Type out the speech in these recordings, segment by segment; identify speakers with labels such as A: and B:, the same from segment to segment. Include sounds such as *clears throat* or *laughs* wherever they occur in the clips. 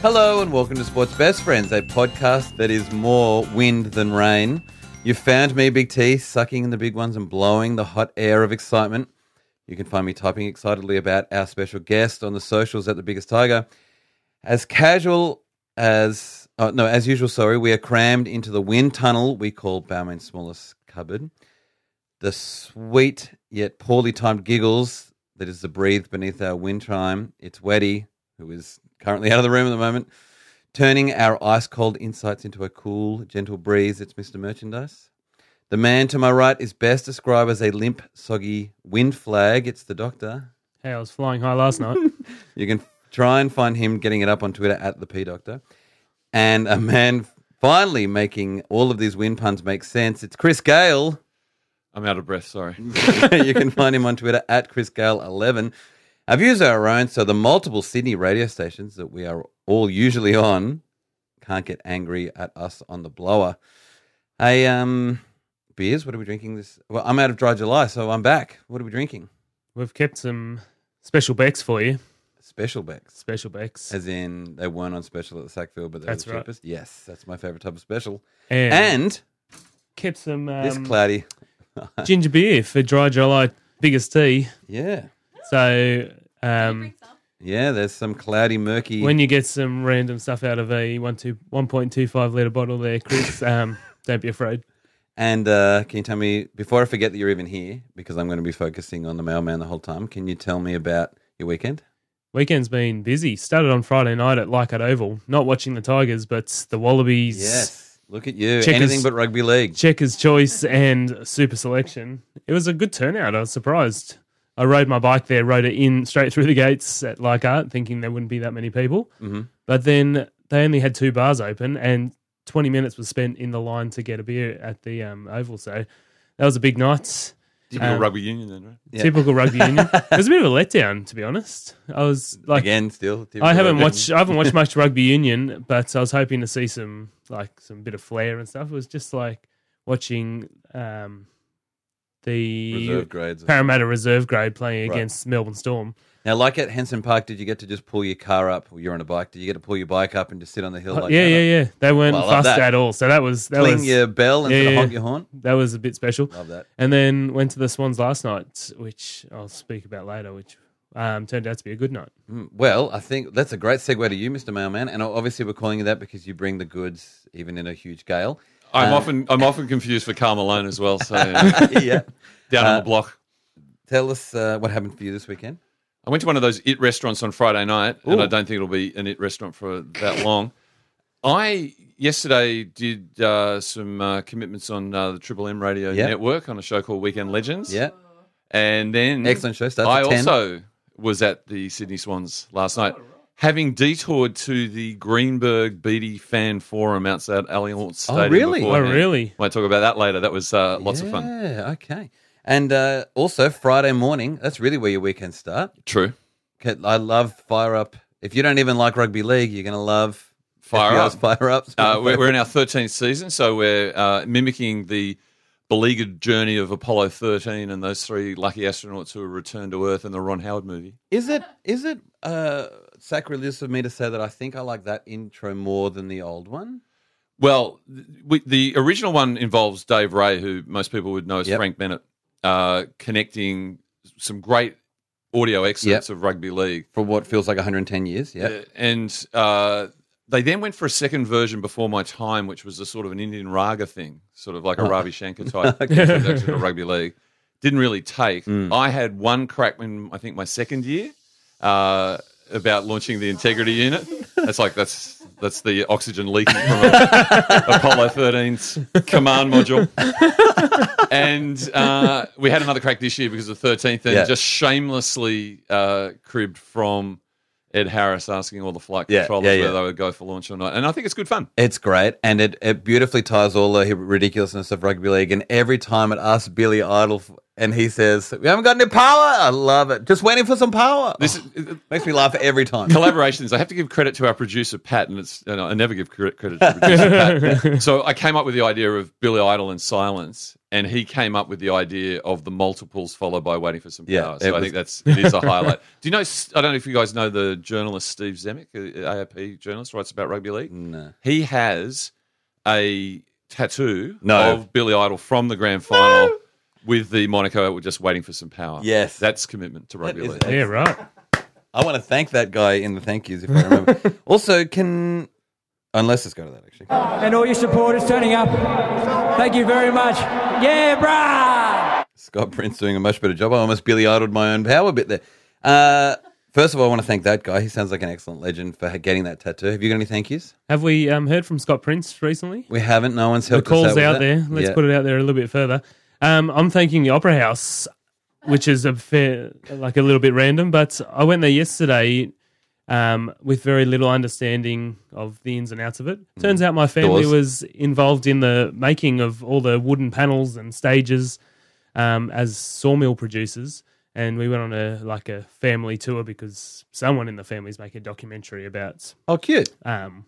A: Hello and welcome to Sports Best Friends, a podcast that is more wind than rain. You found me, Big T, sucking in the big ones and blowing the hot air of excitement. You can find me typing excitedly about our special guest on the socials at The Biggest Tiger. As casual as, oh, no, as usual, sorry, we are crammed into the wind tunnel we call Bowman's smallest cupboard. The sweet yet poorly timed giggles that is the breathe beneath our wind chime. It's Weddy, who is currently out of the room at the moment, turning our ice cold insights into a cool, gentle breeze. It's Mr. Merchandise. The man to my right is best described as a limp, soggy wind flag. It's the doctor.
B: Hey, I was flying high last night.
A: You can try and find him getting it up on Twitter at the P Doctor. And a man finally making all of these wind puns make sense. It's Chris Gale.
C: I'm out of breath, sorry.
A: *laughs* you can find him on Twitter at Chris Gale11. Our views are our own, so the multiple Sydney radio stations that we are all usually on can't get angry at us on the blower. Hey, um, beers, what are we drinking this? Well, I'm out of dry July, so I'm back. What are we drinking?
B: We've kept some special becks for you.
A: Special Becks.
B: Special becks.
A: As in, they weren't on special at the Sackville, but they
B: That's
A: were the
B: right.
A: cheapest. Yes, that's my favorite type of special.
B: And,
A: And
B: kept some
A: this
B: um,
A: cloudy.
B: ginger beer for dry July biggest tea.
A: Yeah.
B: So um,
A: Yeah, there's some cloudy, murky.
B: when you get some random stuff out of a one two one point two five litre bottle there, Chris, um, don't be afraid.
A: And uh, can you tell me before I forget that you're even here, because I'm going to be focusing on the mailman the whole time? Can you tell me about your weekend?
B: Weekend's been busy. Started on Friday night at Leichhardt Oval. Not watching the Tigers, but the Wallabies,
A: look at you.
B: Checkers-
A: Anything but rugby league.
B: Checkers Choice, and Super Selection. It was a good turnout. I was surprised. I rode my bike there, rode it in straight through the gates at Leichhardt, thinking there wouldn't be that many people.
A: Mhm.
B: But then they only had two bars open, and 20 minutes was spent in the line to get a beer at the um, Oval. So that was a big night.
C: Typical
B: Um,
C: rugby union then, right?
A: Yeah.
B: Typical rugby union. It was a bit of a letdown, to be honest. I was like,
A: Again, still.
B: I haven't
A: typical
B: watched. I
A: *laughs*
B: haven't watched much rugby union, but I was hoping to see some like some bit of flair and stuff. It was just like watching um, the
A: reserve grades.
B: Parramatta reserve grade playing
A: Right.
B: against Melbourne Storm.
A: Now, like at Henson Park, did you get to just pull your car up? Or you're on a bike. Did you get to pull your bike up and just sit on the hill? Like
B: Uh, yeah,
A: that?
B: yeah, yeah. They weren't
A: Well, I love
B: fast
A: that.
B: at all. So that was that
A: Cling
B: was
A: your bell and
B: Yeah,
A: sort of
B: yeah.
A: honk your horn.
B: that was a bit special.
A: Love that.
B: And then went to the Swans last night, which I'll speak about later. Which um, turned out to be a good night.
A: Mm, Well, I think that's a great segue to you, Mr. Mailman. And obviously, we're calling you that because you bring the goods, even in a huge
B: *laughs*
A: gale. *laughs*
C: I'm
A: Uh,
C: often I'm often confused for Carl Malone as
A: *laughs*
C: well. So uh,
A: yeah.
C: down
A: Uh,
C: on the block.
A: Tell us uh, what happened for you this weekend.
C: I went to one of those it restaurants on Friday night, and
A: Ooh.
C: I don't think it'll be an it restaurant for that long. I yesterday did uh, some uh, commitments on uh, the Triple M radio
A: Yeah.
C: network on a show called Weekend Legends.
A: Yeah,
C: and then
A: excellent show. Starts
C: I
A: at ten.
C: also was at the Sydney Swans last night, having detoured to the Greenberg Beatty Fan Forum outside Allianz Stadium.
A: really? Oh,
B: Oh,
C: beforehand.
B: really?
C: Might talk about that later. That was uh, lots of fun.
A: Yeah, okay. And uh, also Friday morning. That's really where your weekends start.
C: True.
A: 'Kay, I love fire up. If you don't even like rugby league, you're gonna love
C: Fire
A: FBL's
C: Up.
A: Fire ups.
C: Uh, we're, we're in our 13th season, so we're uh, mimicking the beleaguered journey of Apollo 13 and those three lucky astronauts who were returned to Earth in the Ron Howard movie.
A: *laughs* is it is it uh, sacrilegious of me to say that I think I like that intro more than the old one?
C: Well, th- we, the original one involves Dave Ray, who most people would know as
A: Yep.
C: Frank Bennett, uh, connecting some great audio excerpts of rugby league.
A: For what feels like 110 years. Yeah.
C: Uh, and uh, they then went for a second version before my time, which was a sort of an Indian raga thing, sort of like a Ravi Shankar type introduction to rugby league. Didn't really take. I had one crack when I think my second year uh, about launching the integrity unit. That's like that's that's the oxygen leaking from a- Apollo 13's command module. And uh, we had another crack this year because of the 13th, and
A: Yeah.
C: just shamelessly uh, cribbed from Ed Harris asking all the flight
A: Yeah,
C: controllers
A: yeah, yeah.
C: whether they would go for launch or not. And I think it's good fun.
A: It's great, and it, it beautifully ties all the ridiculousness of rugby league. And every time it asks Billy Idol, f- and he says, "We haven't got any power." I love it. Just waiting for some power.
C: This
A: This
C: is,
A: makes me laugh every time. *laughs*
C: collaborations. I have to give credit to our producer Pat, and it's
A: *laughs*
C: and I never give cre- credit to producer Pat. So I came up with the idea of Billy Idol and silence, and he came up with the idea of the multiples followed by waiting for some
A: Yeah,
C: power.
A: it
C: So I
A: was-
C: think that's
A: *laughs*
C: it is a highlight. Do you know? I don't know if you guys know the journalist Steve Zemek, uh, AAP journalist, writes about rugby league.
A: No.
C: He has a tattoo
A: No.
C: of Billy Idol from the grand final with the Monaco just waiting for some power.
A: Yes.
C: that's commitment to rugby
A: is
C: league.
B: Yeah, right.
A: I want to thank that guy in the thank yous if I
B: *laughs*
A: remember. also, can unless it's go to that actually.
D: and all your supporters turning up. Thank you very much. Yeah, brah!
A: Scott Prince doing a much better job. I almost Billy Idled my own power bit there. Uh, first of all, I want to thank that guy. He sounds like an excellent legend for getting that tattoo. Have you got any thank yous?
B: Have we um, heard from Scott Prince recently?
A: We haven't. No one's
B: the
A: helped.
B: call's
A: us out,
B: out, there. Let's put it out there a little bit further. Um, I'm thanking the Opera House, which is a fair, like a little bit random, but I went there yesterday um, with very little understanding of the ins and outs of it. Turns out my family
A: Doors.
B: was involved in the making of all the wooden panels and stages um, as sawmill producers. And we went on a like a family tour because someone in the family's making a documentary about
A: Oh, cute.
B: um,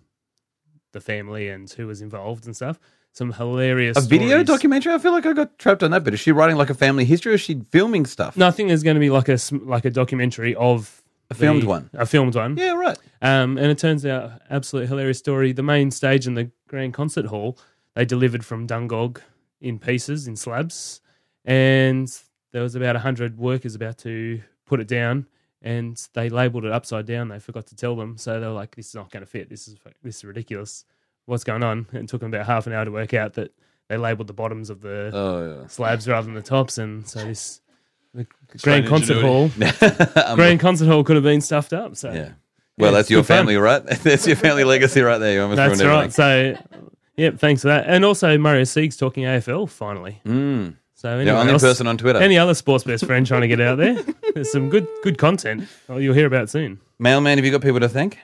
B: the family and who was involved and stuff. Some hilarious.
A: A video
B: stories.
A: documentary. I feel like I got trapped on that bit. Is she writing like a family history, or is she filming stuff?
B: No, I think there's going to be like a sm- like a documentary of a
A: filmed one.
B: A filmed one.
A: Yeah, right.
B: Um, and it turns out absolutely hilarious story. The main stage in the Grand Concert Hall they delivered from Dungog in pieces in slabs, and there was about hundred workers about to put it down. And they labelled it upside down. They forgot to tell them, so they were like, "This is not going to fit. This is this is ridiculous. What's going on?" And it took them about half an hour to work out that they labelled the bottoms of the
A: Oh,
B: slabs rather than the tops, and so this the
C: Australian
B: grand concert
C: ingenuity.
A: *laughs*
B: hall,
A: yeah. Um,
B: grand concert hall could have been stuffed up. So
A: Yeah. Well, that's
B: it's
A: your
B: good fun.
A: family, right? *laughs* that's your family legacy, right there. You almost
B: that's
A: ruined
B: right. So yep, thanks for that. And also Mario Sieg's talking AFL finally.
A: everything. Mm.
B: So
A: The
B: anyone
A: only
B: else-
A: person on Twitter.
B: any other sports best friend trying to get
A: *laughs*
B: out there? There's some good good content. Oh, you'll hear about it soon.
A: Mailman, have you got people to thank?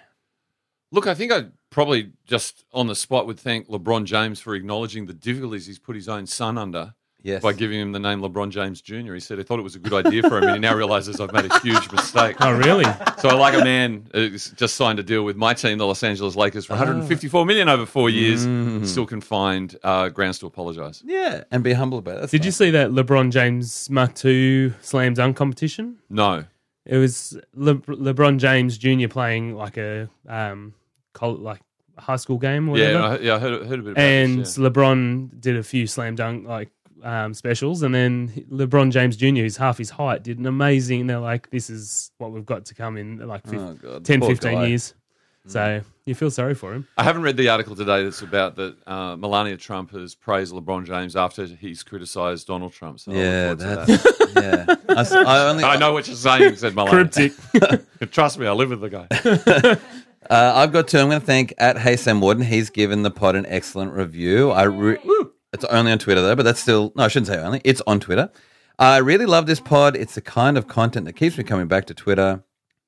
C: Look, I think I probably just on the spot would thank LeBron James for acknowledging the difficulties he's put his own son under.
A: Yes.
C: by giving him the name LeBron James Jr. He said he thought it was a good idea for him, and he now realizes I've made a
B: *laughs*
C: huge mistake.
B: Oh really?
C: So I like a man who's just signed a deal with my team, the Los Angeles Lakers,
B: Ah.
C: for 154 million over four years.
B: Mm.
C: Still confined. Uh, grounds to apologise.
A: yeah, and be humble about it. That's
B: Did you
A: nice.
B: see that LeBron James Mark II slam dunk competition?
C: No,
B: It was Le- LeBron James Jr. playing like a um, col- like high school game. Or whatever.
C: yeah, I, yeah, I heard, heard a bit about
B: and
C: this. yeah.
B: LeBron did a few slam dunk like um, specials, and then LeBron James Jr., who's half his height, did an amazing. They're like, this is what we've got to come in like fif-
A: Oh, God,
B: 10,
A: poor
B: 15
A: guy. Mm.
B: years. So you feel sorry for him.
C: I haven't read the article today that's about that uh, Melania Trump has praised LeBron James after he's criticised Donald Trump. So I look
A: Yeah,
C: forward to that.
A: that's *laughs* yeah. I, s- I only
C: I know what you're saying, said Melania.
B: Cryptic.
C: *laughs* Trust me, I live with the guy.
A: Uh, I've got two. I'm going to thank at Hey Sam Warden. He's given the pod an excellent review. I re- it's only on Twitter though, but that's still no. I shouldn't say only. It's on Twitter. I really love this pod. It's the kind of content that keeps me coming back to Twitter.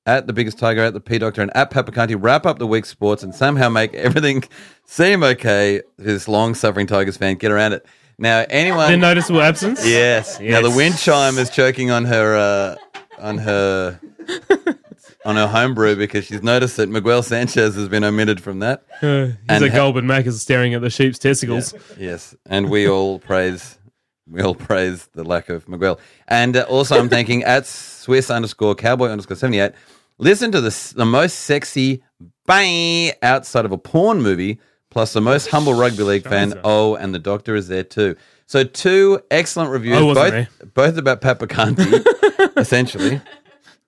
A: At the biggest tiger, at the P Doctor, and at Papacanti wrap up the week's sports and somehow make everything *laughs* seem okay. This long-suffering Tigers fan, get around it. Now, anyone?
B: Their noticeable absence.
A: Yes. Now the wind chime is choking on her uh, on her on her homebrew because she's noticed that Miguel Sanchez has been omitted from that.
B: Uh, he's
A: And
B: a
A: ha-
B: Goldman Mac is staring at the sheep's testicles.
A: Yes, and we all praise we all praise the lack of Miguel. And uh, also, I'm thinking at Swiss underscore Cowboy underscore seventy eight. Listen to the s- the most sexy bang outside of a porn movie, plus the most humble rugby league fan.
B: Scheiße.
A: Oh, and the doctor is there too. So two excellent reviews,
B: I wasn't
A: both
B: there.
A: both about Papacanti, *laughs* essentially,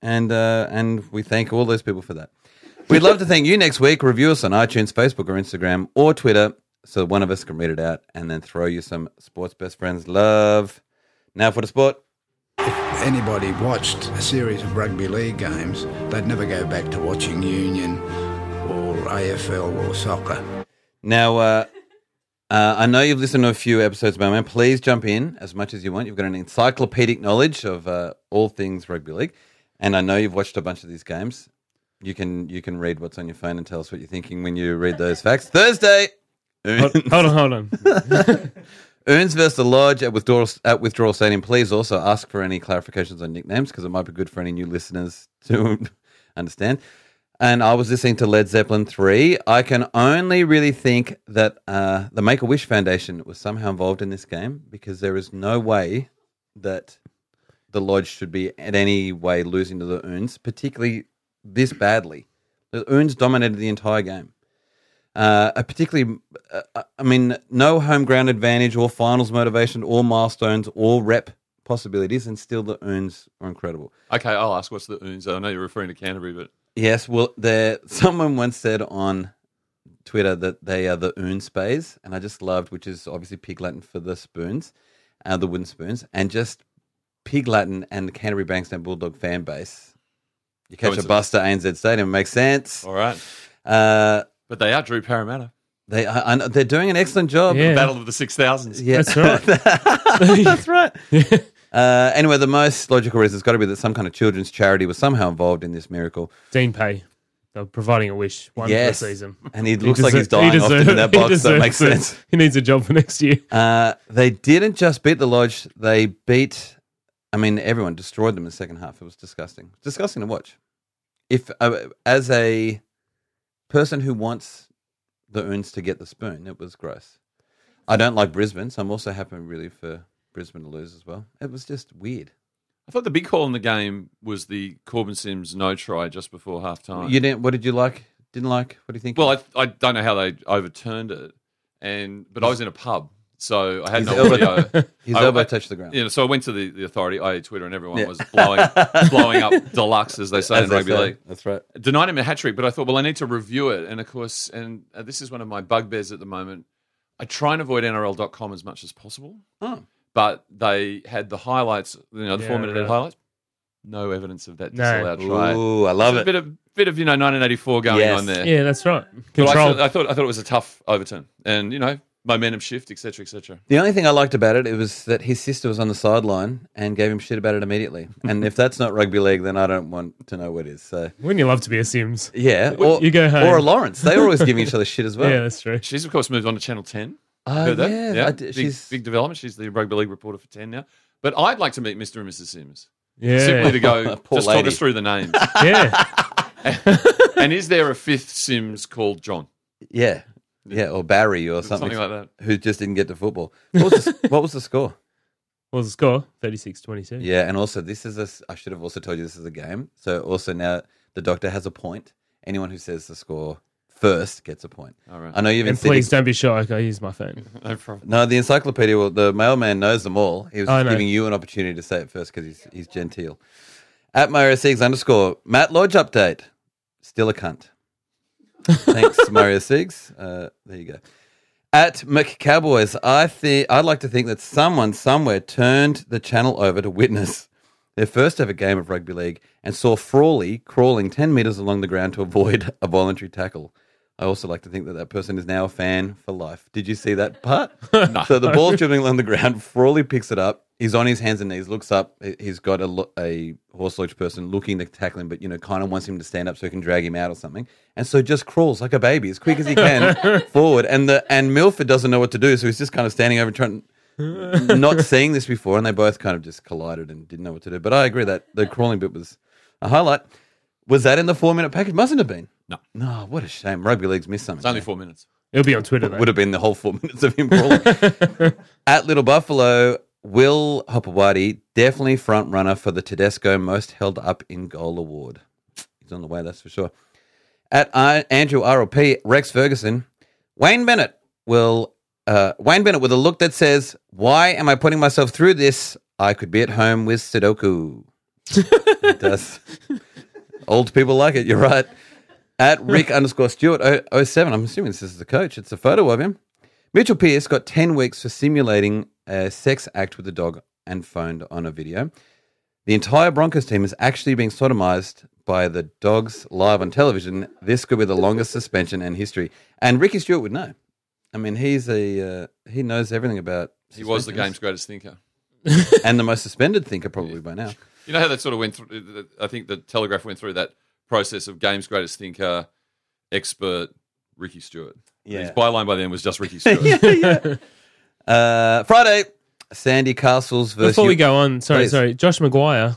A: and uh, and we thank all those people for that. We'd love to thank you next week. Review us on iTunes, Facebook, or Instagram, or Twitter, so one of us can read it out and then throw you some sports best friends love. Now for the sport.
E: anybody watched a series of rugby league games, they'd never go back to watching Union or AFL or soccer.
A: Now, uh, uh, I know you've listened to a few episodes, my man. Please jump in as much as you want. You've got an encyclopedic knowledge of uh, all things rugby league, and I know you've watched a bunch of these games. You can you can read what's on your phone and tell us what you're thinking when you read those facts. Thursday,
B: Hold, hold on,
A: *laughs*
B: hold on.
A: Earns versus the Lodge at withdrawal, at withdrawal Stadium. Please also ask for any clarifications on nicknames because it might be good for any new listeners to *laughs* understand. and I was listening to Led Zeppelin 3. I can only really think that uh, the Make a Wish Foundation was somehow involved in this game because there is no way that the Lodge should be in any way losing to the Urns, particularly this badly. The Urns dominated the entire game. Uh, uh, particularly, uh, uh, I mean, no home ground advantage or finals motivation or milestones or rep possibilities, and still the Urns were incredible.
C: Okay, I'll ask what's the Oons? I know you're referring to Canterbury, but
A: Yes, well, there. *laughs* Someone once said on Twitter that they are the oon spays, and I just loved, which is obviously pig Latin for the spoons, uh, the wooden spoons, and just pig Latin and the Canterbury Bankstown Bulldog fan base. You catch a
C: Coincidence.
A: bus to ANZ Stadium, it makes sense.
C: all right.
A: Uh,
C: But they outdrew Parramatta.
A: they, I, I, know- they're doing an excellent job.
B: Yeah.
C: Battle of the Six Thousands.
A: Yeah.
B: That's right.
A: *laughs* That's right. Uh, anyway, the most logical reason has got to be that some kind of children's charity was somehow involved in this miracle.
B: *laughs* Dean Pay, they're providing a wish one
A: Yes.
B: for the season.
A: And he
B: He
A: looks like he's
B: deser- he
A: dying often in
B: deserve-
A: that
B: *laughs* he
A: box. That
B: deserves
A: makes
B: it.
A: sense.
B: He needs a job for next
A: *laughs*
B: year.
A: Uh, they didn't just beat the Lodge, they beat, I mean, everyone destroyed them in the second half. It was disgusting. Disgusting to watch. If, uh, as a person who wants the urns to get the spoon, it was gross. I don't like Brisbane, so I'm also happy really for Brisbane to lose as well. It was just weird.
C: I thought the big call in the game was the Corbin Sims no try just before half time.
A: You didn't, what did you like? Didn't like? What do you think?
C: Well, I, I don't know how they overturned it, and but I was in a pub, so I had
A: His
C: no
A: elbow-
C: audio.
A: *laughs* his
C: I-
A: elbow
C: I-
A: touched the ground.
C: You know, so I went to the, the authority, i.e. Twitter, and everyone
A: Yeah.
C: was
A: *laughs*
C: blowing blowing up deluxe as they say
A: As
C: in
A: they
C: rugby
A: say.
C: league.
A: That's right.
C: Denied him a hat trick, but I thought, well, I need to review it, and of course, and uh, this is one of my bugbears at the moment. I try and avoid NRL.com as much as possible,
A: Oh.
C: but they had the highlights, you know, the
B: Yeah,
C: four minute
B: right.
C: highlights. No evidence of that
B: No.
C: disallowed try.
A: Ooh, I love
C: There's
A: it.
C: A bit of bit of you know 1984 going
A: Yes.
C: on there.
B: Yeah, that's right.
C: But I,
B: Control.
C: thought, I thought I thought it was a tough overturn, and you know momentum shift, etc., etc.
A: The only thing I liked about it, it was that his sister was on the sideline and gave him shit about it immediately. and if that's not rugby league, then I don't want to know what is. So
B: Wouldn't you love to be a Sims?
A: yeah, or,
B: you go home.
A: or a Lawrence. They were always giving each other shit as well.
B: *laughs* Yeah, that's
A: *laughs*
B: true.
C: She's of course moved on to Channel 10.
A: Ah,
C: Heard that?
A: yeah, I d-
C: big,
A: she's-
C: big development. She's the rugby league reporter for 10 now. But I'd like to meet Mr. and Mrs. Sims simply
B: Yeah.
C: to go
A: Poor
C: just talk
A: lady.
C: us through the names.
A: *laughs*
B: yeah.
C: and is there a fifth Sims called John?
A: yeah, yeah, or Barry or something,
C: Something like that.
A: Who just didn't get to football. What was, the, what was the score?
B: What was the score? 36 22.
A: Yeah, and also this is a. s- I should have also told you this is a game. So also now the doctor has a point. Anyone who says the score first gets a point.
C: All right.
A: I know you've been
B: And
A: sitting
B: please don't be shy. I use my phone.
A: *laughs*
C: No problem.
A: No, the encyclopedia. Well, the mailman knows them all. He was
B: I
A: just
B: know.
A: giving you an opportunity to say it first because he's he's genteel. At Mario Siegs underscore Matt Lodge update. Still a cunt. Thanks,
B: *laughs*
A: Mario Siegs. Uh, there you go. At McCowboys, I think I'd like to think that someone somewhere turned the channel over to witness their first ever game of rugby league and saw Frawley crawling ten meters along the ground to avoid a voluntary tackle. I also like to think that that person is now a fan for life. Did you see that part?
C: *laughs*
A: So the ball's dribbling along the ground. Frawley picks it up. He's on his hands and knees, looks up. He- He's got a, lo- a horse lodge person looking to tackle him, but, you know, kind of wants him to stand up so he can drag him out or something. And so just crawls like a baby as quick as he
C: *laughs*
A: can forward. And the and Milford doesn't know what to do, so he's just kind of standing over
C: *laughs*
A: trying not seeing this before, and they both kind of just collided and didn't know what to do. But I agree that the crawling bit was a highlight. Was that in the four minute package? Mustn't have been.
C: No.
A: No, what a shame. Rugby league's missed something.
C: It's only four minutes.
B: It'll be on Twitter, though.
A: Would have been the whole four *laughs* minutes of him brawling. At Little Buffalo, Will Hopewadi, definitely front runner for the Tedesco Most Held Up in Goal Award. He's on the way, that's for sure. At I- Andrew RLP, Rex Ferguson, Wayne Bennett will. Uh, Wayne Bennett with a look that says, "Why am I putting myself through this? I could be at home with Sudoku." it does. Old people like it. You're right. At Rick underscore Stewart o- 07. I'm assuming this is the coach. It's a photo of him. Mitchell Pearce got 10 weeks for simulating a sex act with a dog and phoned on a video. The entire Broncos team is actually being sodomized by the dogs live on television. This could be the longest suspension in history. And Ricky Stewart would know. I mean, he's a uh, he knows everything about.
C: He was the game's
A: suspensions.
C: greatest thinker.
A: and the most suspended
C: *laughs*
A: thinker probably by now.
C: You know how that sort of went through. I think the Telegraph went through that process of game's greatest thinker, expert Ricky Stewart. And
A: Yeah.
C: His byline by then was just Ricky Stewart.
A: Uh, Friday, Sandy Castles versus
B: Before we go on, sorry,
A: Please.
B: sorry. Josh Maguire,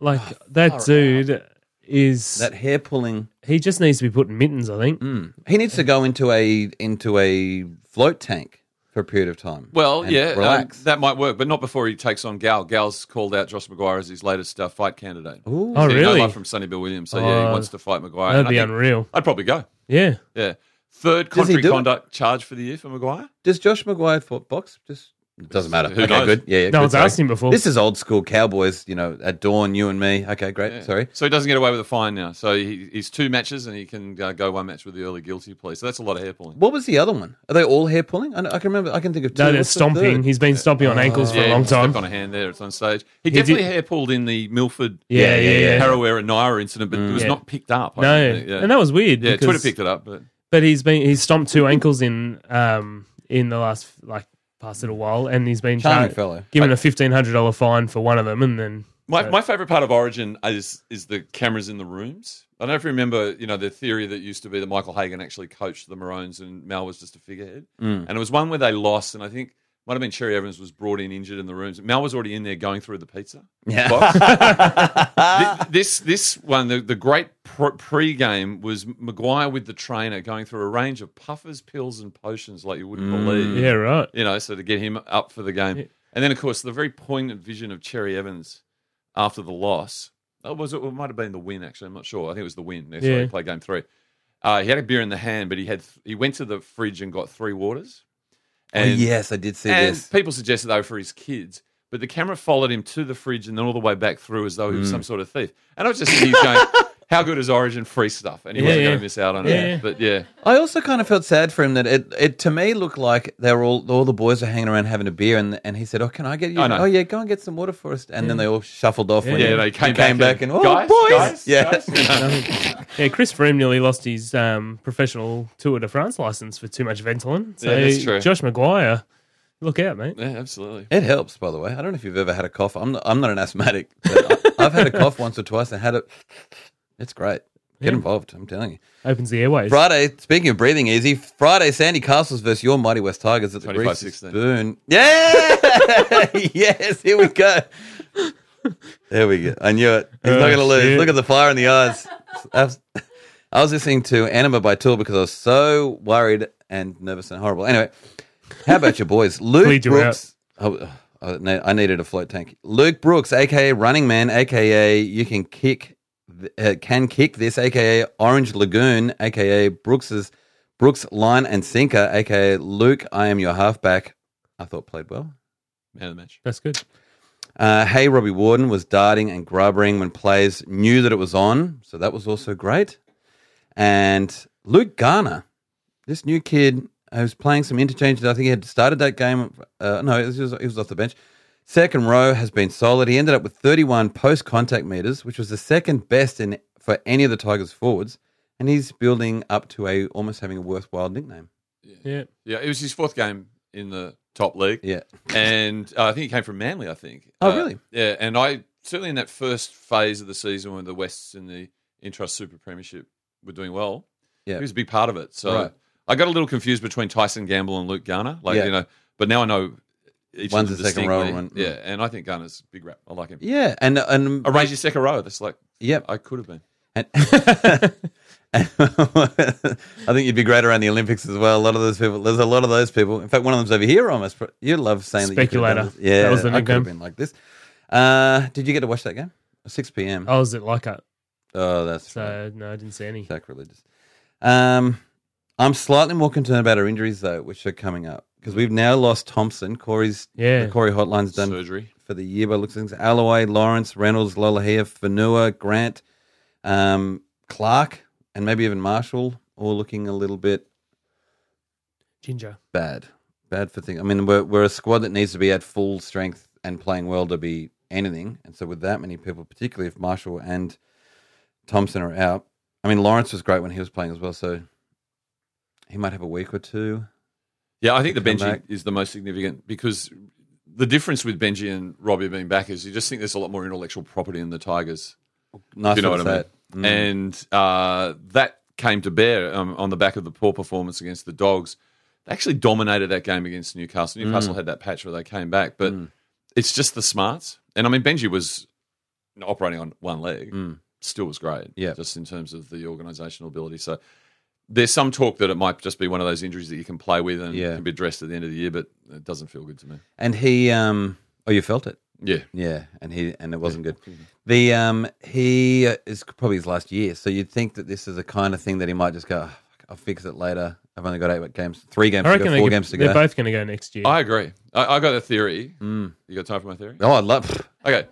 B: like that dude is
A: Oh, That Mm. hair pulling.
B: he just needs to be put in mittens. I think.
A: He needs to go into a into a float tank for a period of time.
C: Well,
A: and
C: yeah, um,
A: relax.
C: that might work, but not before he takes on Gal. Gal's called out Josh McGuire as his latest uh, fight candidate.
A: Ooh.
B: Oh,
C: So, you know,
B: really?
C: love from Sonny Bill Williams. So yeah, he
B: Oh,
C: wants to fight McGuire.
B: That'd
C: And I
B: be
C: think
B: unreal.
C: I'd probably go.
B: Yeah.
C: Yeah. Third
A: Does he
C: contrary
A: do it?
C: conduct charge for the year for McGuire.
A: Does Josh McGuire for box? Just it doesn't matter.
C: Who
A: okay,
C: knows?
A: good. Yeah, yeah.
B: No
A: good,
B: one's
A: sorry.
B: asked him before.
A: This is old school cowboys. You know, at dawn, you and me. Okay, great.
C: Yeah.
A: Sorry.
C: So he doesn't get away with a fine now. So he, he's two matches and he can uh, go one match with the early guilty plea. So that's a lot of hair pulling.
A: What was the other one? Are they all hair pulling? I, know, I can remember. I can think of two.
B: no, they're
A: What's the third?
B: stomping. He's been stomping on ankles for
C: Uh, yeah,
B: a long
C: he stepped
B: time.
C: on a hand there. It's on stage. He,
B: He
C: definitely
B: did-
C: hair pulled in the Milford
B: Yeah, yeah, yeah.
C: Harawira Naira incident, but it was
B: Yeah.
C: not picked up. I
B: No,
C: don't think. yeah.
B: and that was weird.
C: yeah,
B: because-
C: Twitter picked it up, but
B: But he's been he's stomped two ankles in um in the last like past little while, and he's been
A: Charming
B: char-
A: fellow.
B: given a fifteen hundred dollar fine for one of them, and then
C: My, my favorite part of Origin is is the cameras in the rooms. I don't know if you remember, you know, the theory that used to be that Michael Hagan actually coached the Maroons and Mal was just a figurehead. And it was one where they lost, and I think might have been Cherry Evans was brought in injured in the rooms. Mal was already in there going through the pizza.
A: Yeah.
C: box. Thi- this this one, the, the great pr- pre-game was Maguire with the trainer going through a range of puffers, pills, and potions like you wouldn't believe
B: yeah, right.
C: you know, so to get him up for the game. And then, of course, the very poignant vision of Cherry Evans after the loss. Oh, was it, it might have been the win, actually. I'm not sure. I think it was the win. That's why
B: Yeah.
C: he played game three. Uh, he had a beer in the hand, but he had he went to the fridge and got three waters.
A: Oh,
C: And,
A: *laughs* yes, I did see
C: and
A: this.
C: people suggested they were for his kids, but the camera followed him to the fridge and then all the way back through as though he
A: Mm.
C: was some sort of thief. And I was just thinking, he's going, *laughs* how good is Origin free stuff? And he
B: Yeah,
C: wasn't going
B: yeah.
C: to miss out on
B: Yeah.
C: it. But yeah.
A: I also kind of felt sad for him that it, it to me looked like they were all all the boys were hanging around having a beer and and he said, "Oh, can I get you?
C: I know.
A: Oh yeah, go and get some water for us." And then they all shuffled off. when
C: Yeah,
A: he-
C: they came
A: he
C: back
A: came back
C: and,
A: and, oh
C: "Guys,
A: boys, *laughs*
C: guys,
A: yeah,
C: guys." *laughs*
B: Yeah, Chris Froome nearly lost his um, professional Tour de France license for too much Ventolin. So
C: Yeah, that's true.
B: Josh Maguire, look out, mate.
C: Yeah, absolutely.
A: It helps, by the way. I don't know if you've ever had a cough. I'm not, I'm not an asthmatic. But I- I've had a cough once or twice and had it. It's great. Get involved. I'm telling you.
B: Opens the airways.
A: Friday. Speaking of breathing easy, Friday Sandy Castles versus your mighty West Tigers at the
C: 25,
A: Greasy
C: 16.
A: Spoon. Yeah. *laughs* yes. Here we go. There we go. I knew it. He's not
B: Oh,
A: going to lose.
B: shit.
A: Look at the fire in the eyes. Abs- I was listening to Anima by Tool because I was so worried and nervous and horrible. Anyway, how about your boys? Luke
B: Plead you
A: Brooks. Oh, oh, no, I needed a float tank. Luke Brooks, aka Running Man, aka You Can Kick, Th- uh, Can Kick This, aka Orange Lagoon, aka Brooks's Brooks Line and Sinker, aka Luke. I am your halfback. I thought played well.
C: Man of the match.
B: That's good.
A: Uh, hey, Robbie Warden was darting and grubbering when players knew that it was on, so that was also great. And Luke Garner, this new kid who's playing some interchanges. I think he had started that game. Uh, no, he was, he was off the bench. Second row has been solid. He ended up with 31 post contact meters, which was the second best in for any of the Tigers forwards. And he's building up to a almost having a worthwhile nickname.
B: Yeah.
C: Yeah, it was his fourth game in the top league.
A: Yeah.
C: And uh, I think he came from Manly, I think.
A: Oh,
C: Uh,
A: really?
C: Yeah. And I certainly in that first phase of the season when the Wests and the Intrust Super Premiership were doing well,
A: Yeah.
C: he was a big part of it. So
A: Right.
C: I got a little confused between Tyson Gamble and Luke Garner. Like,
A: Yeah.
C: you know, but now I know each
A: One's
C: of them
A: the second row,
C: distinctly.
A: one-
C: Yeah. And I think Garner's a big rap. I like him.
A: Yeah, and and
C: Arrange your second row. That's like,
A: Yep.
C: I could have been.
A: And, *laughs* and I think you'd be great around the Olympics as well. A lot of those people, there's a lot of those people. In fact, one of them's over here almost. You love saying That you
B: Speculator.
A: could've done this. yeah,
B: That was the
A: I could have
B: nickname.
A: been like this. Uh, did you get to watch that game? 6 p.m.
B: I was at Leichhardt,
A: oh that's right.
B: Oh, so no, I didn't see any.
A: sacrilegious. Um, I'm slightly more concerned about our injuries though, which are coming up because we've now lost Thompson. Corey's
B: Yeah.
A: the Corey Hotline's done
C: Surgery.
A: for the year by the looks of things. Alloway, Lawrence, Reynolds, Lolahia, Fanua, Grant, um, Clark, and maybe even Marshall, all looking a little bit
B: Ginger.
A: bad. Bad for things. I mean, we're, we're a squad that needs to be at full strength and playing well to be anything. And so, with that many people, particularly if Marshall and Thompson are out, I mean, Lawrence was great when he was playing as well. So, he might have a week or two.
C: Yeah, I think the
A: come
C: Benji
A: back.
C: is the most significant because the difference with Benji and Robbie being back is you just think there's a lot more intellectual property in the Tigers.
A: Nice
C: Do you know
A: to
C: what I mean?
A: say it. Mm.
C: And uh, that came to bear um, on the back of the poor performance against the Dogs. They actually dominated that game against Newcastle.
A: Mm.
C: Newcastle had that patch where they came back, but it's just the smarts. And I mean, Benji was operating on one leg, still was great.
A: Mm. Yeah.
C: just in terms of the organisational ability. So there's some talk that it might just be one of those injuries that you can play with and
A: Yeah.
C: can be addressed at the end of the year, but it doesn't feel good to me.
A: And he, um, oh, you felt it.
C: Yeah,
A: Yeah, and he and it wasn't good. The um he uh, is probably his last year, so you'd think that this is the kind of thing that he might just go. "Oh, fuck, I'll fix it later. I've only got eight games, three games
B: I
A: to
B: reckon
A: go,
B: they
A: four
B: could-
A: games to
B: they're
A: go.
B: both going to go next year.
C: I agree. I, I got a theory.
A: Mm.
C: You got time for my theory?
A: oh, I love
C: Okay.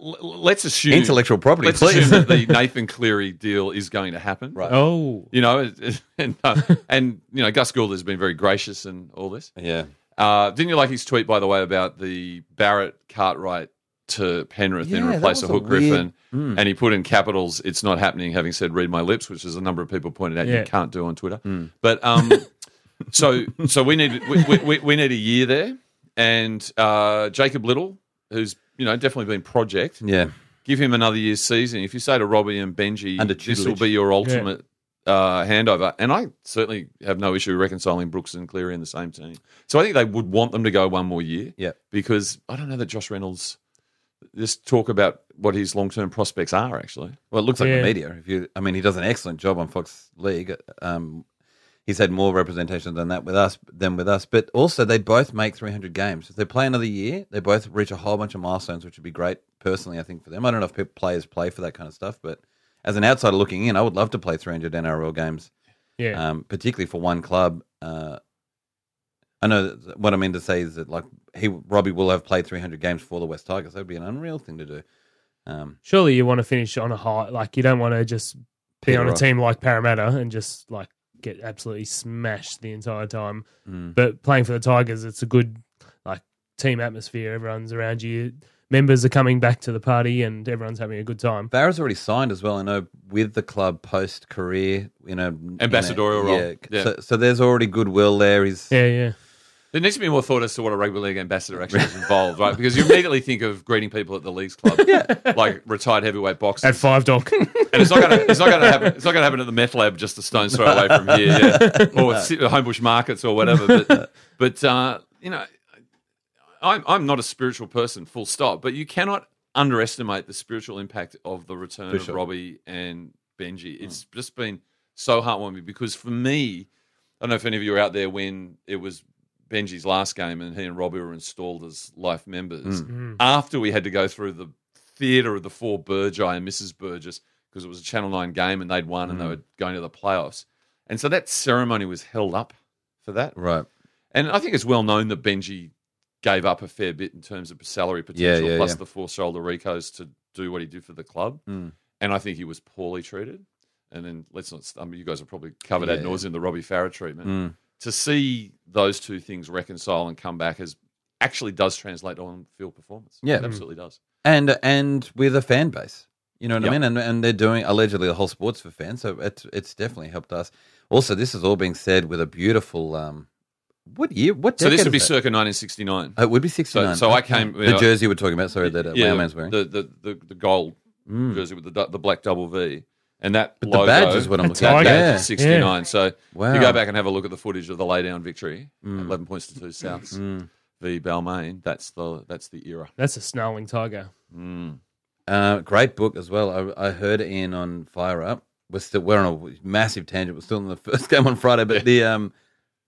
C: L- l- let's assume
A: intellectual property,
C: Let's
A: please.
C: assume
A: *laughs*
C: that the Nathan Cleary deal is going to happen.
A: Right.
B: oh,
C: You know, *laughs* it- it- and, uh, and you know, Gus Gould has been very gracious and all this.
A: yeah,
C: Uh, didn't you like his tweet, by the way, about the Barrett Cartwright to Penrith and
A: Yeah, that
C: replace a
A: was a
C: Hook
A: weird- Hmm.
C: Griffin? And he put in capitals, "It's not happening." Having said, "Read my lips," which is a number of people pointed out
B: Yeah.
C: you can't do on Twitter.
A: *laughs*
C: But um, so so we need we, we- we, we need a year there, and uh, Jacob Little, who's you know definitely been project,
A: yeah.
C: give him another year's season. If you say to Robbie and Benji,
A: Under
C: this will
A: tutelage.
C: be your ultimate uh, handover, and I certainly have no issue reconciling Brooks and Cleary in the same team. So I think they would want them to go one more year.
A: Yep.
C: because I don't know that Josh Reynolds. This talk about what his long term prospects are actually.
A: Well, it looks like
B: Yeah.
A: the media. If you, I mean, he does an excellent job on Fox League. Um, he's had more representation than that with us than with us. But also, they both make 300 games. If they play another year, they both reach a whole bunch of milestones, which would be great personally. I think for them. I don't know if people, players play for that kind of stuff, but as an outsider looking in, I would love to play 300 NRL games,
B: yeah.
A: um, particularly for one club. Uh, I know that, what I mean to say is that like he Robbie will have played 300 games for the West Tigers. That would be an unreal thing to do. Um,
B: Surely you want to finish on a high. Like you don't want to just be on a
A: Peter-
B: team like Parramatta and just like get absolutely smashed the entire time. But playing for the Tigers, it's a good like team atmosphere. Everyone's around you. Members are coming back to the party and everyone's having a good time.
A: Farah's already signed as well, I know, with the club post career, you know, in a-
C: Ambassadorial role. Yeah.
A: So, so there's already goodwill there. He's
B: Yeah, yeah.
C: There needs to be more thought as to what a rugby league ambassador actually is involved, *laughs* right? Because you immediately think of greeting people at the league's *laughs* club, like retired heavyweight boxers.
B: At five doc.
C: And it's not going to it's not going to happen. It's not going to happen at the meth lab, just a stone's throw away from here, yeah. or sit at Homebush Markets or whatever. But, but uh, you know, I'm I'm not a spiritual person, full stop. But you cannot underestimate the spiritual impact of the return
A: For
C: of
A: sure. Hmm.
C: Robbie and Benji. It's just been so heartwarming because for me, I don't know if any of you were out there when it was Benji's last game and he and Robbie were installed as life members
A: Hmm.
C: after we had to go through the theatre of the four Burgi and Mrs. Burgess because it was a Channel 9 game and they'd won and
A: Hmm.
C: they were going to the playoffs. And so that ceremony was held up for that.
A: right.
C: And I think it's well known that Benji gave up a fair bit in terms of salary potential,
A: Yeah, yeah,
C: plus
A: yeah.
C: the four shoulder recos to do what he did for the club.
A: Mm.
C: And I think he was poorly treated. And then let's not, I mean, you guys have probably covered
A: Yeah,
C: ad nauseum the Robbie Farah treatment.
A: Mm.
C: To see those two things reconcile and come back has actually does translate on field performance.
A: Yeah.
C: It absolutely does.
A: And and with a fan base. You know what
C: Yeah.
A: I mean? And and they're doing allegedly the whole sports for fans, so it's it's definitely helped us. Also, this is all being said with a beautiful um what year? What
C: So this
A: Hmm. decade
C: would be
A: is that?
C: circa 1969.
A: Oh, it would be sixty nine.
C: so I came-
A: the
C: you know-
A: jersey we're talking about, sorry, that uh, our man's wearing. The,
C: The, the, the, the gold
A: Mm.
C: jersey with the, du- the black double V. And that
A: but
C: logo,
A: the badge is what I'm
B: A
A: looking at.
B: tiger.
A: Yeah.
C: 69. So if
A: Wow. Mm.
C: you go back and have a look at the footage of the lay down victory, 11 points to two Souths v Balmain, that's the, that's the era.
B: That's a snarling tiger.
A: Uh, great book as well. I, I heard Ian on Fire Up. We're still we're on a massive tangent. We're still in the *laughs* first game on Friday, but the um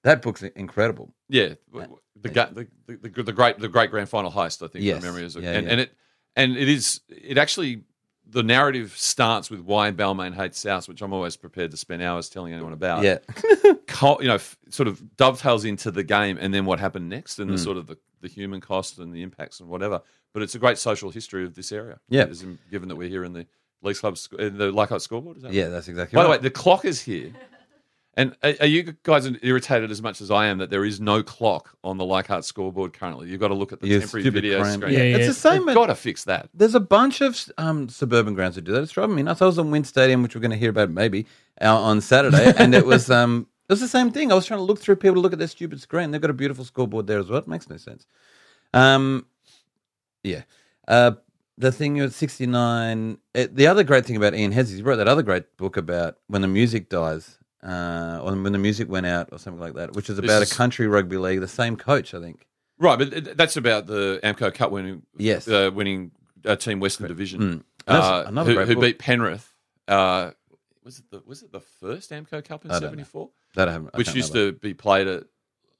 A: that book's incredible.
C: Yeah,
A: Uh,
C: w- w- the, ga- the, the, the, the great the great grand final heist. I think
A: Yes.
C: my memory is,
A: Yeah,
C: and,
A: yeah.
C: and it and it is it actually the narrative starts with why Balmain hates South, which I'm always prepared to spend hours telling anyone about.
A: yeah, *laughs*
C: co- you know, f- sort of dovetails into the game and then what happened next
A: Mm.
C: and the sort of the, the human cost and the impacts and whatever. But it's a great social history of this area.
A: Yeah.
C: It is in- given that we're here in the Leagues Club sc- in the Leichhardt scoreboard. Is that
A: yeah, that's exactly.
C: By the way,
A: right.
C: the clock is here. And are, are you guys irritated as much as I am that there is no clock on the Leichhardt scoreboard currently? You've got to look at the
A: You
C: temporary
A: stupid
C: video
A: cramp.
C: screen.
B: Yeah,
A: it's
B: yeah.
A: the same.
C: We've got to fix that.
A: There's a bunch of um, suburban grounds that do that. It's driving me nuts. I was on Wynn Stadium, which we're going to hear about maybe uh, on
C: *laughs*
A: Saturday, and it was um, it was the same thing. I was trying to look through people to look at their stupid screen. They've got a beautiful scoreboard there as well. It makes no sense. Um, yeah. Uh, the thing at 69, it, the other great thing about Ian Hess is he wrote that other great book about when the music dies, uh, or when the music went out, or something like that, which is about
C: is-
A: a country rugby league, the same coach, I think.
C: Right, but it- that's about the Amco Cup winning,
A: Yes.
C: uh, winning uh, team Western Division.
A: And that's
C: uh,
A: another
C: who,
A: great
C: who
A: book.
C: beat Penrith. Uh, was it the was it the first Amco Cup in
A: I don't know.
C: '74,
A: That I haven't- I
C: which
A: can't
C: used
A: remember.
C: to be played at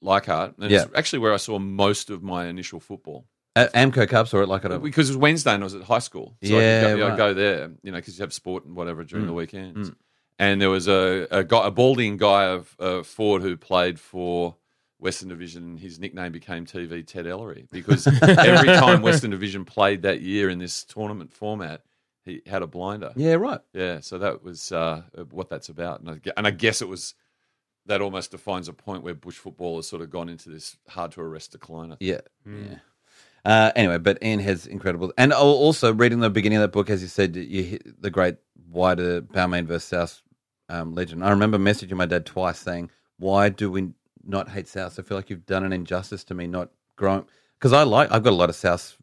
C: Leichhardt? And it's
A: Yeah.
C: actually where I saw most of my initial football
A: At Amco Cups or at like a
C: because it was Wednesday and I was at high school, so
A: Mm. Yeah,
C: I could go,
A: right. Mm.
C: I'd go there, you know, because you have sport and whatever during the weekends. And there was a a, guy, a balding guy of uh, Ford who played for Western Division. His nickname became TV Ted Ellery
A: *laughs*
C: because every time Western Division played that year in this tournament format, he had a blinder.
A: yeah, right.
C: Yeah, so that was uh, what that's about, and I, gue- and I guess it was that almost defines a point where bush football has sort of gone into this hard to arrest decline. I think.
A: Yeah.
B: Hmm.
A: Yeah. Uh, anyway, but Ian has incredible, and al- also reading the beginning of that book, as you said, you hit the great wider Balmain versus South um, legend. I remember messaging my dad twice saying, "Why do we not hate South? I feel like you've done an injustice to me not growing because I like I've got a lot of South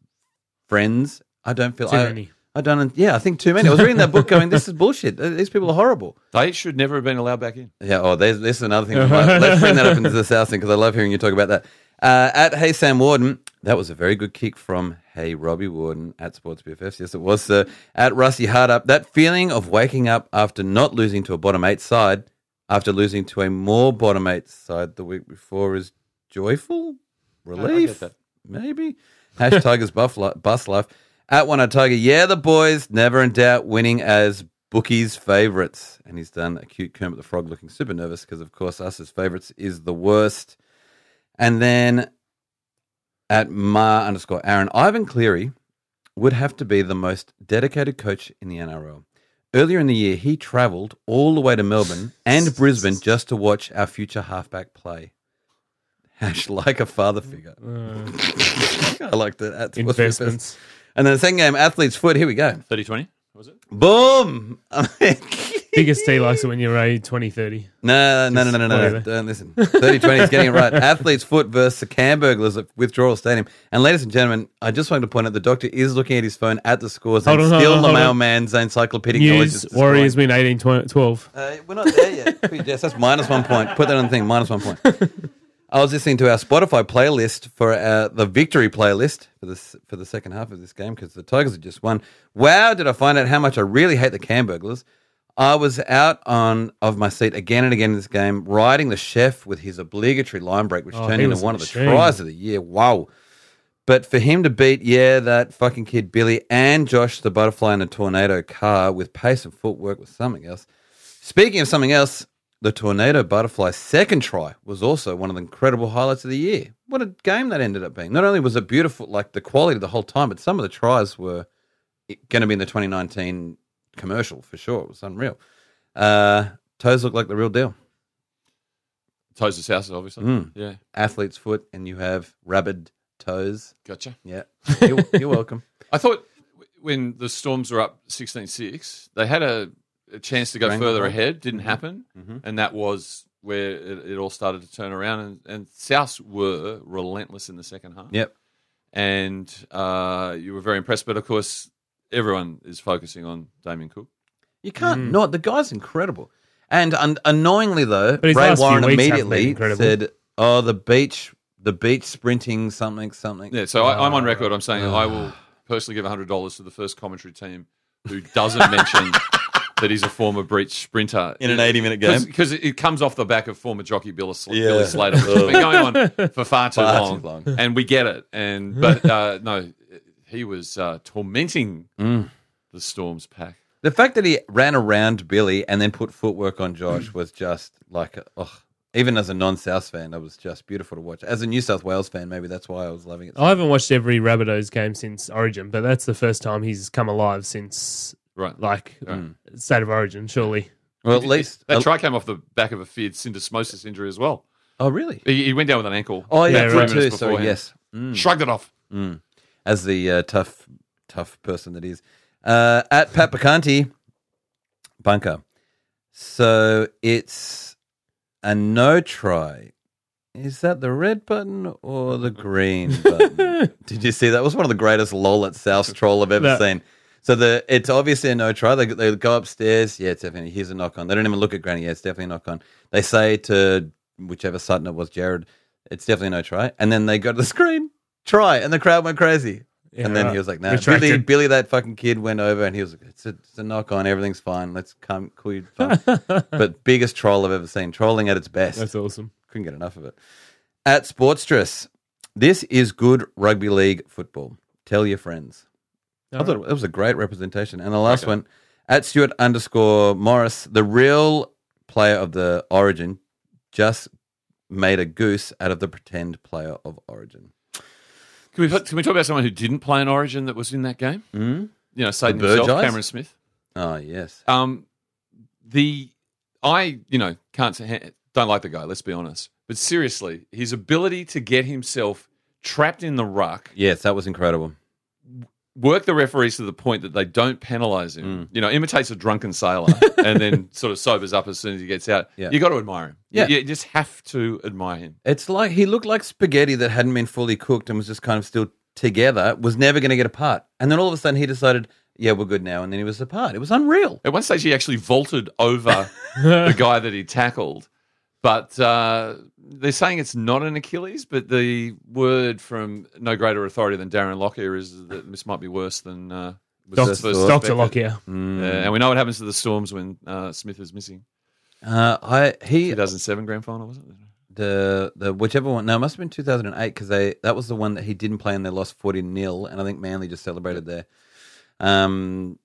A: friends. I don't feel
B: Too
A: I,
B: many.
A: I don't. Yeah, I think too many. I was reading that book, going, "This is bullshit. These people are horrible."
C: They should never have been allowed back in.
A: Yeah, oh, there's, this is another thing. Might, let's bring that up into the South thing because I love hearing you talk about that. Uh, at Hey Sam Warden, that was a very good kick from Hey Robbie Warden at Sports BFFs. Yes, it was, sir. At Rusty Hardup, that feeling of waking up after not losing to a bottom eight side, after losing to a more bottom eight side the week before is joyful relief,
C: that.
A: maybe. Hash *laughs* Tigers buff li- bus life. At one Tiger, yeah, the boys never in doubt, winning as bookies' favourites, and he's done a cute Kermit the Frog looking super nervous because, of course, us as favourites is the worst. And then at ma underscore Aaron, Ivan Cleary would have to be the most dedicated coach in the NRL. Earlier in the year, he travelled all the way to Melbourne and Brisbane just to watch our future halfback play. *laughs* Hash like a father figure.
B: Uh,
A: I liked it. That's what's the best.
B: investments.
A: And then the second game, athlete's foot. Here we go.
C: 30 20, was it?
A: Boom. *laughs* I mean,
B: Biggest tea likes it when you're a 20, 30.
A: No, no, no, no, no, no.
B: whatever.
A: Don't listen. 30 20 is getting it right. Athlete's foot versus the Camberglers at Withdrawal Stadium. And ladies and gentlemen, I just wanted to point out the doctor is looking at his phone at the scores
B: Hold
A: and
B: on, hold
A: still
B: on,
A: the
B: hold on.
A: mailman's encyclopedic knowledge. is
B: News
A: destroyed.
B: Warriors win 18 tw- 12.
A: Uh, we're not there *laughs* yet. Jess, that's minus one point. Put that on the thing, minus one point. I was listening to our Spotify playlist for uh, the victory playlist for this for the second half of this game because the Tigers had just won. Wow, did I find out how much I really hate the Camberglers. I was out on of my seat again and again in this game, riding the chef with his obligatory line break, which
B: Oh,
A: turned
B: he
A: into
B: was a
A: one of the
B: machine.
A: tries of the year. Wow. But for him to beat, yeah, that fucking kid Billy and Josh the butterfly in a tornado car with pace and footwork was something else. Speaking of something else, the tornado butterfly's second try was also one of the incredible highlights of the year. What a game that ended up being! Not only was it beautiful, like the quality the whole time, but some of the tries were going to be in the 2019 commercial for sure. It was unreal. Uh, toes look like the real deal.
C: Toes of South, obviously. Yeah,
A: Athlete's foot, and you have rabid toes.
C: gotcha.
A: Yeah, you're, you're welcome.
C: I thought w- when the Storms were up 16 6, they had a, a chance to go
A: Strangle.
C: further ahead. Didn't happen. And that was where it, it all started to turn around. And, and Souths were relentless in the second half.
A: Yep.
C: And uh, you were very impressed. But of course, everyone is focusing on Damien Cook.
A: You
B: Mm.
A: can't not. The guy's incredible. And un- annoyingly, though,
B: But his
A: Ray
B: last few
A: Warren
B: weeks haven't been
A: immediately
B: incredible.
A: said, "Oh, the beach, the beach sprinting something something."
C: Yeah, so I, I'm on record. I'm saying I will
A: Ah.
C: personally give $100 to the first commentary team who
A: *laughs*
C: doesn't mention that he's a former breach sprinter
A: In an 80-minute game.
C: Because it, it comes off the back of former jockey Bill Sl-
A: Yeah.
C: Billy Slater, which has
A: *laughs*
C: been going on for far too,
A: Far
C: long,
A: too long.
C: And we get it. And But uh, no, he was uh, tormenting
A: Mm.
C: the Storms pack.
A: The fact that he ran around Billy and then put footwork on Josh was just like, oh, even as a non-South fan, that was just beautiful to watch. As a New South Wales fan, maybe that's why I was loving it.
B: I haven't watched every Rabbitohs game since Origin, but that's the first time he's come alive since
C: Right.
B: like uh,
A: Mm.
B: state of Origin. Surely,
A: Well, at least,
C: That try came off the back of a feared syndesmosis injury as well.
A: oh, really?
C: He, he went down with an ankle.
A: Oh, yeah,
B: Yeah,
A: three
B: right.
A: two. Sorry,
C: beforehand.
A: yes. Mm.
C: Shrugged it off.
A: as the uh, tough, tough person that is. Uh, at Pat Picanti, bunker. So it's a no try. Is that the red button or the green button? Did you see that? It was one of the greatest lol at South troll I've ever
B: That-
A: seen. So the it's obviously a no try. They, they go upstairs. Yeah, it's definitely here's a knock on. They don't even look at Granny. Yeah, it's definitely a knock on. They say to whichever Sutton it was, Jared, it's definitely a no try. And then they go to the screen, try, and the crowd went crazy. and then
B: right.
A: he was like, "No,
B: Retracted.
A: Billy, Billy, that fucking kid went over, and he was like, it's a, it's a knock on, everything's fine. Let's come, call you fun." but biggest troll I've ever seen, trolling at its best.
B: That's awesome.
A: Couldn't get enough of it. At Sportstress, this is good rugby league football. Tell your friends. I
B: All
A: thought that was a great representation. And the last one, at Stuart underscore Morris, the real player of the Origin just made a goose out of the pretend player of Origin.
C: Can we, put- can we talk about someone who didn't play an Origin that was in that game? Mm-hmm. You know, Satan
A: Hmm? The Burge
C: himself,
A: Eyes?
C: Cameron Smith.
A: Oh yes,
C: Um, the I, you know, can't say, don't like the guy. Let's be honest. But seriously, his ability to get himself trapped in the ruck,
A: yes, that was incredible.
C: work the referees to the point that they don't penalise him.
A: Hmm.
C: You know, imitates a drunken sailor
A: *laughs*
C: and then sort of sobers up as soon as he gets out.
A: Yeah.
C: You got to admire him.
A: Yeah.
C: you, you just have to admire him.
A: It's like he looked like spaghetti that hadn't been fully cooked and was just kind of still together. Was never going to get apart, and then all of a sudden he decided, "Yeah, we're good now," and then he was apart. It was unreal.
C: At one stage, he actually vaulted
A: *laughs*
C: over the guy that he tackled. But uh, they're saying it's not an Achilles, but the word from no greater authority than Darren Lockyer is that this might be worse than uh, was
A: Doc-
C: first
A: Doctor
B: Doctor
C: suspected.
B: Lockyer.
A: Mm.
C: Yeah, and we know what happens to the Storms when uh, Smith is missing.
A: Uh, I he
C: 2007 grand final, wasn't it?
A: the the whichever one. No, it must have been two thousand and eight because they that was the one that he didn't play and they lost forty 0 and I think Manly just celebrated there. Um.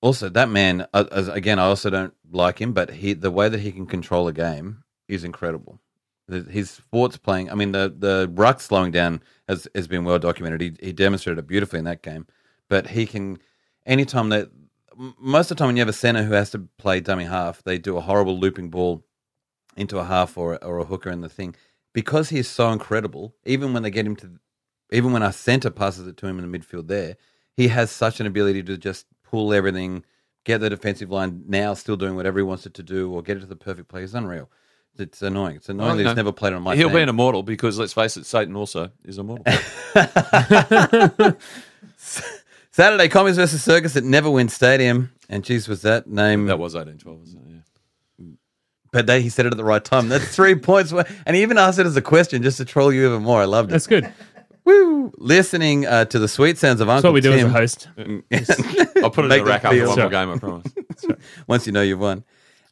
A: Also, that man uh, as, again. I also don't like him, but he the way that he can control a game is incredible. The- His sports playing. I mean, the the ruck slowing down has has been well documented. He he demonstrated it beautifully in that game, but he can anytime that. m- Most of the time, when you have a center who has to play dummy half, they do a horrible looping ball into a half or or a hooker in the thing because he is so incredible. Even when they get him to, even when our center passes it to him in the midfield, there he has such an ability to just pull everything, get the defensive line now still doing whatever he wants it to do, or get it to the perfect play. It's unreal. It's annoying. It's annoying
C: Oh,
A: that
C: no.
A: he's never played on my
C: He'll
A: team.
C: be an immortal because let's face it, Satan also is immortal.
A: Saturday Commies versus Circus at Neverwind Stadium, and geez, was that name?
C: that was 1812, wasn't it? Yeah.
A: but they, he said it at the right time. That's three *laughs* points, worth- and he even asked it as a question just to troll you even more. I loved it.
B: That's good. That's
A: Woo! Listening uh, to the sweet sounds of Uncle
B: what we do as a
A: Tim.
B: host.
C: I'll put it
A: Make
C: in the
A: them
C: rack after
A: feel-
C: one more
B: Sorry.
C: game, I
A: *laughs*
C: promise.
A: once you know you've won.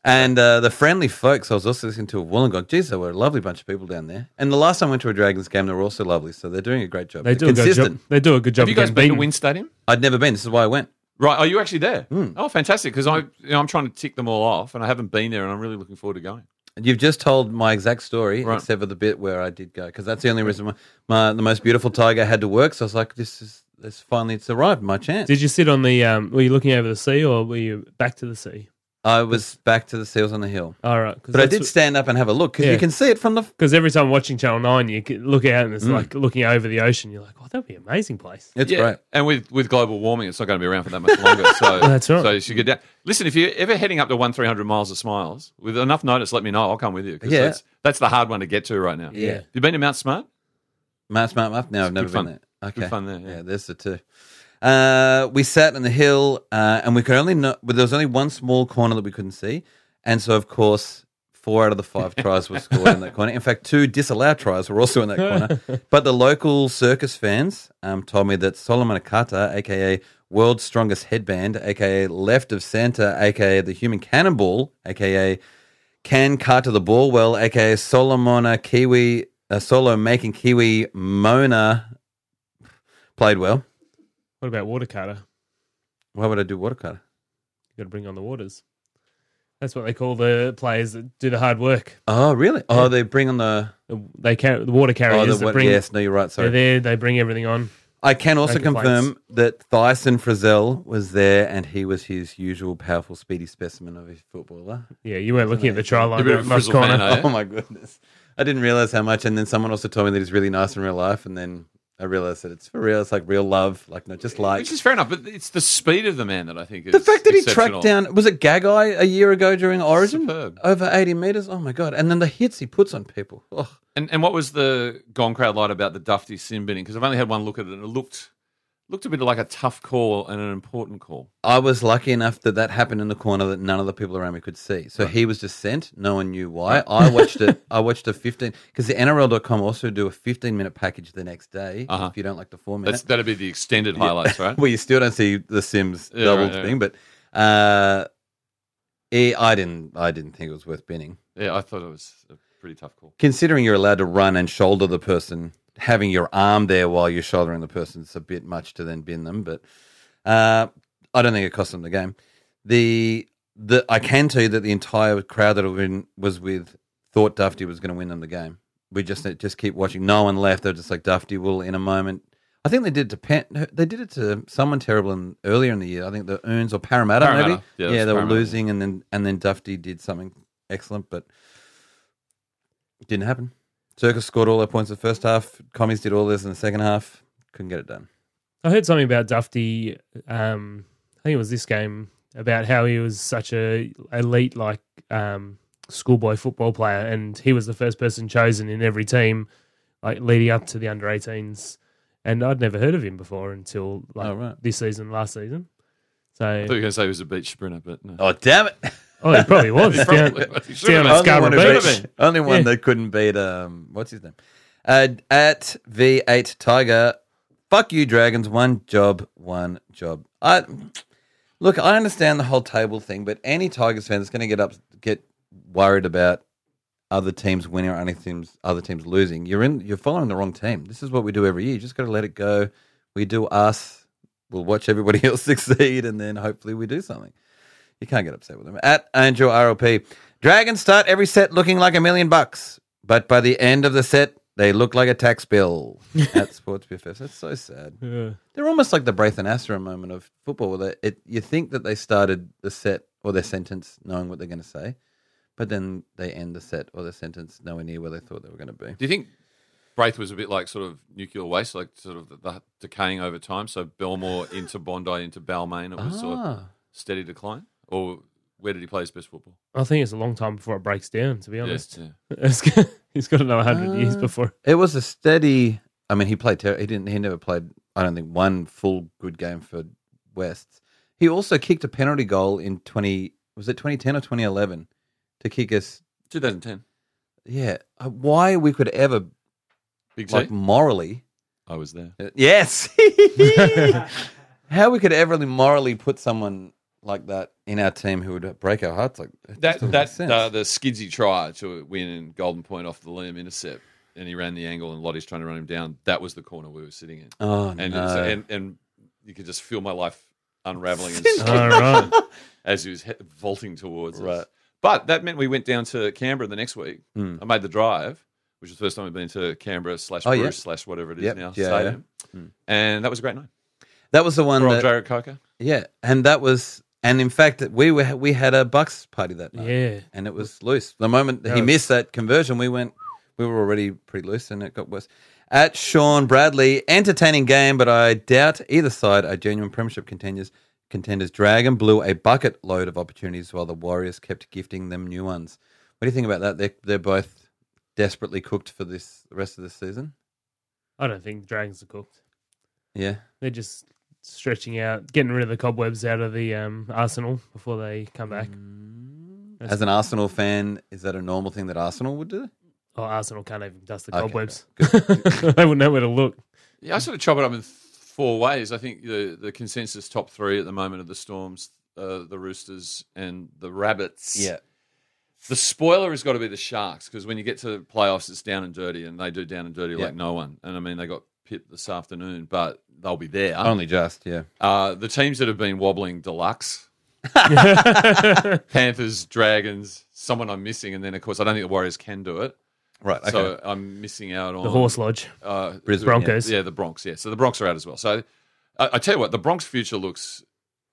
A: And uh, the friendly folks, I was also listening to at Wollongong. Geez, there were a lovely bunch of people down there. And the last time I went to a Dragons game, they were also lovely. So they're doing a great job.
B: They do
A: They're
B: a good
A: consistent.
B: job. They do a good job.
C: Have you guys
B: again,
C: been to
B: being-
C: Wynn Stadium?
A: I'd never been. This is why I went.
C: Right. Are you actually there?
A: Hmm.
C: Oh, fantastic. Because I, you know, I'm trying to tick them all off, and I haven't been there, and I'm really looking forward to going.
A: And You've just told my exact story,
C: Right.
A: except for the bit where I did go, because that's the only reason my, my the most beautiful tiger had to work. So I was like, this is this finally it's arrived, my chance.
B: Did you sit on the? Um, were you looking over the sea, or were you back to the sea?
A: I was back to the seals on the hill,
B: All right,
A: but I did stand up and have a look because
B: Yeah.
A: you can see it from the
B: Because every time watching Channel Nine, you can look out and
A: Mm.
B: it's like looking over the ocean. You're like, "Oh, that'd be an amazing place."
A: It's great.
C: And with, with global warming, it's not going to be around for that much longer.
A: *laughs*
C: So
B: That's right.
C: So you should get down. Listen, if you're ever heading up to one three hundred miles of smiles with enough notice, let me know. I'll come with you. 'cause
A: Yeah.
C: That's, that's the hard one to get to right now.
A: Yeah.
C: You been to Mount Smart?
A: Mount Smart Muff. No, I've never
C: fun.
A: been there.
C: Good fun there, yeah.
A: there's the two. Uh, we sat on the hill, uh, and we could only know, but there was only one small corner that we couldn't see, and so of course, four out of the
C: *laughs*
A: five tries were scored in that corner. In fact, two disallowed tries were also in that
C: *laughs*
A: corner. But the local circus fans um, told me that Solomon Akata, aka World's Strongest Headband, aka Left of Center, aka the Human Cannonball, aka can Carter the ball well, aka Solomona Kiwi, uh, solo making Kiwi Mona played well.
B: What about water carter?
A: Why would I do water cutter?
B: You got to bring on the waters. That's what they call the players that do the hard work.
A: Oh, really? Oh, they bring on the.
B: They carry the water
A: Oh,
B: carriers.
A: the
B: that
A: what,
B: bring,
A: yes, no, you're right.
B: They're
A: Sorry.
B: there. They bring everything on.
A: I can also
B: no complaints.
A: confirm that Thyson Frizzell was there and he was his usual powerful, speedy specimen of a footballer.
B: Yeah, you weren't looking at the try line.
C: You're a
B: that
C: bit of a
B: much
C: frizzle eh? fan,
B: corner.
C: are you?
A: *laughs* Oh, my goodness. I didn't realize how much. And then someone also told me that he's really nice in real life. And then I realized that it's for real. It's like real love, like not just like.
C: Which is fair enough, but it's the speed of the man that I think is
A: The fact that he
C: exceptional.
A: tracked down was it Gagai a year ago during Origin
C: Superb.
A: over eighty meters. Oh my god! And then the hits he puts on people. Oh,
C: And, and what was the Gone crowd light about the Dufty sin binning? Because I've only had one look at it, and it looked Looked a bit like a tough call and an important call.
A: I was lucky enough that that happened in the corner that none of the people around me could see. So he was just sent. No one knew why. I watched
C: *laughs*
A: it. I watched a 15 because the NRL.com also do a 15 minute package the next day
C: Uh-huh.
A: if you don't like the four
C: That's
A: minutes.
C: that'd be the extended
B: *laughs*
C: highlights, right?
A: well, you still don't see the Sims
C: Yeah,
A: double
C: right, yeah.
A: thing, but uh, eh, I didn't. I didn't think it was worth binning,
C: Yeah, I thought it was a pretty tough call.
A: considering you're allowed to run and shoulder the person. Having your arm there while you're shouldering the person is a bit much to then bin them, but uh, I don't think it cost them the game. The the I can tell you that the entire crowd that was in- was with thought Dufty was going to win them the game. We just just keep watching. No one left. They're just like Dufty will in a moment. I think they did it to Pen, they did it to someone terrible in, earlier in the year. I think the Earns or Parramatta,
C: Parramatta.
A: maybe.
C: Yeah,
A: Yeah,
C: it was
A: they were
C: Parramatta.
A: losing, and then and then Dufty did something excellent, but it didn't happen. Circus scored all their points in the first half. Commies did all this in the second half. Couldn't get it done.
B: I heard something about Dufty. Um, I think it was this game about how he was such a elite, like um, schoolboy football player, and he was the first person chosen in every team, like leading up to the under 18s. And I'd never heard of him before until like
A: Oh, right.
B: this season, last season.
C: I
B: So,
C: thought you were going to say he was a beach sprinter, but no.
A: Oh damn it!
B: oh, he probably was.
C: *laughs* He probably
B: down,
C: was. He should
B: down at
C: have been.
A: only one,
B: Scarborough
A: who
B: Beach.
A: beat, only one
B: Yeah.
A: that couldn't beat um what's his name uh, at v8 tiger fuck you dragons one job one job i look i understand the whole table thing but any tigers fan is going to get up get worried about other teams winning or other teams other teams losing you're in you're following the wrong team this is what we do every year you just got to let it go we do us we'll watch everybody *laughs* else succeed and then hopefully we do something you can't get upset with them. At Angel ROP, Dragons start every set looking like a million bucks, but by the end of the set, they look like a tax bill. At Sports BFFs, that's so sad.
B: Yeah.
A: They're almost like the Braithen Astra moment of football, where they, it, you think that they started the set or their sentence knowing what they're going to say, but then they end the set or their sentence nowhere near where they thought they were going to be.
C: Do you think Braith was a bit like sort of nuclear waste, like sort of the, the decaying over time? So
B: *sighs*
C: Belmore into Bondi into Balmain, it was sort of
A: Ah.
C: steady decline? Or where did he play his best football?
B: I think it's a long time before it breaks down, to be honest. *laughs*
C: Yeah, Uh. yeah.
B: He's got another 100 years
A: Ah.
B: before.
C: *laughs*
A: It was a steady. I mean, he played. Ter- he didn't. He never played. I don't think one full good game for Wests. He also kicked a penalty goal in twenty. Was it twenty ten or twenty eleven to kick us?
C: 2010.
A: Yeah. Uh, Why we could ever
C: Big T. I
A: like morally?
C: was there.
A: uh, Yes. *laughs* How we could ever morally put someone like that in our team who would break our hearts like it just
C: That
A: doesn't make
C: that
A: sense.
C: uh, the Skidsy try to win in Golden Point off the Liam intercept, and he ran the angle, and Lottie's trying to run him down. That was the corner we were sitting in,
A: oh
C: and
A: no.
C: it's- and and you could just feel my life unraveling and
A: *laughs*
B: All right.
C: as he was he- vaulting towards
A: Right. Hmm.
C: us. But that meant we went down to Canberra the next week. I made the drive, which is the first time I've been to Canberra slash
A: Oh,
C: Bruce
A: yeah.
C: slash whatever it is
A: Yep.
C: now.
A: Yeah,
C: stadium. And that was a great night.
A: that was the one
C: For
A: that
C: old Jared Coker.
A: yeah, and that was and in fact we were we had a Bucks party that night.
B: Yeah.
A: and it was loose. The moment that he missed that conversion, we went, we were already pretty loose, and it got worse. At Sean Bradley, entertaining game, but I doubt either side are genuine premiership contenders. Contenders Dragon blew a bucket load of opportunities while the Warriors kept gifting them new ones. What do you think about that? They're, they're both desperately cooked for this the rest of the season.
B: I don't think the Dragons are cooked.
A: Yeah,
B: They're just stretching out, getting rid of the cobwebs out of the um, arsenal before they come back.
A: Mm.
B: That's-
A: as an Arsenal fan, is that a normal thing that Arsenal would do?
B: Oh, Arsenal can't even dust the
A: Okay,
B: cobwebs. *laughs* they wouldn't know where to look.
C: Yeah, I sort of chop it up in th- four ways. I think the, the consensus top three at the moment of the Storms, uh, the Roosters, and the Rabbits. The spoiler has got to be the Sharks because when you get to the playoffs, it's down and dirty, and they do down and dirty
A: Yeah.
C: like no one. And I mean, they got pipped this afternoon, but they'll be there.
A: only just. Yeah,
C: Uh, the teams that have been
A: *laughs*
C: wobbling deluxe. Panthers, Dragons, someone I'm missing, and then of course I don't think the Warriors can do it,
A: right. Okay.
C: so I'm missing out on
A: Oh.
B: The horse lodge.
C: uh,
A: Brisbane,
B: Broncos.
C: Yeah, the Bronx. Yeah, so the Bronx are out as well. So I, I tell you what, the Bronx future looks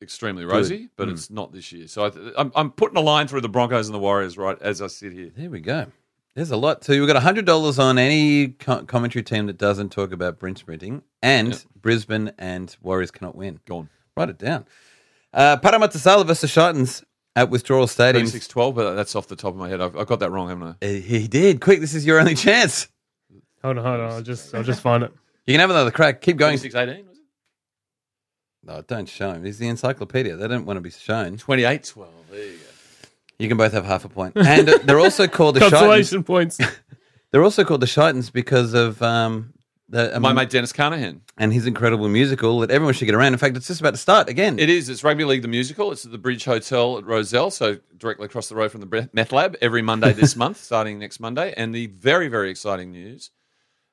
C: extremely rosy, but
A: Hmm.
C: it's not this year. So I th- I'm, I'm putting a line through the Broncos and the Warriors right as I sit here.
A: There we go. There's a lot. So you've got $100 on any co- commentary team that doesn't talk about Brent sprinting, and Brisbane and Warriors cannot win.
C: Gone.
A: Write it down. Uh, Parramatta Sala versus Shitans at Withdrawal Stadium.
C: 36 12, but that's off the top of my head. I've, I've got that wrong, haven't I?
A: Uh, he did. Quick, this is your only chance. *laughs*
B: Hold on, hold on. I'll just, I'll just find it.
A: You can have another crack. Keep going.
C: 36 18, was it?
A: No, don't show him. He's the encyclopedia. They don't want to be shown.
C: 28 12. There you go.
A: You can both have half a point. And uh, they're also
C: *laughs*
A: called the Shitans. *laughs*
B: Consolation points.
A: They're also called the Shitans because of um, the,
C: My
A: um,
C: mate Dennis Carnahan.
A: and his incredible musical that everyone should get around. In fact, it's just about to start again.
C: It is. It's Rugby League the Musical. It's at the Bridge Hotel at Roselle, so directly across the road from the Bre- Meth Lab every
A: *laughs*
C: Monday this month, starting next Monday. And the very, very exciting news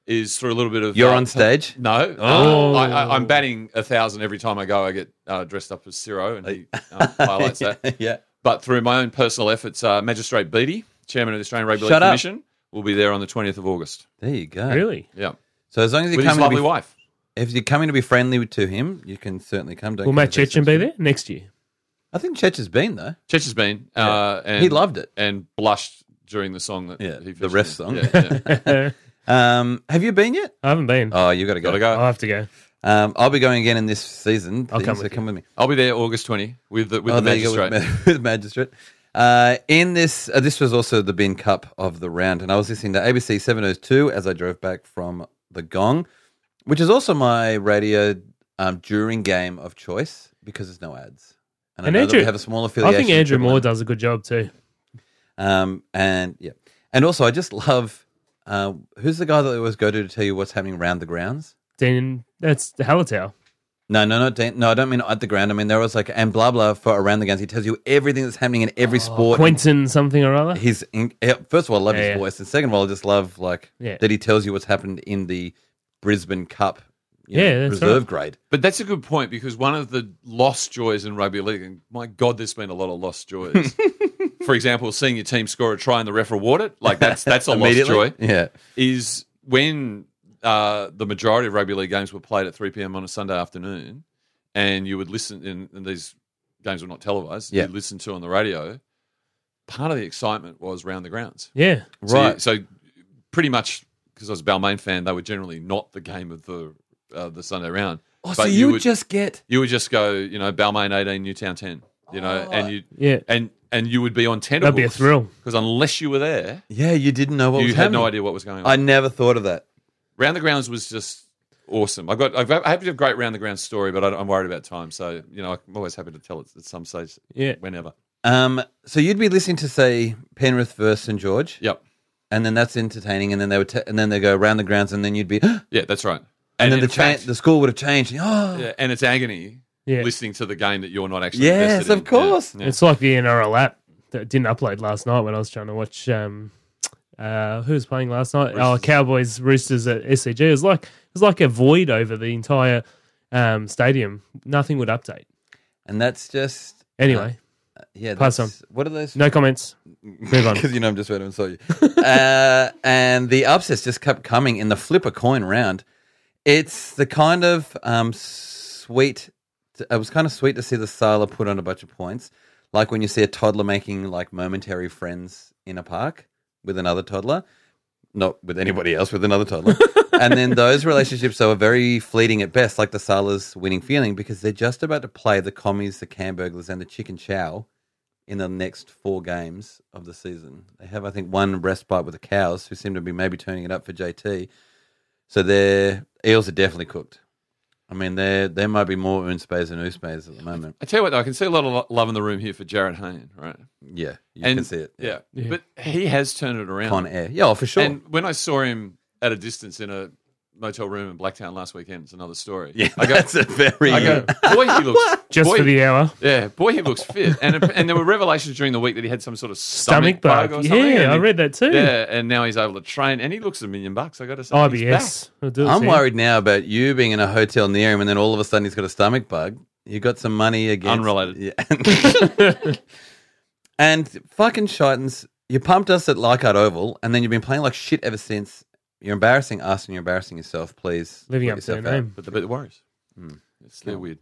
C: is through a little bit of.
A: You're
C: uh,
A: on stage.
C: No.
B: Oh.
C: Uh, I, I, I'm batting a thousand every time I go. I get uh, dressed up as Ciro, and he uh, highlights
A: *laughs*
C: that.
A: *laughs* yeah.
C: But through my own personal efforts, uh, Magistrate Beattie, Chairman of the Australian Rugby
A: Shut
C: League
A: up.
C: Commission, will be there on the 20th of August.
A: There you go.
B: really?
C: Yeah.
A: So as long as you're
C: With his
A: coming, to be,
C: lovely wife.
A: if you're coming to be friendly to him, you can certainly come. Don't
B: Will
A: come
B: Matt
A: to this
B: Chechen be
A: thing.
B: there next year?
A: I think Chech has been though.
C: Chech has been. Uh, and,
A: He loved it.
C: And blushed during the song that
A: Yeah,
C: he
A: the
C: featured
A: ref
C: in.
A: song.
C: Yeah,
A: *laughs*
C: yeah.
A: Um, have you been yet?
B: *laughs* I haven't been.
A: Oh, you got to go.
C: Gotta
B: I'll
C: go.
B: have to go.
A: Um, I'll be going again in this season.
B: I'll
A: thing,
B: come
A: so
B: with
A: come with me.
C: I'll be there August 20 with the, with
A: Oh,
C: the
A: there you go,
C: magistrate.
A: *laughs* With, ma- with magistrate. Uh, in this, uh, this was also the bin cup of the round, and I was listening to ABC 702 as I drove back from the Gong, which is also my radio um, during game of choice because there's no ads. And,
B: And
A: I know that we
B: Andrew-
A: have a small
B: I
A: affiliation.
B: think
A: with
B: Andrew
A: Triple M.
B: Moore does a good job too.
A: Um, and yeah, and also I just love uh, who's the guy that they always go to to tell you what's happening around the grounds.
B: Then that's the Hallertau.
A: No, no, not Dan. No, I don't mean at the ground. I mean there was like and blah blah for around the grounds. He tells you everything that's happening in every sport.
B: Quentin something or other.
A: He's in, yeah, first of all, I love
B: Oh, Yeah,
A: his
B: yeah.
A: voice, and second of all, I just love like
B: Yeah.
A: that he tells you what's happened in the Brisbane Cup, you
B: Yeah, that's
A: reserve
B: right.
A: grade.
C: But that's a good point because one of the lost joys in rugby league, and my God, there's been a lot of lost
A: *laughs*
C: joys. For example, seeing your team score a try and the ref reward it, like that's that's a lost joy.
A: yeah,
C: Is when uh, the majority of rugby league games were played at 3 p.m. on a Sunday afternoon, and you would listen, and, and these games were not televised.
A: Yeah.
C: You listened to on the radio. Part of the excitement was round the grounds.
B: Yeah.
C: So you-
A: right.
C: So, pretty much because I was a Balmain fan, they were generally not the game of the uh, the Sunday round.
A: Oh, so
C: But
A: you,
C: would,
A: just get
C: you would just go, you know, Balmain eighteen, Newtown ten, you know,
A: Oh.
C: and you
B: Yeah.
C: and and you would be on ten.
B: That'd be a thrill.
C: because unless you were there,
A: yeah, you didn't know what
C: you
A: was
C: had
A: happening.
C: no idea what was going on.
A: I never thought of that.
C: round the grounds was just awesome. I got I've, I have a great round the ground story, but I, I'm worried about time, so you know I'm always happy to tell it at some stage,
B: Yeah.
C: whenever.
A: Um, so you'd be listening to say Penrith versus St George,
C: Yep,
A: and then that's entertaining, and then they would, t- and then they go around the grounds, and then you'd be, *gasps* and,
C: yeah, that's right.
A: then
C: in
A: the cha-
C: fact-
A: the score would have changed. Oh, *gasps*
C: yeah, and it's agony.
B: Yeah.
C: Listening to the game that you're not actually
A: yes,
C: invested in.
A: of course.
C: Yeah.
B: It's like the NRL app that didn't upload last night when I was trying to watch um uh who was playing last night? Oh Cowboys Roosters at SCG. It was like it was like a void over the entire um stadium. Nothing would update.
A: And that's just
B: Anyway,
A: yeah.
B: Pass
A: that's- What are those?
B: no comments.
A: *laughs*
B: Move on.
A: because you know I'm just waiting to insult you. uh, and the upsets just kept coming in the flip a coin round. It's the kind of um, sweet. It was kind of sweet to see the Sala put on a bunch of points, like when you see a toddler making like momentary friends in a park with another toddler, not with anybody else, with another
B: *laughs*
A: toddler. and then those relationships are very fleeting at best, like the Sala's winning feeling, because they're just about to play the commies, the Camburglers, and the Chicken Chow in the next four games of the season. They have, I think, one respite with the cows, who seem to be maybe turning it up for JT. So their eels are definitely cooked. I mean, there there might be more Unspays than Uspays at the moment.
C: I tell you what, though, I can see a lot of lo- love in the room here for Jared Hayne, right?
A: Yeah, you
C: and
A: can see it.
C: Yeah. but he has turned it around.
A: Con Air. Yeah, oh, for sure.
C: And when I saw him at a distance in a motel room in Blacktown last weekend, it's another story.
A: yeah,
C: I
A: *laughs*
C: go,
A: that's a very.
B: *laughs*
C: I go, boy, he looks
B: Just
C: boy,
B: for the hour.
C: yeah, boy, he looks fit.
B: *laughs*
C: And and there were revelations during the week that he had some sort of stomach,
B: Stomach bug.
C: or something.
B: Yeah,
C: and
B: I
C: he-
B: read that too. Oh,
C: Yeah, and now he's able to train, and he looks a million bucks. I got to say, he's back.
B: IBS. We'll do it
A: I'm
B: soon.
A: worried now about you being in a hotel near him, and then all of a sudden he's got a stomach bug. You got some money against
C: Unrelated.
A: Yeah. *laughs* and fucking shitans, you pumped us at Leichhardt Oval, and then you've been playing like shit ever since. You're embarrassing us, and you're embarrassing yourself. Please
B: Living
A: sort
B: up to their
A: yourself out.
B: name.
C: But the, but the worries, Hmm, it's they're weird.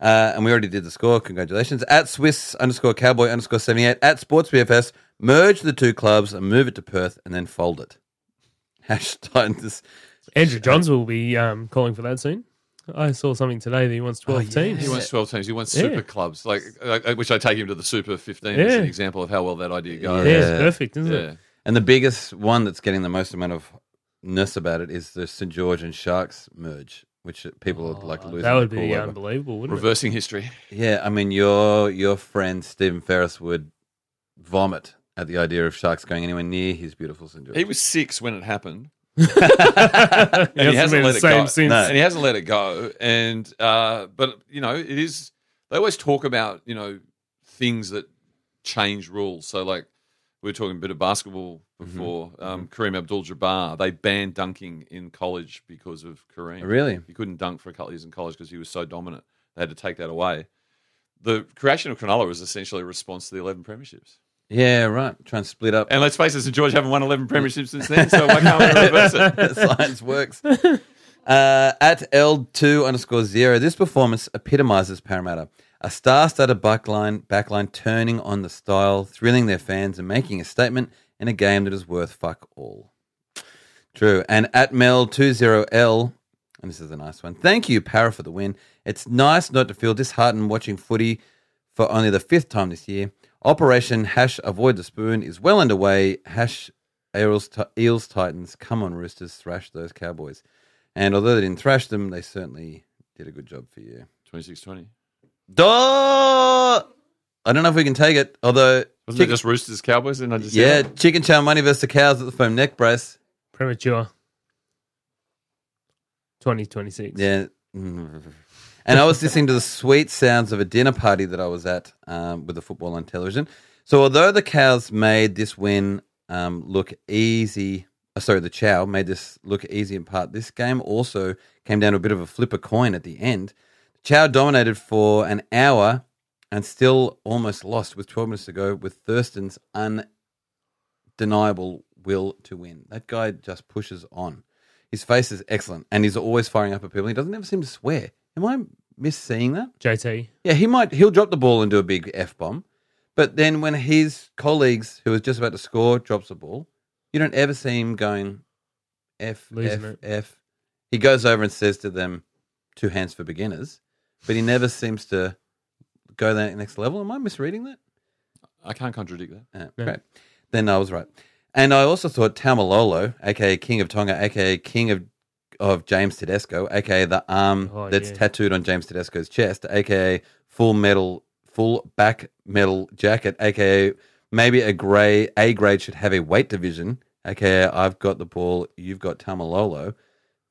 A: Uh, and we already did the score. Congratulations. At Swiss underscore cowboy underscore 78 at sports BFS, merge the two clubs and move it to Perth and then fold it. *laughs* Hashtag this.
B: Andrew Johns will be um, calling for that soon. I saw something today that he wants 12 teams.
C: Oh, He wants twelve teams. He wants super
B: Yeah.
C: clubs, like uh, which I take him to the super fifteen as an
B: Yeah.
C: example of how well that idea
B: yeah,
C: goes.
B: it's perfect, isn't
C: yeah.
B: it?
A: And the biggest one that's getting the most amount of ness about it is the St. George and Sharks merge. which people are like losing.
B: Oh, That would
A: their cool
B: be
A: over.
B: unbelievable, wouldn't it?
C: Reversing history.
A: Yeah, I mean your your friend Stephen Ferris would vomit at the idea of sharks going anywhere near his beautiful St. George.
C: He was six when it happened,
B: *laughs* It
C: and he hasn't
B: been
C: let
B: the
C: it
B: same
C: go.
B: since.
A: No.
C: And he hasn't let it go. And uh, but you know, it is. They always talk about you know things that change rules. So like we were talking a bit of basketball before. Um, Kareem Abdul-Jabbar they banned dunking in college because of Kareem.
A: Really?
C: he couldn't dunk for a couple of years in college because he was so dominant. They had to take that away. The creation of Cronulla was essentially a response to the eleven premierships.
A: Yeah, right. Trying to split up.
C: And let's face it, St George haven't won eleven premierships since then, so why can't we reverse it?
A: *laughs*
C: *laughs*
A: Science works. Uh, at L2 underscore zero, this performance epitomizes Parramatta. A star studded backline, backline turning on the style, thrilling their fans, and making a statement in a game that is worth fuck all. True. And at Mel20L, and this is a nice one. Thank you, Para, for the win. It's nice not to feel disheartened watching footy for only the fifth time this year. Operation Hash Avoid the Spoon is well underway. Hash Eels, Ti- Eels Titans, come on, Roosters, thrash those Cowboys. And although they didn't thrash them, they certainly did a good job for you.
C: Twenty six twenty.
A: Duh! I don't know if we can take it, although.
C: Wasn't
A: Chicken,
C: it just Roosters Cowboys? And I just
A: yeah, Chicken Chow Money versus the Cows at the foam neck brace.
B: Premature. 2026.
A: Yeah. Mm. And I was listening to the sweet sounds of a dinner party that I was at um, with the football on television. So although the cows made this win um, look easy, uh, sorry, the Chow made this look easy in part. This game also came down to a bit of a flip a coin at the end. Chow dominated for an hour and still almost lost with 12 minutes to go with Thurston's undeniable will to win. That guy just pushes on. His face is excellent, and he's always firing up at people. He doesn't ever seem to swear. Am I misseeing that?
B: JT.
A: Yeah, he might. He'll drop the ball and do a big f bomb, but then when his colleagues, who is just about to score, drops the ball, you don't ever see him going f f
B: Losing it.
A: f. He goes over and says to them, two hands for beginners, but he never seems to go that next level. Am I misreading that?
C: I can't contradict that.
A: Uh, Great. Then I was right. And I also thought Tamalolo, aka King of Tonga, aka King of of James Tedesco, aka the arm
B: Oh,
A: that's
B: yeah.
A: tattooed on James Tedesco's chest, aka full metal, full back metal jacket, aka maybe a grey A grade should have a weight division, aka I've got the ball, you've got Tamalolo,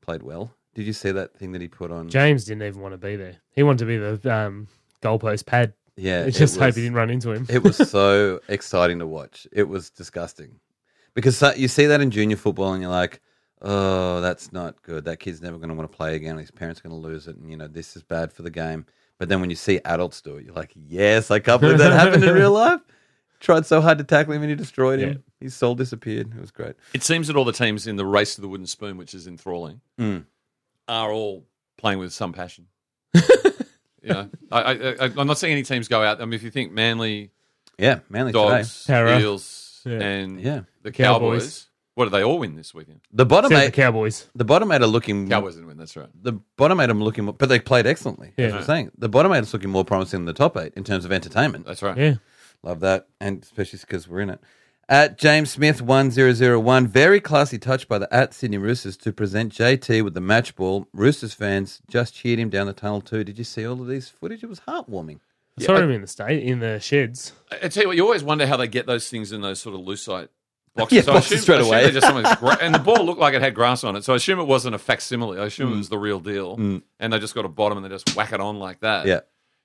A: played well. Did you see that thing that he put on?
B: James didn't even want to be there. He wanted to be the um, goalpost pad.
A: yeah,
B: I *laughs* just
A: it
B: hope
A: was-
B: he didn't run into him.
A: It was so exciting to watch. It was disgusting because so- you see that in junior football, and you're like, "Oh, that's not good. That kid's never going to want to play again. His parents are going to lose it, and you know this is bad for the game." But then when you see adults do it, you're like, "Yes, I can't believe that happened in real life." Tried so hard to tackle him, and he destroyed him. His soul disappeared. It was great.
C: It seems that all the teams in the race to the wooden spoon, which is enthralling,
A: Mm.
C: are all playing with some
A: *laughs*
C: passion. you know, I, I, I, I'm not seeing any teams go out. I mean, if you think Manly,
A: Yeah, manly today.
C: Dogs,
B: Tara.
C: Eels,
B: Yeah.
C: and
A: Yeah.
C: the
B: Cowboys.
C: Cowboys, what do they all win this weekend?
A: The bottom
B: Except the
A: eight.
B: Cowboys.
A: The bottom eight are looking.
C: Cowboys didn't win. That's right.
A: The bottom eight. I'm looking, but they played excellently. Yeah,
B: Yeah.
A: that's what I'm saying. The bottom eight is looking more promising than the top eight in terms of entertainment.
C: That's right.
B: Yeah.
A: Love that, and especially because we're in it. At James Smith one zero zero one, very classy touch by the at Sydney Roosters to present JT with the match ball. Roosters fans just cheered him down the tunnel too. Did you see all of these footage? It was heartwarming.
B: I saw him in the state in the sheds.
C: I, I tell you what, you always wonder how they get those things in those sort of lucite
A: *laughs*
C: boxes.
A: Yeah,
C: so
A: boxes
C: I assume,
A: straight
C: I assume
A: away.
C: they're just someone's gra- and
A: *laughs*
C: the ball looked like it had grass on it, so I assume it wasn't a facsimile. I assume it
A: Mm.
C: was the real deal, and they just got a bottom and they just whack it on like that.
A: Yeah,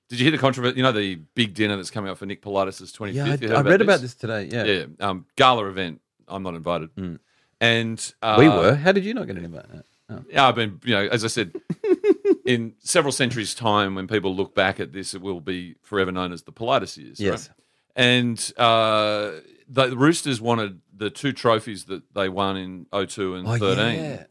C: Did you hear the controversy? You know the big dinner that's coming up for Nick Politis' 25th.
A: yeah. I,
C: You heard
A: I read about this today. Yeah, Mm.
C: Yeah, um, gala event. I'm not invited. And uh,
A: we were. How did you not get an invite? Oh.
C: Yeah, I've been. You know, as I said, *laughs* in several centuries' time, when people look back at this, it will be forever known as the Politis years. right?
A: Yes.
C: And uh, the Roosters wanted the two trophies that they won in 02 and
A: Oh,
C: 13
A: yeah.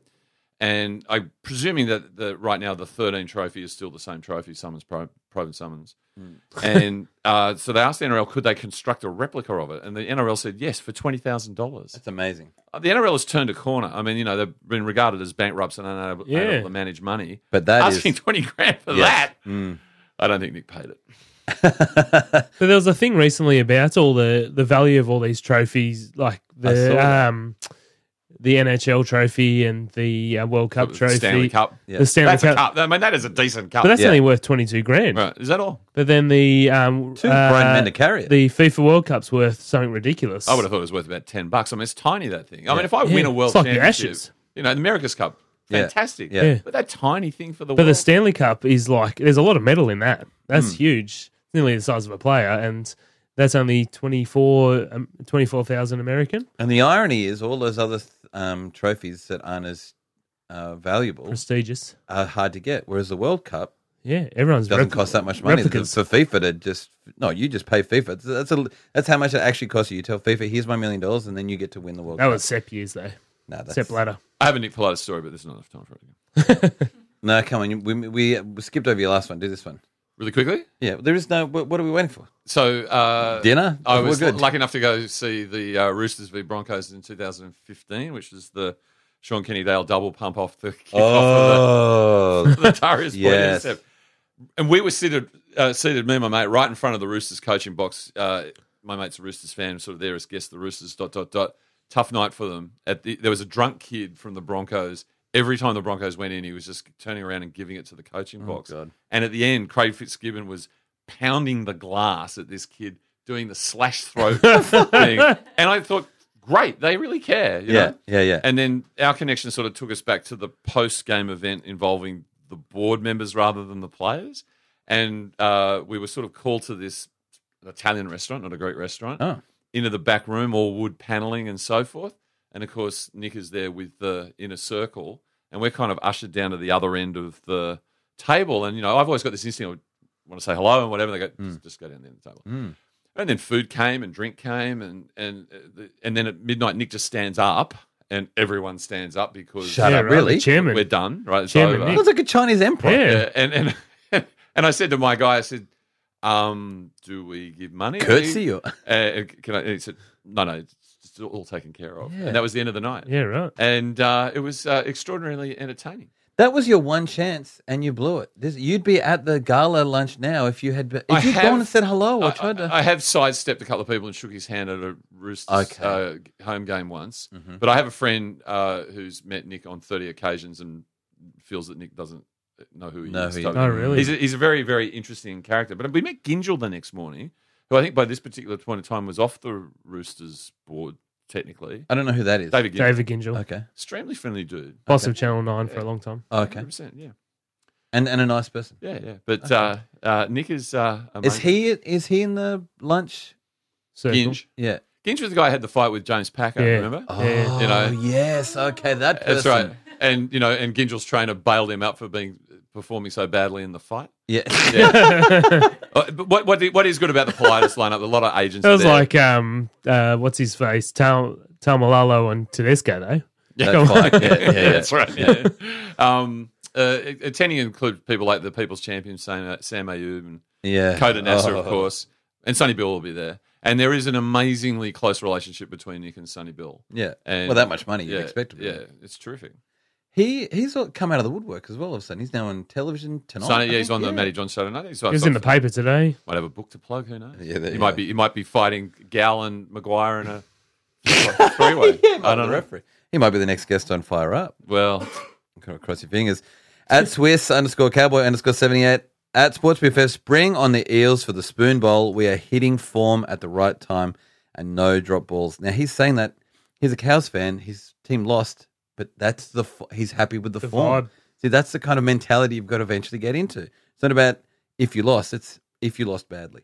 C: and I'm presuming that the, right now the 13 trophy is still the same trophy, summons, pro, probe summons.
A: Hmm.
C: and uh, so they asked the NRL, could they construct a replica of it? And the NRL said yes for twenty thousand dollars.
A: That's amazing.
C: Uh, The NRL has turned a corner. I mean, you know, they've been regarded as bankrupts and unable,
B: Yeah.
C: unable to manage money.
A: But that is- Mm.
C: asking *laughs* twenty grand for that, I don't think Nick paid it.
B: But there was a thing recently about all the the value of all these trophies, like
A: I saw
B: the
A: that.
B: um the NHL trophy and the uh, World Cup trophy,
C: Stanley Cup.
A: Yeah.
B: the Stanley
C: That's a
B: Cup.
C: cup. I mean, that is a decent cup.
B: But that's
A: Yeah.
B: only worth twenty two grand.
C: right. Is that all?
B: But then the um,
A: Two grown men to carry it.
B: The FIFA World Cup's worth something ridiculous.
C: I would have thought it was worth about ten bucks. I mean, it's tiny that thing. I mean, if I
B: Yeah.
C: win a world
B: It's like the
C: championship,
B: Ashes.
C: you know, the America's Cup,
A: Yeah.
C: fantastic.
A: Yeah. Yeah.
C: But that tiny thing for the
B: But the
C: world,
B: Stanley Cup is like there's a lot of metal in that. That's
A: Hmm.
B: huge. It's nearly the size of a player, and that's only 24 um, 24,000 American
A: And the irony is, all those other th- um, trophies that aren't as uh, valuable
B: prestigious.
A: are hard to get, whereas the World Cup
B: Yeah, everyone's
A: doesn't
B: repli-
A: cost that much money.
B: replicas.
A: For FIFA to just no, you just pay FIFA. That's a, that's how much it actually costs you. You tell FIFA, here's my million dollars, and then you get to win the World
B: That
A: Cup.
B: was Sep years though.
A: no, that's,
B: Sep Blatter.
C: I have a Nick Pilatus story, but there's not enough time for it.
A: no, come on, you- we, we we skipped over your last one. Do this one.
C: Really quickly.
A: Yeah, there is no. What, what are we waiting for?
C: So uh,
A: Dinner?
C: I
A: We're
C: was
A: good.
C: lucky enough to go see the uh, Roosters v Broncos in 2015, which was the Sean Kenny Dale double pump off the kick off
A: Oh,
C: of the, the Darius Boyd
A: Yes.
C: intercept. And we were seated, uh, seated me and my mate, right in front of the Roosters coaching box. Uh, my mate's a Roosters fan, sort of there as guest. The Roosters dot dot dot. Tough night for them. At the, there was a drunk kid from the Broncos. Every time the Broncos went in, he was just turning around and giving it to the coaching box.
A: Oh, God.
C: And at the end, Craig Fitzgibbon was pounding the glass at this kid doing the slash
A: *laughs*
C: throat thing. And I thought, great, they really care. *laughs* you
A: yeah,
C: know?
A: yeah, yeah.
C: And then our connection sort of took us back to the post game event involving the board members rather than the players. And uh, we were sort of called to this Italian restaurant, not a Greek restaurant,
A: Oh.
C: into the back room, all wood paneling and so forth. And of course, Nick is there with the inner circle. And we're kind of ushered down to the other end of the table. And, you know, I've always got this instinct I want to say hello and whatever. They go,
A: Mm.
C: just, just go down the end of the table. And then food came and drink came and and uh, the- and then at midnight Nick just stands up and everyone stands up because
A: Shut up, really?
B: the Chairman.
C: we're done, right? It's
B: Chairman
C: over.
A: It looks like a Chinese emperor.
B: Yeah.
C: Yeah, and and *laughs* and I said to my guy, I said, um, "Do we give money?
A: Curtsy or *laughs*
C: Uh, can I?" And he said, "No, no, it's it's all taken care of."
A: Yeah.
C: And that was the end of the night.
B: Yeah, right.
C: And uh, it was uh, extraordinarily entertaining.
A: that was your one chance, and you blew it. This, you'd be at the gala lunch now if you had been, if
C: I
A: you'd
C: have-
A: gone and said hello or
C: I-
A: Oh, tried to.
C: I, I have sidestepped a couple of people and shook his hand at a Roosters
A: Okay. Mm-hmm.
C: uh, home game once. But I have a friend uh, who's met Nick on 30 occasions and feels that Nick doesn't know who he
A: No,
C: is.
A: he-
C: totally.
B: Oh, really?
C: He's a, he's a very, very interesting character. But we met Gingell the next morning, who I think by this particular point in time was off the Roosters board, technically.
A: I don't know who that is.
C: David Gingell.
B: David Gingell,
A: Okay. Oh,
C: Extremely friendly dude.
B: boss of Channel Nine for a long time.
A: Okay.
C: 100%, yeah.
A: And and a nice person.
C: Yeah, yeah. But uh, uh, Nick is. Uh,
A: Is
C: amazing.
A: he is he in the lunch?
B: Circle.
C: Ginge?
A: Yeah.
C: Ginge was the guy who had the fight with James Packer,
B: Yeah.
C: remember?
B: Yeah.
A: Oh,
C: You know.
A: yes. Okay, that person.
C: That's right. And you know, and Gingel's trainer bailed him out for being performing so badly in the fight.
A: *laughs* Yeah.
C: Uh, but what what, what is good about the Politis lineup? A lot of agents.
B: That
C: are
B: was
C: there.
B: like um, uh, what's his face, Tal Tamalalo and Tedesco though.
C: *laughs* yeah,
A: That fight. Yeah, yeah, yeah.
C: that's right. Yeah. um, uh, it- it tending to include people like the People's Champion Sam, Sam Ayoub and
A: Yeah.
C: Coda Nasser,
A: Oh.
C: of course, and Sonny Bill will be there. And there is an amazingly close relationship between Nick and Sonny Bill.
A: Yeah.
C: And
A: well, that much money you'd
C: yeah,
A: expect. to be.
C: Yeah, it's terrific.
A: He he's all- come out of the woodwork as well. All of a sudden, he's now on television tonight.
C: Sonny,
A: I
C: yeah, he's
A: think.
C: on the Matty John show tonight. He's
B: He was in the
C: paper.
B: paper today.
C: Might have a book to plug. Who knows?
A: Yeah, there
C: he
A: you go.
C: might be. He might be fighting Gowan,
A: *laughs*
C: Maguire, in a freeway.
A: Yeah,
C: I
A: I
C: don't know.
A: Oh, referee. He might be the next guest on Fire Up.
C: Well,
A: Cro- Cross your fingers. At Swiss underscore cowboy underscore 78. At SportsBFS, spring on the eels for the spoon bowl. We are hitting form at the right time and no drop balls. Now, he's saying that he's a Cows fan. His team lost, but that's the f- he's happy with the,
B: The
A: form.
B: vibe.
A: See, that's the kind of mentality you've got to eventually get into. It's not about if you lost, it's if you lost badly.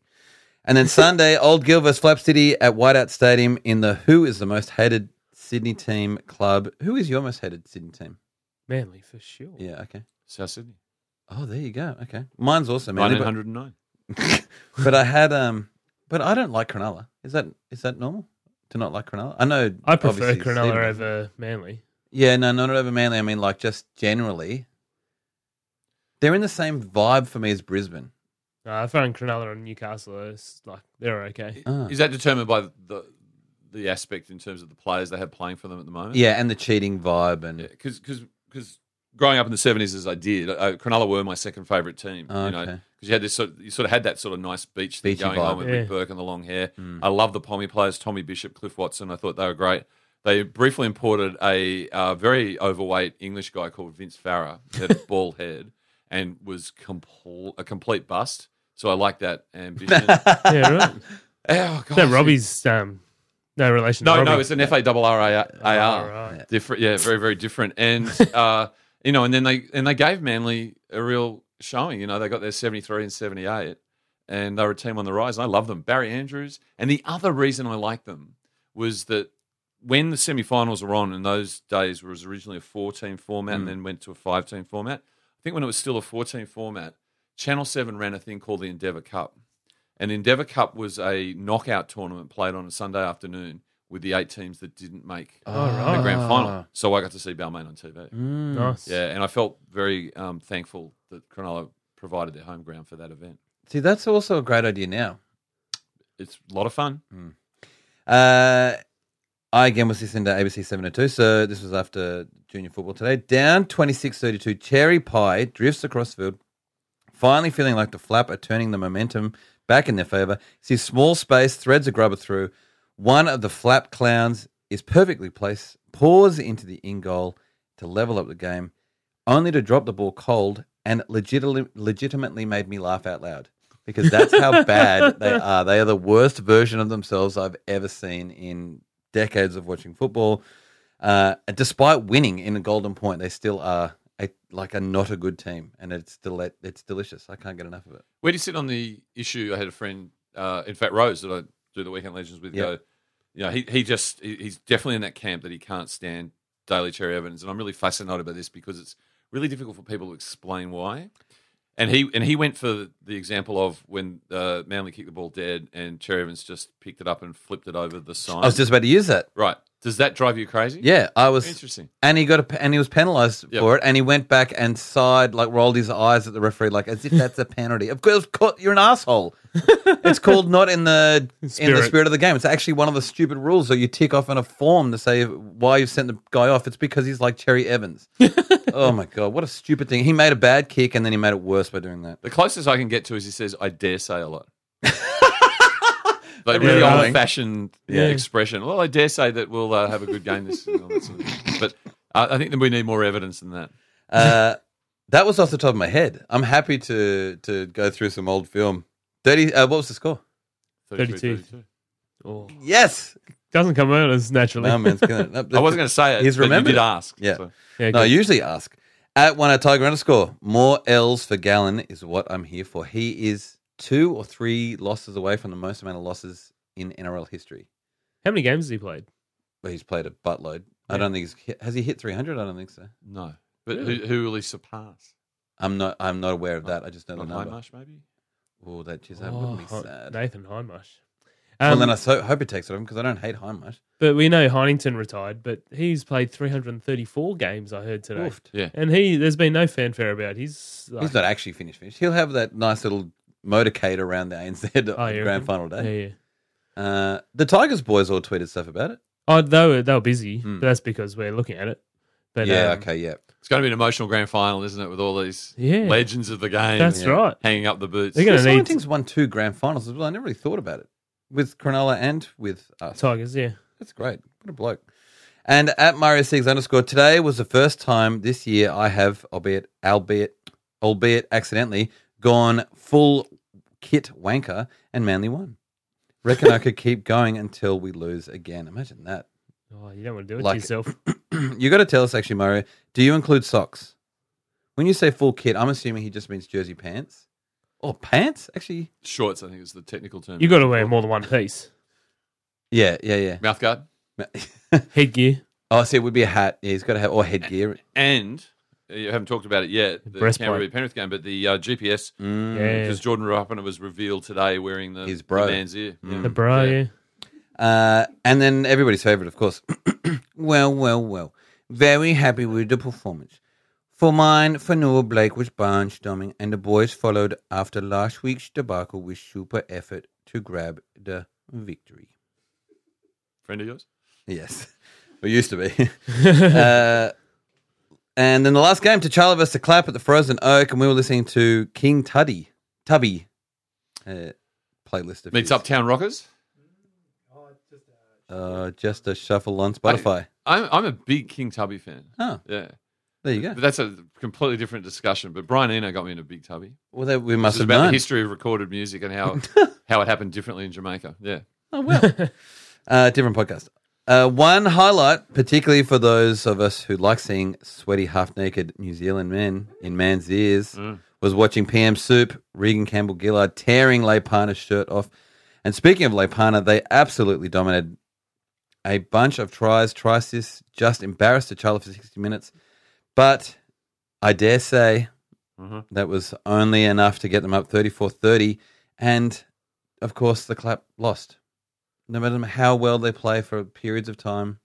A: And then Sunday, Old Gil versus Flap City at Whiteout Stadium in the Who is the most hated Sydney team club. Who is your most hated Sydney team?
B: Manly for sure.
A: Yeah, okay.
C: South Sydney,
A: Oh, there you go. Okay, mine's also Manly,
C: nineteen
A: but,
C: hundred and nine.
A: *laughs* but I had um, but I don't like Cronulla. Is that is that normal to not like Cronulla? I know.
B: I prefer
A: obviously
B: Cronulla
A: Stephen-
B: over Manly.
A: Yeah, no, not over Manly. I mean, like just generally, they're in the same vibe for me as Brisbane.
B: Uh, I found Cronulla and Newcastle are s- like they're
A: *laughs*
B: okay.
A: Ah.
C: Is that determined by the the aspect in terms of the players they have playing for them at the moment?
A: Yeah, and the cheating vibe and
C: because because growing up in the seventies as I did, uh, Cronulla were my second favourite team.
A: Oh,
C: You know,
A: okay.
C: because you had this sort of, you sort of had that sort of nice beach thing
A: Beachy
C: going on
A: vibe. Mm.
C: with
B: Yeah.
C: Rick Burke and the long hair. I love the Pommy players, Tommy Bishop, Cliff Watson. I thought they were great. They briefly imported a uh, very overweight English guy called Vince Farah, had a
A: *laughs*
C: bald head, and was compl- a complete bust. So I like that
A: *laughs*
C: ambition. oh,
B: Yeah, right.
C: God,
B: So Robbie's um, no relation.
C: no,
B: to Robbie.
C: no, it's an F A double R A
B: Oh,
C: R.
B: right.
C: Different, yeah, very, very different. And *laughs* uh, you know, and then they and they gave Manly a real showing. You know, they got their seventy three and seventy eight, and they were a team on the rise. And I love them, Barry Andrews. And the other reason I like them was that when the semi-finals were on, in those days was originally a four team format, and then went to a five team format. I think when it was still a four team format, Channel Seven ran a thing called the Endeavour Cup. And Endeavour Cup was a knockout tournament played on a Sunday afternoon with the eight teams that didn't make the grand final. So I got to see Balmain on TV.
B: nice.
C: Yeah, and I felt very um, thankful that Cronulla provided their home ground for that event.
A: See, that's also a great idea now.
C: It's a lot of fun.
A: Uh, I again was listening to ABC 702, so this was after junior football today. Down 26-32, Cherry Pie drifts across field, finally feeling like the flap are turning the momentum back in their favour. Sees small space, threads a grubber through. One of the flap clowns is perfectly placed, pours into the in goal to level up the game, only to drop the ball cold and legitimately, legitimately made me laugh out loud because that's how bad they are. They are the worst version of themselves I've ever seen in decades of watching football. Uh, despite winning in a golden point, they still are a, like a not a good team, and it's del- it's delicious. I can't get enough of it.
C: Where do you sit on the issue? I had a friend, uh, in fact, Rose, that I do the Weekend Legends with.
A: Yeah.
C: Go, you know, he he just he, he's definitely in that camp that he can't stand Daily Cherry Evans, and I'm really fascinated by this because it's really difficult for people to explain why. And he and he went for the example of when uh, Manly kicked the ball dead, and Cherry Evans just picked it up and flipped it over the sign.
A: I was just about to use that.
C: right. Does that drive you crazy?
A: Yeah, I was,
C: Interesting.
A: and he got a, and he was penalised
C: Yep.
A: for it, and he went back and sighed, like rolled his eyes at the referee, like as if that's a penalty. Of course, of course, you're an
C: *laughs*
A: asshole. it's called not in the in the
B: Spirit.
A: spirit of the game. It's actually one of the stupid rules that you tick off on a form to say why you've sent the guy off. It's because he's like Cherry Evans.
C: *laughs*
A: oh my god, what a stupid thing! He made a bad kick, and then he made it worse by doing that.
C: The closest I can get to is he says, "I dare say" a lot. like really
B: Yeah.
C: old-fashioned
B: Yeah.
C: expression. Well, I dare say that we'll uh, have a good game this. and all that sort of thing. but uh, I think that we need more evidence than that. *laughs*
A: Uh, that was off the top of my head. I'm happy to to go through some old film. Thirty. Uh, what was the score?
B: 32.
C: 32.
B: Oh.
A: Yes.
B: Doesn't come out as naturally.
A: No man's
C: *laughs*
A: killing it. No,
C: I wasn't going to say it.
A: He's
C: but
A: remembered
C: You
A: it.
C: did ask.
A: Yeah.
C: so.
B: *laughs* Yeah,
A: No, I
B: good.
A: usually ask. At one at Tiger underscore, more L's for Gallon is what I'm here for. He is two or three losses away from the most amount of losses in NRL history.
B: How many games has he played?
A: But he's played a buttload. I
B: Yeah.
A: don't think he's hit, has he hit 300. I don't think so.
C: No. But who, who will he surpass?
A: I'm not. I'm not aware of that. I just know the
C: Von
A: number.
C: Hindmarsh, maybe.
A: Oh, that geez, that wouldn't be
B: Oh,
A: sad.
B: Nathan Hindmarsh.
A: well,
B: Um,
A: then I so, hope he takes it of him because I don't hate high much.
B: but we know Heinington retired, but he's played 334 games. I heard today,
A: Oofed.
C: Yeah.
B: and he there's been no fanfare about. He's like,
A: He's not actually finished. Finished. He'll have that nice little motorcade around the ANZ
B: Oh,
A: on *laughs*
B: you
A: grand
B: reckon?
A: final day.
B: Yeah, yeah.
A: Uh, the Tigers boys all tweeted stuff about it.
B: Oh, they were, they were busy, but that's because we're looking at it. But
A: Hmm. yeah.
B: um,
A: okay. Yeah.
C: It's going to be an emotional grand final, isn't it? With all these
B: Yeah.
C: legends of the game.
B: That's right.
C: Hanging up the boots.
B: They're gonna-
A: The
B: need-
A: Sightings won two grand finals as well. I never really thought about it with Cronulla and with us.
B: Tigers, yeah.
A: That's great. What a bloke. And at Mario Six underscore, today was the first time this year I have, albeit, albeit, albeit accidentally, gone full kit wanker and Manly won. Reckon I could keep going until we lose again. Imagine that. *clears throat*
B: Oh, you don't want to do it
A: Like-
B: to yourself.
A: you got to tell us, actually, Mario, do you include socks? When you say full kit, I'm assuming he just means jersey pants. Or pants? Actually,
C: Shorts, I think is the technical term.
B: You got to wear more than one piece.
A: yeah, yeah,
C: mouth guard.
A: yeah.
B: Headgear,
A: *laughs* Oh, so it would be a hat. Yeah, he's got to have or headgear.
C: And uh, you haven't talked about it yet, the
B: Breastplate.
C: Canterbury Penrith game, but the uh, GPS
B: Mm.
A: Hmm,
B: yeah,
C: because Jordan Rapana was revealed today wearing the,
A: His bro. Mm.
C: the man's ear.
B: the bra, yeah.
A: Uh, and then everybody's favorite, of course. *clears throat* well, well, well. Very happy with the performance. For mine, Fanua Blake was barnstorming, and the boys followed after last week's debacle with super effort to grab the victory.
C: Friend of yours?
A: Yes, *laughs* we used to be. *laughs* uh, and then the last game, T'Challa versus the Clap at the Frozen Oak, and we were listening to King Tuddy, Tubby, uh, playlist of
C: Meets
A: his.
C: Uptown Rockers?
A: Uh, just a shuffle on Spotify.
C: I'm, I'm a big King Tubby fan.
A: oh,
C: Yeah.
A: there you go.
C: But that's a completely different discussion. But Brian Eno got me into Big Tubby.
A: Well, that we
C: This
A: must
C: is
A: have
C: about the
A: known.
C: history of recorded music
A: *laughs*
C: and how how it happened differently in Jamaica. Yeah.
A: Oh well, uh, different podcast. Uh, one highlight, particularly for those of us who like seeing sweaty, half-naked New Zealand men in man's ears, was watching PM Soup Regan Campbell Gillard tearing Leipana's shirt off. And speaking of Leipana, they absolutely dominated a bunch of tries. Trisis just embarrassed T'Challa for sixty minutes, but I dare say
C: Mhm.
A: that was only enough to get them up 34-30. And of course, the clap lost no matter how well they play for periods of time,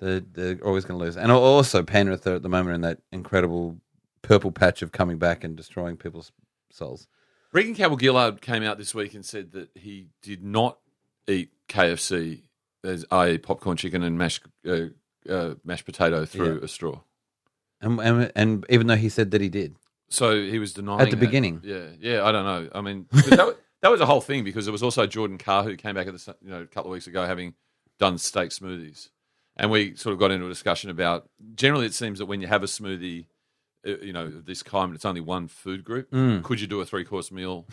A: they're, they're always going to lose. And also, Penrith are at the moment in that incredible purple patch of coming back and destroying people's souls.
C: Regan Campbell Gillard came out this week and said that he did not eat KFC, as i.e., popcorn chicken and mashed uh, uh, mashed potato through a straw.
A: And, and, and even though he said that he did,
C: So he was denying
A: At the
C: that.
A: beginning.
C: Yeah, yeah. I don't know. I mean, *laughs* 'cause that, wa- that was a whole thing because there was also Jordan Carr who came back at the s- you know a couple of weeks ago having done steak smoothies, and we sort of got into a discussion about generally it seems that when you have a smoothie, uh, you know of this kind, it's only one food group.
A: Mm.
C: Could you do a three course meal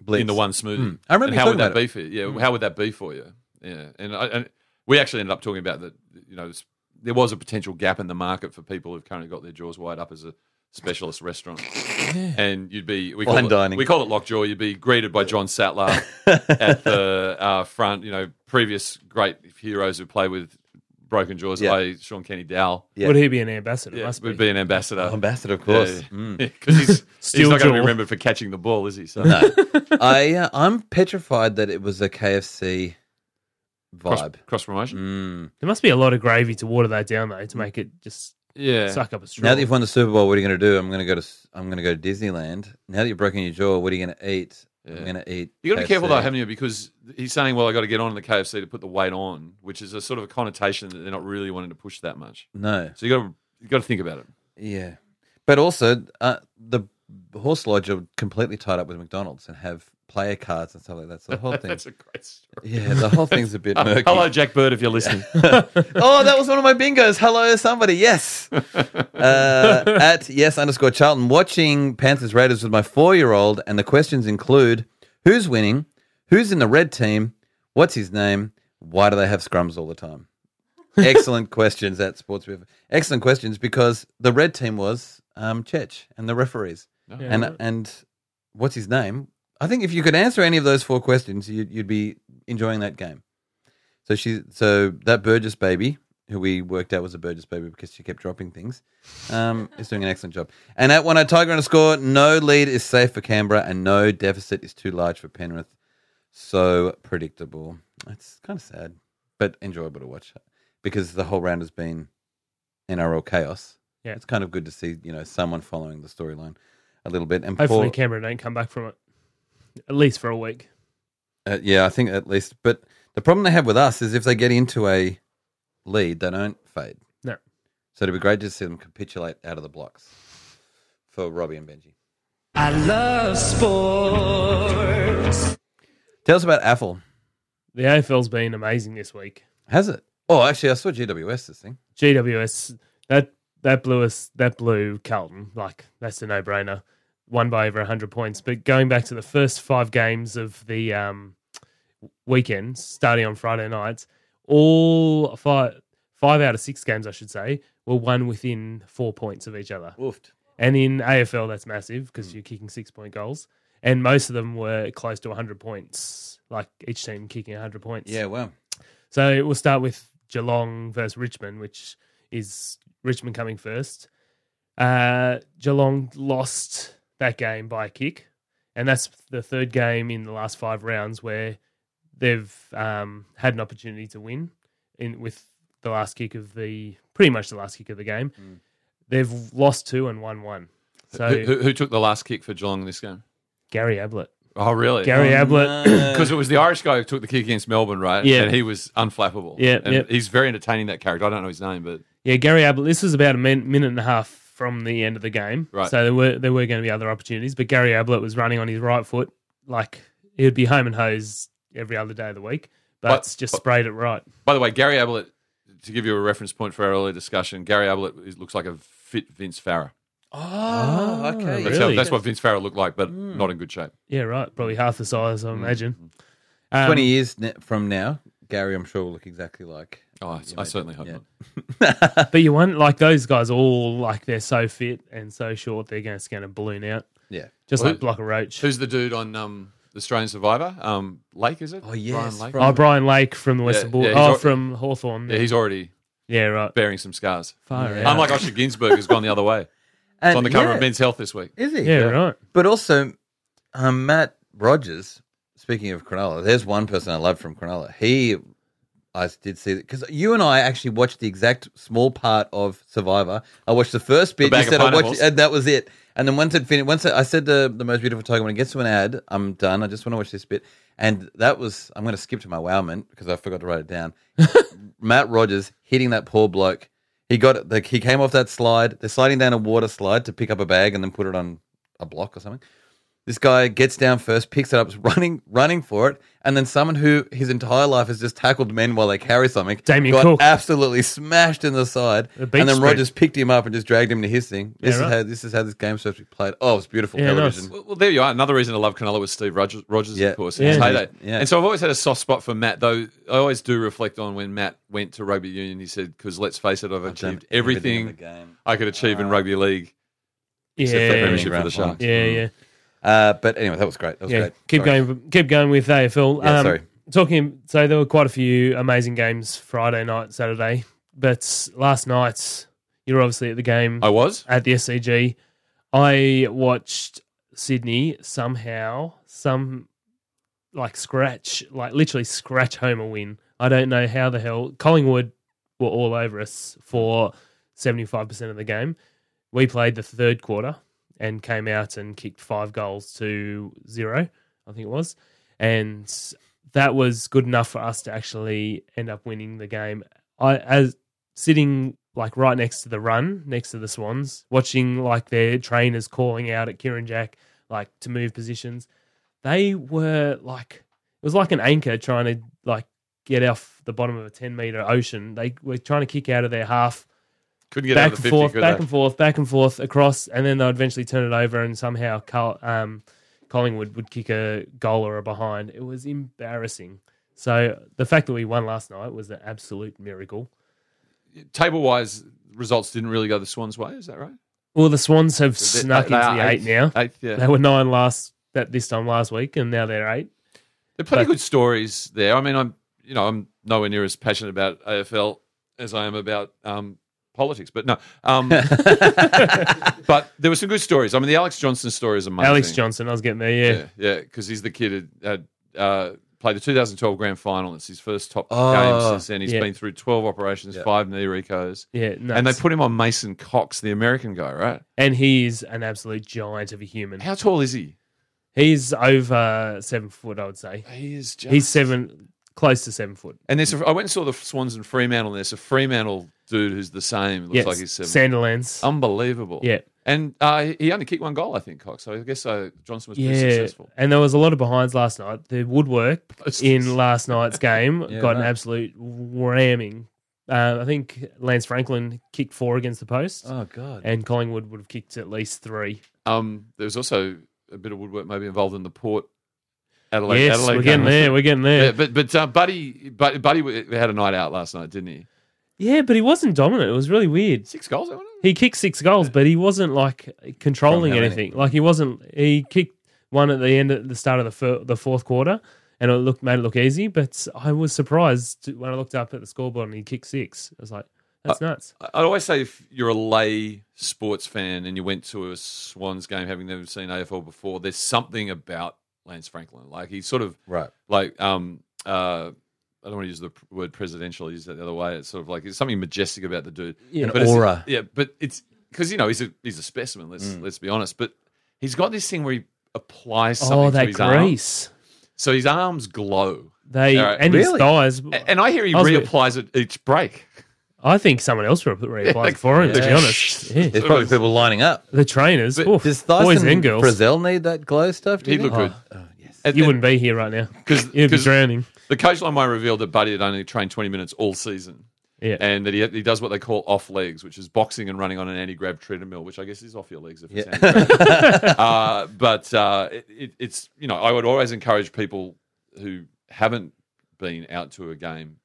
A: Blitz.
C: in the one smoothie?
A: Mm. I remember
C: And
A: you
C: how would
A: talking
C: that
A: about Mm.
C: be for you? Yeah, how would that be for you? Yeah, and, I, and we actually ended up talking about that. You know, s- there was a potential gap in the market for people who've currently got their jaws wide up as a specialist restaurant, and you'd be we
A: Fine
C: call
A: dining.
C: It, we call it lockjaw. You'd be greeted by John Sattler
A: *laughs*
C: at the uh, front. You know, previous great heroes who play with broken jaws,
A: Yeah.
C: like Sean Kenny Dow.
A: Yeah.
B: Would he be an ambassador?
C: Yeah,
B: Must
C: would
B: be.
C: be an ambassador.
A: Ambassador, of course.
C: uh,
A: Mm.
C: Yeah, yeah. *laughs* because
A: *laughs*
C: he's, he's
B: Steel
C: not going to be
B: jaw.
C: remembered for catching the ball, is he? So
A: I, uh, I'm petrified that it was a KFC
C: cross,
A: vibe.
C: cross promotion.
A: Mm.
B: There must be a lot of gravy to water that down though to make it just
C: Yeah,
B: suck up a straw.
A: Hmm. Now that you've won the Super Bowl, what are you going to do? I'm going to go to s- I'm going to go to Disneyland. Now that you've broken your jaw, what are you going to eat? I'm
C: Yeah.
A: going to eat.
C: You got to be
A: KFC.
C: careful though, haven't you? Because he's saying, "Well, I got to get on in the KFC to put the weight on," which is a sort of a connotation that they're not really wanting to push that much.
A: No.
C: So you got to you got to think about it.
A: Yeah, but also uh, the horse lodge are completely tied up with McDonald's and have player cards and stuff like that. So the whole thing,
C: *laughs* That's a great story.
A: yeah, the whole thing's
C: *laughs*
A: a bit murky.
C: Hello, Jack Bird, if you're listening.
A: *laughs* oh, that was one of my bingos. Hello, somebody. Yes. Uh, at yes underscore Charlton, watching Panthers Raiders with my four year old, and the questions include who's winning, who's in the red team, what's his name, why do they have scrums all the time? Excellent questions at Sports River. Excellent questions because the red team was um, Chech and the referees.
B: Yeah.
A: And and what's his name? I think if you could answer any of those four questions, you'd, you'd be enjoying that game. So she, so that Burgess baby, who we worked out was a Burgess baby because she kept dropping things, um, is doing an excellent job. And at one I Tiger on a score, no lead is safe for Canberra, and no deficit is too large for Penrith. So predictable. It's kind of sad, but enjoyable to watch because the whole round has been NRL chaos.
B: Yeah.
A: it's kind of good to see you know someone following the storyline a little bit. And
B: Hopefully,
A: Paul-
B: Canberra don't come back from it, at least for a week.
A: Uh, yeah, I think at least. But the problem they have with us is if they get into a lead, they don't fade.
B: No.
A: So it'd be great to see them capitulate out of the blocks for Robbie and Benji.
D: I love sports.
A: Tell us about AFL.
B: The AFL's been amazing this week.
A: Has it? Oh, actually, I saw GWS this thing.
B: GWS that that blew us that blew Carlton like that's a no brainer. Won by over hundred points. But going back to the first five games of the um, weekend, starting on Friday nights, all five five out of six games, I should say, were won within four points of each other.
A: Woofed.
B: And in AFL, that's massive because you're kicking six point goals. And most of them were close to 100 points, like each team kicking 100 points.
A: Yeah, wow.
B: So we'll start with Geelong versus Richmond, which is Richmond coming first. Uh, Geelong lost that game by a kick. And that's the third game in the last five rounds where they've um, had an opportunity to win in with the last kick of the pretty much the last kick of the game. They've lost two and won one. So
C: Mm. who, who- who took the last kick for Geelong in this game?
B: Gary Ablett.
C: Oh, really?
B: Gary Ablett.
C: Because it was the Irish guy who took the kick against Melbourne, right?
B: Yeah.
C: and he was unflappable.
B: Yeah,
C: and
B: yeah.
C: he's very entertaining. That character. I don't know his name, but
B: Yeah, Gary Ablett. This was about a min- minute and a half from the end of the game,
C: Right.
B: So there were there were going to be other opportunities, but Gary Ablett was running on his right foot, like he'd be home and hose every other day of the week. but,
C: But-
B: just
C: but-
B: sprayed it right.
C: By the way, Gary Ablett, to give you a reference point for our earlier discussion, Gary Ablett is, looks like a fit Vince Farah.
A: Oh, okay.
C: That's,
B: Really?
C: how, that's what Vince Farah looked like, but not in good shape.
B: Yeah, right. Probably half the size,
C: Mm-hmm.
B: I imagine. Um,
A: 20 years ne- from now, Gary, I'm sure, will look exactly like.
C: Oh, I, I certainly hope
A: yeah.
C: not.
B: But you want like those guys all like they're so fit and so short they're going to going to balloon out
A: Yeah.
B: just
C: Well,
B: like block a roach.
C: Who's the dude on um, the Australian Survivor? Um, Lake, is it?
A: Oh, yes,
C: Brian Lake.
B: Oh, Brian Lake from the Western
C: Yeah,
B: Bull.
C: yeah, he's
B: oh,
C: al-
B: from Hawthorn.
C: Yeah,
B: Yeah,
C: he's already
B: right.
C: bearing some scars.
B: Far
A: Yeah.
B: out.
C: Unlike Osher Ginsburg, who's gone the
A: *laughs*
C: other way. It's on the cover
A: yeah,
C: of Men's Health this week.
A: Is he?
B: yeah, right.
A: But also, um, Matt Rogers, speaking of Cronulla, there's one person I love from Cronulla. He, I did see that because you and I actually watched the exact small part of Survivor. I watched the first bit.
C: bag
A: you
C: of
A: said I watched,
C: pineapples.
A: and that was it. And then once it finished, once I, I said to the most beautiful tiger, when it gets to an ad, I'm done. I just want to watch this bit. And that was, I'm going to skip to my wowment because I forgot to write it down. Matt Rogers hitting that poor bloke. He got it. Like, he came off that slide. They're sliding down a water slide to pick up a bag and then put it on a block or something. This guy gets down first, picks it up, is running, running for it, and then someone who his entire life has just tackled men while they carry something
B: Damien
A: got
B: Cook.
A: absolutely smashed in the side,
B: A
A: and
B: beach
A: then
B: spread.
A: Rogers picked him up and just dragged him to his thing. This
B: Yeah,
A: is
B: right.
A: how this is how this game's supposed to be played. Oh, it's beautiful
B: Yeah, nice.
A: television.
C: Well, well, there you are. Another reason I love Cronulla was Steve Rogers, Rogers
A: Yeah.
C: of course,
B: Yeah.
C: in his heyday.
A: Yeah.
C: And so I've always had a soft spot for Matt, though I always do reflect on when Matt went to rugby union. He said, because let's face it, I've
A: done
C: achieved
A: everything in
C: everything,
A: the game." Uh,
C: I could achieve in rugby league except for
B: Yeah,
C: premiership for the Sharks.
B: yeah, yeah.
A: Uh, but anyway, that was great. That was
B: yeah.
A: great.
B: Keep
A: Sorry.
B: going. Keep going with AFL.
A: Yeah, sorry.
B: Um, Talking. So there were quite a few amazing games Friday night, Saturday, but last night you were obviously at the game
C: I was.
B: at the SCG. I watched Sydney somehow, some like scratch, like literally scratch home a win. I don't know how the hell Collingwood were all over us for seventy five percent of the game. We played the third quarter and came out and kicked five goals to zero, I think it was, and that was good enough for us to actually end up winning the game. I as sitting like right next to the run, next to the Swans, watching like their trainers calling out at Kieran Jack, like to move positions. They were like it was like an anchor trying to like get off the bottom of a ten meter ocean. They were trying to kick out of their half
C: Couldn't get
B: back and
C: out of the 50,
B: forth,
C: could
B: back
C: they?
B: and forth, back and forth across, and then they'll eventually turn it over, and somehow Col- um, Collingwood would kick a goal or a behind. It was embarrassing. So the fact that we won last night was an absolute miracle.
C: Table-wise, results didn't really go the Swans' way. Is that right?
B: Well, the Swans have snuck
C: They- they
B: into
C: are
B: the eight, now.
C: Eighth, yeah.
B: They were nine last that this time last week, and now they're eight.
C: They're plenty
B: But-
C: good stories there. I mean, I'm you know I'm nowhere near as passionate about AFL as I am about um, politics, but no.
B: *laughs*
C: Um, but there were some good stories. I mean, the Alex Johnson story is amazing.
B: Alex Johnson, I was getting there. Yeah,
C: yeah, yeah, because he's the kid who had uh, played the 2012 Grand Final. It's his first top
A: Oh,
C: game since then. He's
B: yeah.
C: been through 12 operations,
A: Yeah.
C: five knee recos.
B: yeah, nuts.
C: And they put him on Mason Cox, the American guy, right?
B: and he is an absolute giant of a human.
C: How tall is he?
B: He's over seven foot, I would say.
C: He is just
B: He's seven, close to seven foot.
C: And there's a, I went and saw the Swans and Fremantle. And there's a Fremantle dude who's the same. Looks
B: yes,
C: like he's seven.
B: Sandilands.
C: Unbelievable.
B: Yeah.
C: And uh, he only kicked one goal, I think, Cox. So I guess uh, Johnson was pretty successful.
B: And there was a lot of behinds last night. The
C: *laughs*
B: woodwork
C: It's-
B: in last night's
C: *laughs*
B: game
A: Yeah,
B: got an
A: right.
B: absolute ramming. Uh, I think Lance Franklin kicked four against the post,
A: Oh god.
B: and Collingwood would have kicked at least three.
C: Um, there was also a bit of woodwork maybe involved in the Port Adelaide.
B: yes,
C: Adelaide
B: we're getting
C: game.
B: there. We're getting there.
C: Yeah, but but uh, Buddy, Buddy, Buddy w- had a night out last night, didn't he?
B: yeah, but he wasn't dominant. It was really weird.
C: Six goals, I wonder.
B: He kicked six goals, but he wasn't like controlling
A: From how many?
B: anything. Like he wasn't. He kicked one at the end, at the start of the fir- the fourth quarter, and it looked made it look easy. But I was surprised when I looked up at the scoreboard and he kicked six. I was like,
C: Uh,
B: that's nuts.
C: I- I'd always say if you're a lay sports fan and you went to a Swans game having never seen AFL before, there's something about Lance Franklin. Like he sort of
A: Right.
C: like um uh I don't want to use the p- word presidential. Use that the other way. It's sort of like it's something majestic about the dude.
B: Yeah. An
C: But it's-
A: aura.
C: Yeah, but it's because you know he's a he's a specimen. Let's
B: Mm.
C: let's be honest. But he's got this thing where he applies something
B: Oh,
C: to
B: that
C: his arm.
B: grease.
C: So his arms glow,
B: They
C: All right.
B: and his
A: Really?
B: thighs.
C: A- and I hear he
B: I was-
C: reapplies it each break.
B: I think someone else re- replied
C: like-
B: for him. To be
C: Yeah.
B: honest, yeah.
A: There's probably people lining up.
B: the trainers,
C: But
B: oof,
A: Does
B: boys
A: Thyssen
B: and
A: and
B: girls.
A: Frizzell need that glow stuff? do you
C: He'd look
A: think?
C: good.
A: Oh, oh, yes.
B: You wouldn't be here right now.
C: because
B: You'd be drowning.
C: The coach line might revealed that Buddy had only trained 20 minutes all season
B: Yeah.
C: and that he, he does what they call off legs, which is boxing and running on an anti grab treadmill, which I guess is off your legs if it's
A: Yeah.
C: anti-grav. uh, but uh, it, it, it's you know I would always encourage people who haven't been out to a game,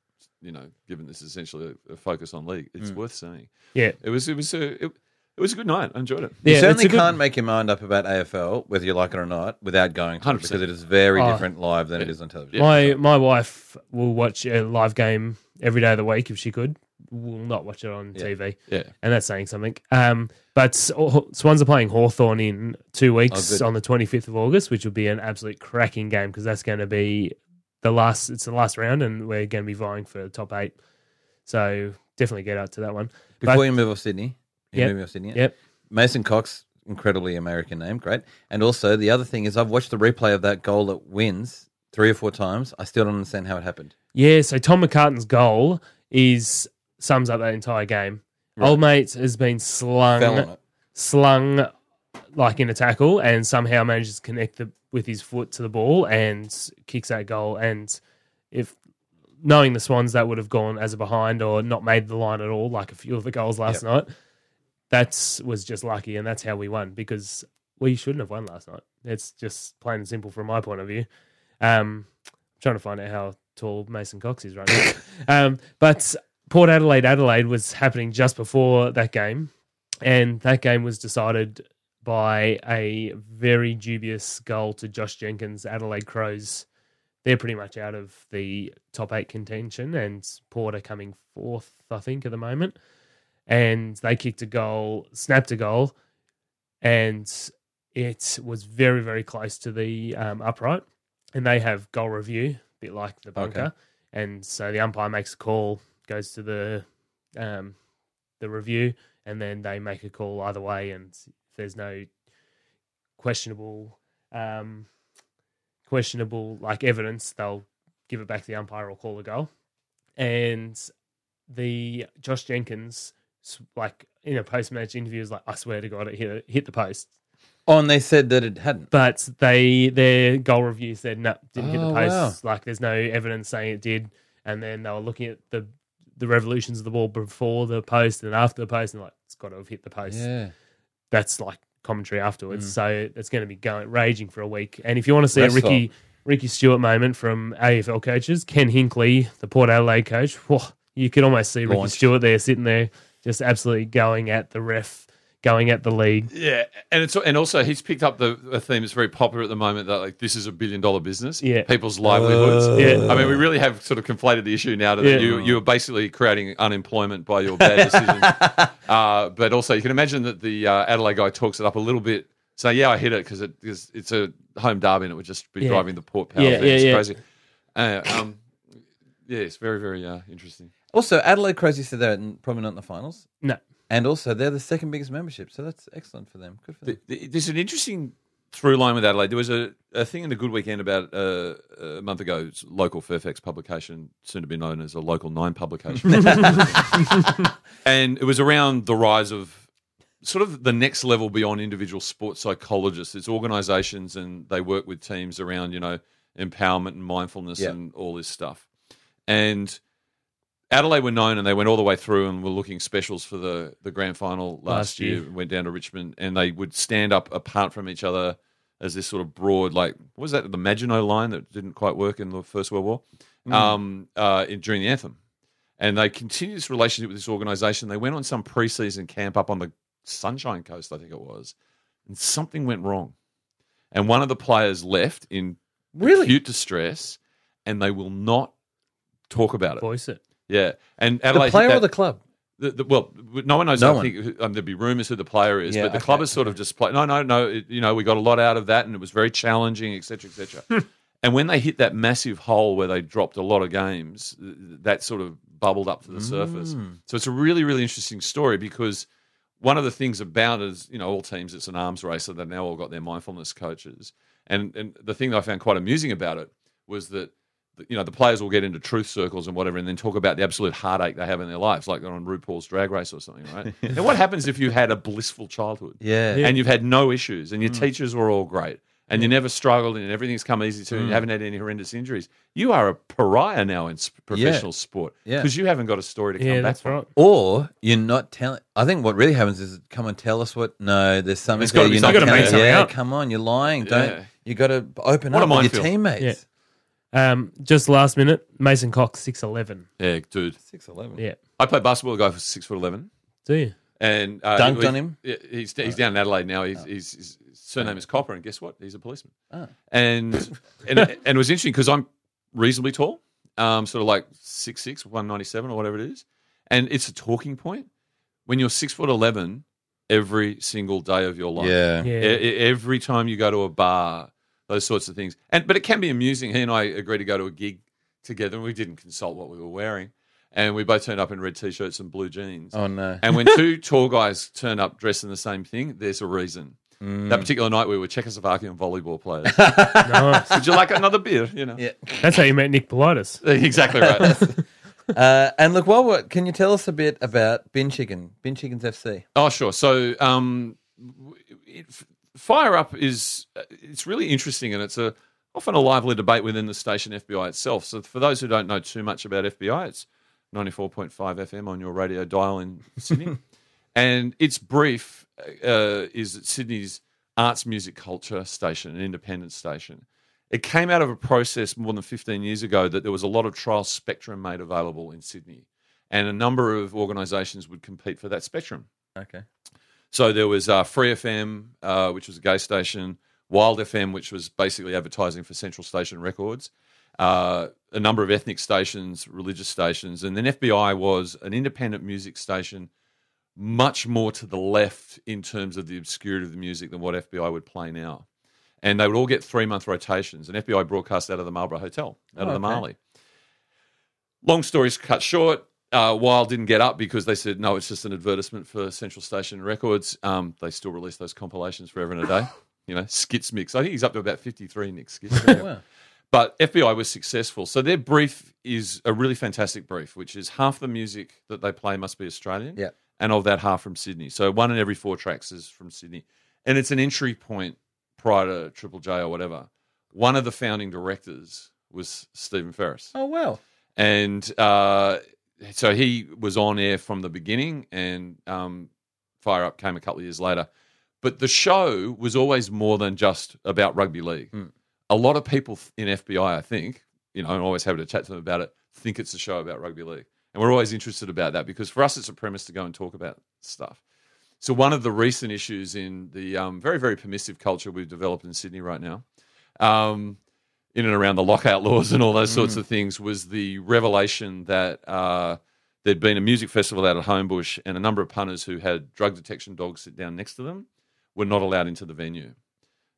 C: you know, given this is essentially a, a focus on league, it's worth seeing.
B: yeah.
C: It was it was a it, it was a good night. I enjoyed it.
A: You
B: Yeah,
A: certainly
B: it's a good-
A: can't make your mind up about AFL, whether you like it or not, without going to it
C: 100%.
A: because it is very
B: Oh.
A: different live than it is on television.
B: My my wife will watch a live game every day of the week if she could. Will not watch it on TV,
C: Yeah,
B: and that's saying something. Um, but S- Swans are playing Hawthorn in two
A: Oh,
B: weeks
A: good.
B: on the twenty fifth of August, which will be an absolute cracking game because that's going to be the last. It's the last round, and we're going to be vying for top eight. So definitely get out to that one.
A: Before
B: But-
A: you move off Sydney, you
B: Yep.
A: move off Sydney.
B: Yep.
A: Mason Cox, incredibly American name, great. And also the other thing is, I've watched the replay of that goal that wins three or four times. I still don't understand how it happened.
B: Yeah, so Tom McCartan's goal is sums up that entire game. Old mate has been slung,
A: Fell on it.
B: slung like in a tackle, and somehow manages to connect the, with his foot to the ball and kicks that goal. And if knowing the Swans, that would have gone as a behind or not made the line at all, like a few of the goals last night. That was just lucky, and that's how we won because we shouldn't have won last night. It's just plain and simple from my point of view. Um, I'm trying to find out how tall Mason Cox is right now. um, but Port Adelaide, Adelaide was happening just before that game, and that game was decided by a very dubious goal to Josh Jenkins, Adelaide Crows. They're pretty much out of the top eight contention, and Port are coming fourth, I think, at the moment. And they kicked a goal, snapped a goal, and it was very, very close to the um, upright. And they have goal review, a bit like the bunker.
A: Okay.
B: And so the umpire makes a call, goes to the um, the review, and then they make a call either way. And if there's no questionable um, questionable like evidence, they'll give it back to the umpire or call a goal. And the Josh Jenkins, s- like in a post match interview, is like, "I swear to God, it hit it hit the post."
A: Oh, and they said that it hadn't.
B: But they their goal review said no, didn't hit
A: Oh,
B: the post. Like there's no evidence saying it did. And then they were looking at the the revolutions of the ball before the post and after the post, and like it's got to have hit the post
A: Yeah.
B: that's like commentary
C: Mm.
B: afterwards. So it's going to be going raging for a week. And if you want to see
A: That's
B: a Ricky Ricky Stewart moment from AFL coaches, Ken Hinkley, the Port Adelaide coach, whoa, you could almost see Ricky
A: Launch.
B: Stewart there sitting there, just absolutely going at the ref, going at the league.
C: yeah, and it's and also he's picked up the a theme that's very popular at the moment that like this is a billion dollar business.
B: Yeah.
C: people's livelihoods.
B: Yeah.
C: I mean, we really have sort of conflated the issue now to that
B: Yeah.
C: you you are basically creating unemployment by your bad decision. uh, but also, you can imagine that the uh, Adelaide guy talks it up a little bit. So yeah, I hit it because it, 'cause it's a home derby and it would just be
B: Yeah.
C: driving the port power.
B: Yeah,
C: thing. It's
B: yeah, yeah.
C: crazy. Uh, um, yeah, it's very very uh, interesting.
A: Also, Adelaide Crows, you said they're n- probably not in the finals.
B: No,
A: And also, they're the second biggest membership, so that's excellent for them. Good for them.
C: Th- th- There's an interesting through line with Adelaide. There was a, a thing in the Good Weekend about uh, a month ago, it's a local Fairfax publication, soon to be known as a Local 9 publication. and it was around the rise of sort of the next level beyond individual sports psychologists. It's organizations and they work with teams around, you know, empowerment and mindfulness
A: Yeah.
C: and all this stuff. And Adelaide were known and they went all the way through and were looking specials for the, the grand final last,
B: Last
C: year.
B: year.
C: Went down to Richmond and they would stand up apart from each other as this sort of broad, like, what was that, the Maginot line that didn't quite work in the First World War
B: Mm.
C: um, uh, in, during the anthem. And they continued this relationship with this organization. They went on some preseason camp up on the Sunshine Coast, I think it was, and something went wrong. And one of the players left in
A: Really?
C: acute distress, and they will not talk about it.
B: voice it.
C: Yeah, and
A: The
C: Adelaide.
A: player
C: that-
A: or the club?
C: the, the, well, no one knows.
A: No
C: I
A: one.
C: think who- um, there'd be rumours who the player is,
A: Yeah,
C: but the
A: okay,
C: club has sort of just played. No, no, no. It, you know, we got a lot out of that, and it was very challenging, etc., etc.
A: *laughs*
C: and when they hit that massive hole where they dropped a lot of games, th- that sort of bubbled up to the surface. So it's a really, really interesting story because one of the things about it is, you know, all teams, it's an arms race, so they've now all got their mindfulness coaches. And and the thing that I found quite amusing about it was that you know the players will get into truth circles and whatever, and then talk about the absolute heartache they have in their lives, like they're on RuPaul's Drag Race or something, right? and what happens if you've had a blissful childhood
A: Yeah.
C: and you've had no issues, and your teachers were all great, and you never struggled and everything's come easy to you, and you haven't had any horrendous injuries, you are a pariah now in s- professional sport
A: Yeah.
C: because you haven't got a story to come
B: Yeah,
C: back
B: that's
C: from.
B: right.
A: Or you're not telling. I think what really happens is, come and tell us what. No, there's something.
C: It's gotta
A: there
C: be
A: you're
C: something.
A: not
C: You gotta
A: telling-
C: make something
A: yeah,
B: up.
A: come on, you're lying. Don't
C: Yeah.
A: you got to open
C: What a
A: up with your
C: minefield.
A: teammates?
B: Yeah. Um, just last minute, Mason Cox, six eleven.
C: Yeah, dude.
A: Six eleven.
B: Yeah,
C: I played basketball with a guy who's six foot eleven.
B: do you?
C: and uh,
A: Dunked
C: he-
A: on him? Oh.
C: he- He's he's down in Adelaide now. He's, he's, his surname is Copper, and guess what? He's a policeman.
A: Oh.
C: And,
A: *laughs*
C: and and it was interesting because I'm reasonably tall, um, sort of like 6'6", 197 or whatever it is, and it's a talking point when you're six foot eleven every single day of your life.
A: Yeah.
B: Yeah.
C: E- e- every time you go to a bar, those sorts of things. And but it can be amusing. He and I agreed to go to a gig together, and we didn't consult what we were wearing, and we both turned up in red t-shirts and blue jeans.
A: Oh no.
C: And when two tall guys turn up dressed in the same thing, there's a reason. That particular night, we were Czechoslovakian volleyball players.
B: Nice.
C: *laughs* Would you like another beer? You know,
A: Yeah.
B: that's how you met Nick Politis.
C: exactly right.
A: Uh, and look, while we're, can you tell us a bit about Bin Chicken? Bin Chicken's FC.
C: Oh, sure. So, um, w- it, Fire Up is uh, it's really interesting, and it's a often a lively debate within the station FBI itself. So, for those who don't know too much about FBI, it's ninety four point five FM on your radio dial in Sydney, and its brief uh, is that Sydney's arts, music, culture station, an independent station. It came out of a process more than 15 years ago that there was a lot of trial spectrum made available in Sydney, and a number of organisations would compete for that spectrum.
A: Okay.
C: So there was uh, Free FM, uh, which was a gay station, Wild FM, which was basically advertising for Central Station Records, uh, a number of ethnic stations, religious stations, and then FBI was an independent music station, much more to the left in terms of the obscurity of the music than what FBI would play now. And they would all get three month rotations, and FBI broadcast out of the Marlborough Hotel, out of the Marley. Long stories cut short. Uh, Wild didn't get up because they said no, it's just an advertisement for Central Station Records. Um, they still release those compilations forever and a day. *laughs* You know, Skits Mix. I think he's up to about fifty three Nick Skits. But FBI was successful. So their brief is a really fantastic brief, which is half the music that they play must be Australian,
A: Yeah.
C: and of that, half from Sydney. So one in every four tracks is from Sydney, and it's an entry point prior to Triple J or whatever. One of the founding directors was Stephen Ferris
A: Oh wow.
C: and uh, so he was on air from the beginning, and um, Fire Up came a couple of years later. But the show was always more than just about rugby league. A lot of people in FBI, I think, you know, I'm always happy to chat to them about it, think it's a show about rugby league. And we're always interested about that because for us, it's a premise to go and talk about stuff. So, one of the recent issues in the um, very, very permissive culture we've developed in Sydney right now um, in and around the lockout laws and all those
B: Mm.
C: sorts of things was the revelation that uh, there'd been a music festival out at Homebush and a number of punters who had drug detection dogs sit down next to them were not allowed into the venue.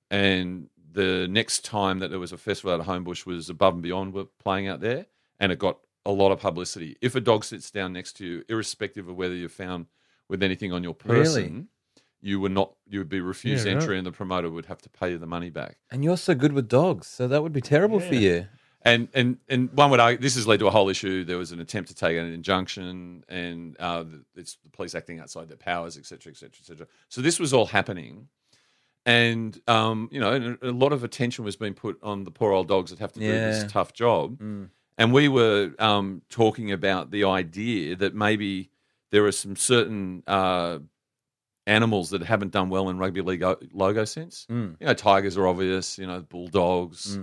C: And the next time that there was a festival out at Homebush was Above and Beyond were playing out there and it got a lot of publicity. If a dog sits down next to you, irrespective of whether you're found with anything on your
A: Really?
C: person, you were not you would be refused
B: Yeah, right.
C: entry and the promoter would have to pay you the money back.
A: And you're so good with dogs, so that would be terrible for you.
C: And and and one would argue this has led to a whole issue. There was an attempt to take an injunction, and uh, the- it's the police acting outside their powers, et cetera, et cetera, et cetera. So this was all happening, and um, you know, and a a lot of attention was being put on the poor old dogs that have to do
A: Yeah.
C: this tough job. And we were um, talking about the idea that maybe there are some certain uh, animals that haven't done well in rugby league o- logo sense. You know, tigers are obvious. You know, bulldogs.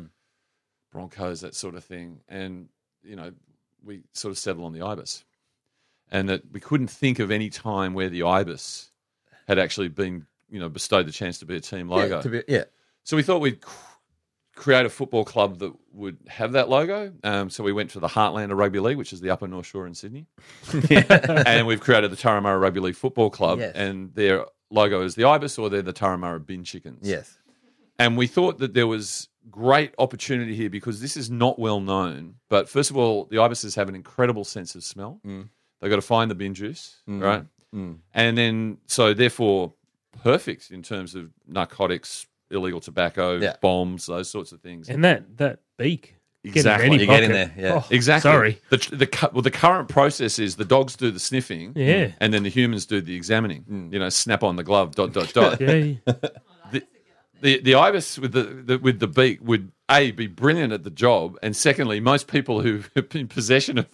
C: Broncos, that sort of thing. And, you know, we sort of settled on the ibis. And that we couldn't think of any time where the ibis had actually been, you know, bestowed the chance to be a team logo.
A: Yeah, to be, yeah.
C: So we thought we'd c- create a football club that would have that logo. Um, so we went to the heartland of rugby league, which is the Upper North Shore
A: *laughs*
C: in Sydney, and we've created the Taramara Rugby League Football Club,
A: Yes.
C: and their logo is the ibis, or they're the Taramara bin chickens.
A: yes.
C: And we thought that there was great opportunity here because this is not well known. But first of all, the ibises have an incredible sense of smell. They've got to find the bin juice, right? And then, so therefore, perfect in terms of narcotics, illegal tobacco,
A: Yeah.
C: bombs, those sorts of things.
B: And that that beak. Get in
C: Exactly.
B: any
C: You
A: get in
B: pocket.
A: there, yeah.
B: Oh,
C: Exactly.
B: Sorry.
C: The, tr- the cu- well, the current process is the dogs do the sniffing,
B: Yeah. *laughs* Oh,
C: *laughs* and then the humans do the examining. You know, snap on the glove, dot dot dot.
B: Yeah.
C: The- the the ibis with the, the with the beak would a be brilliant at the job, and secondly, most people who *laughs* have been in possession of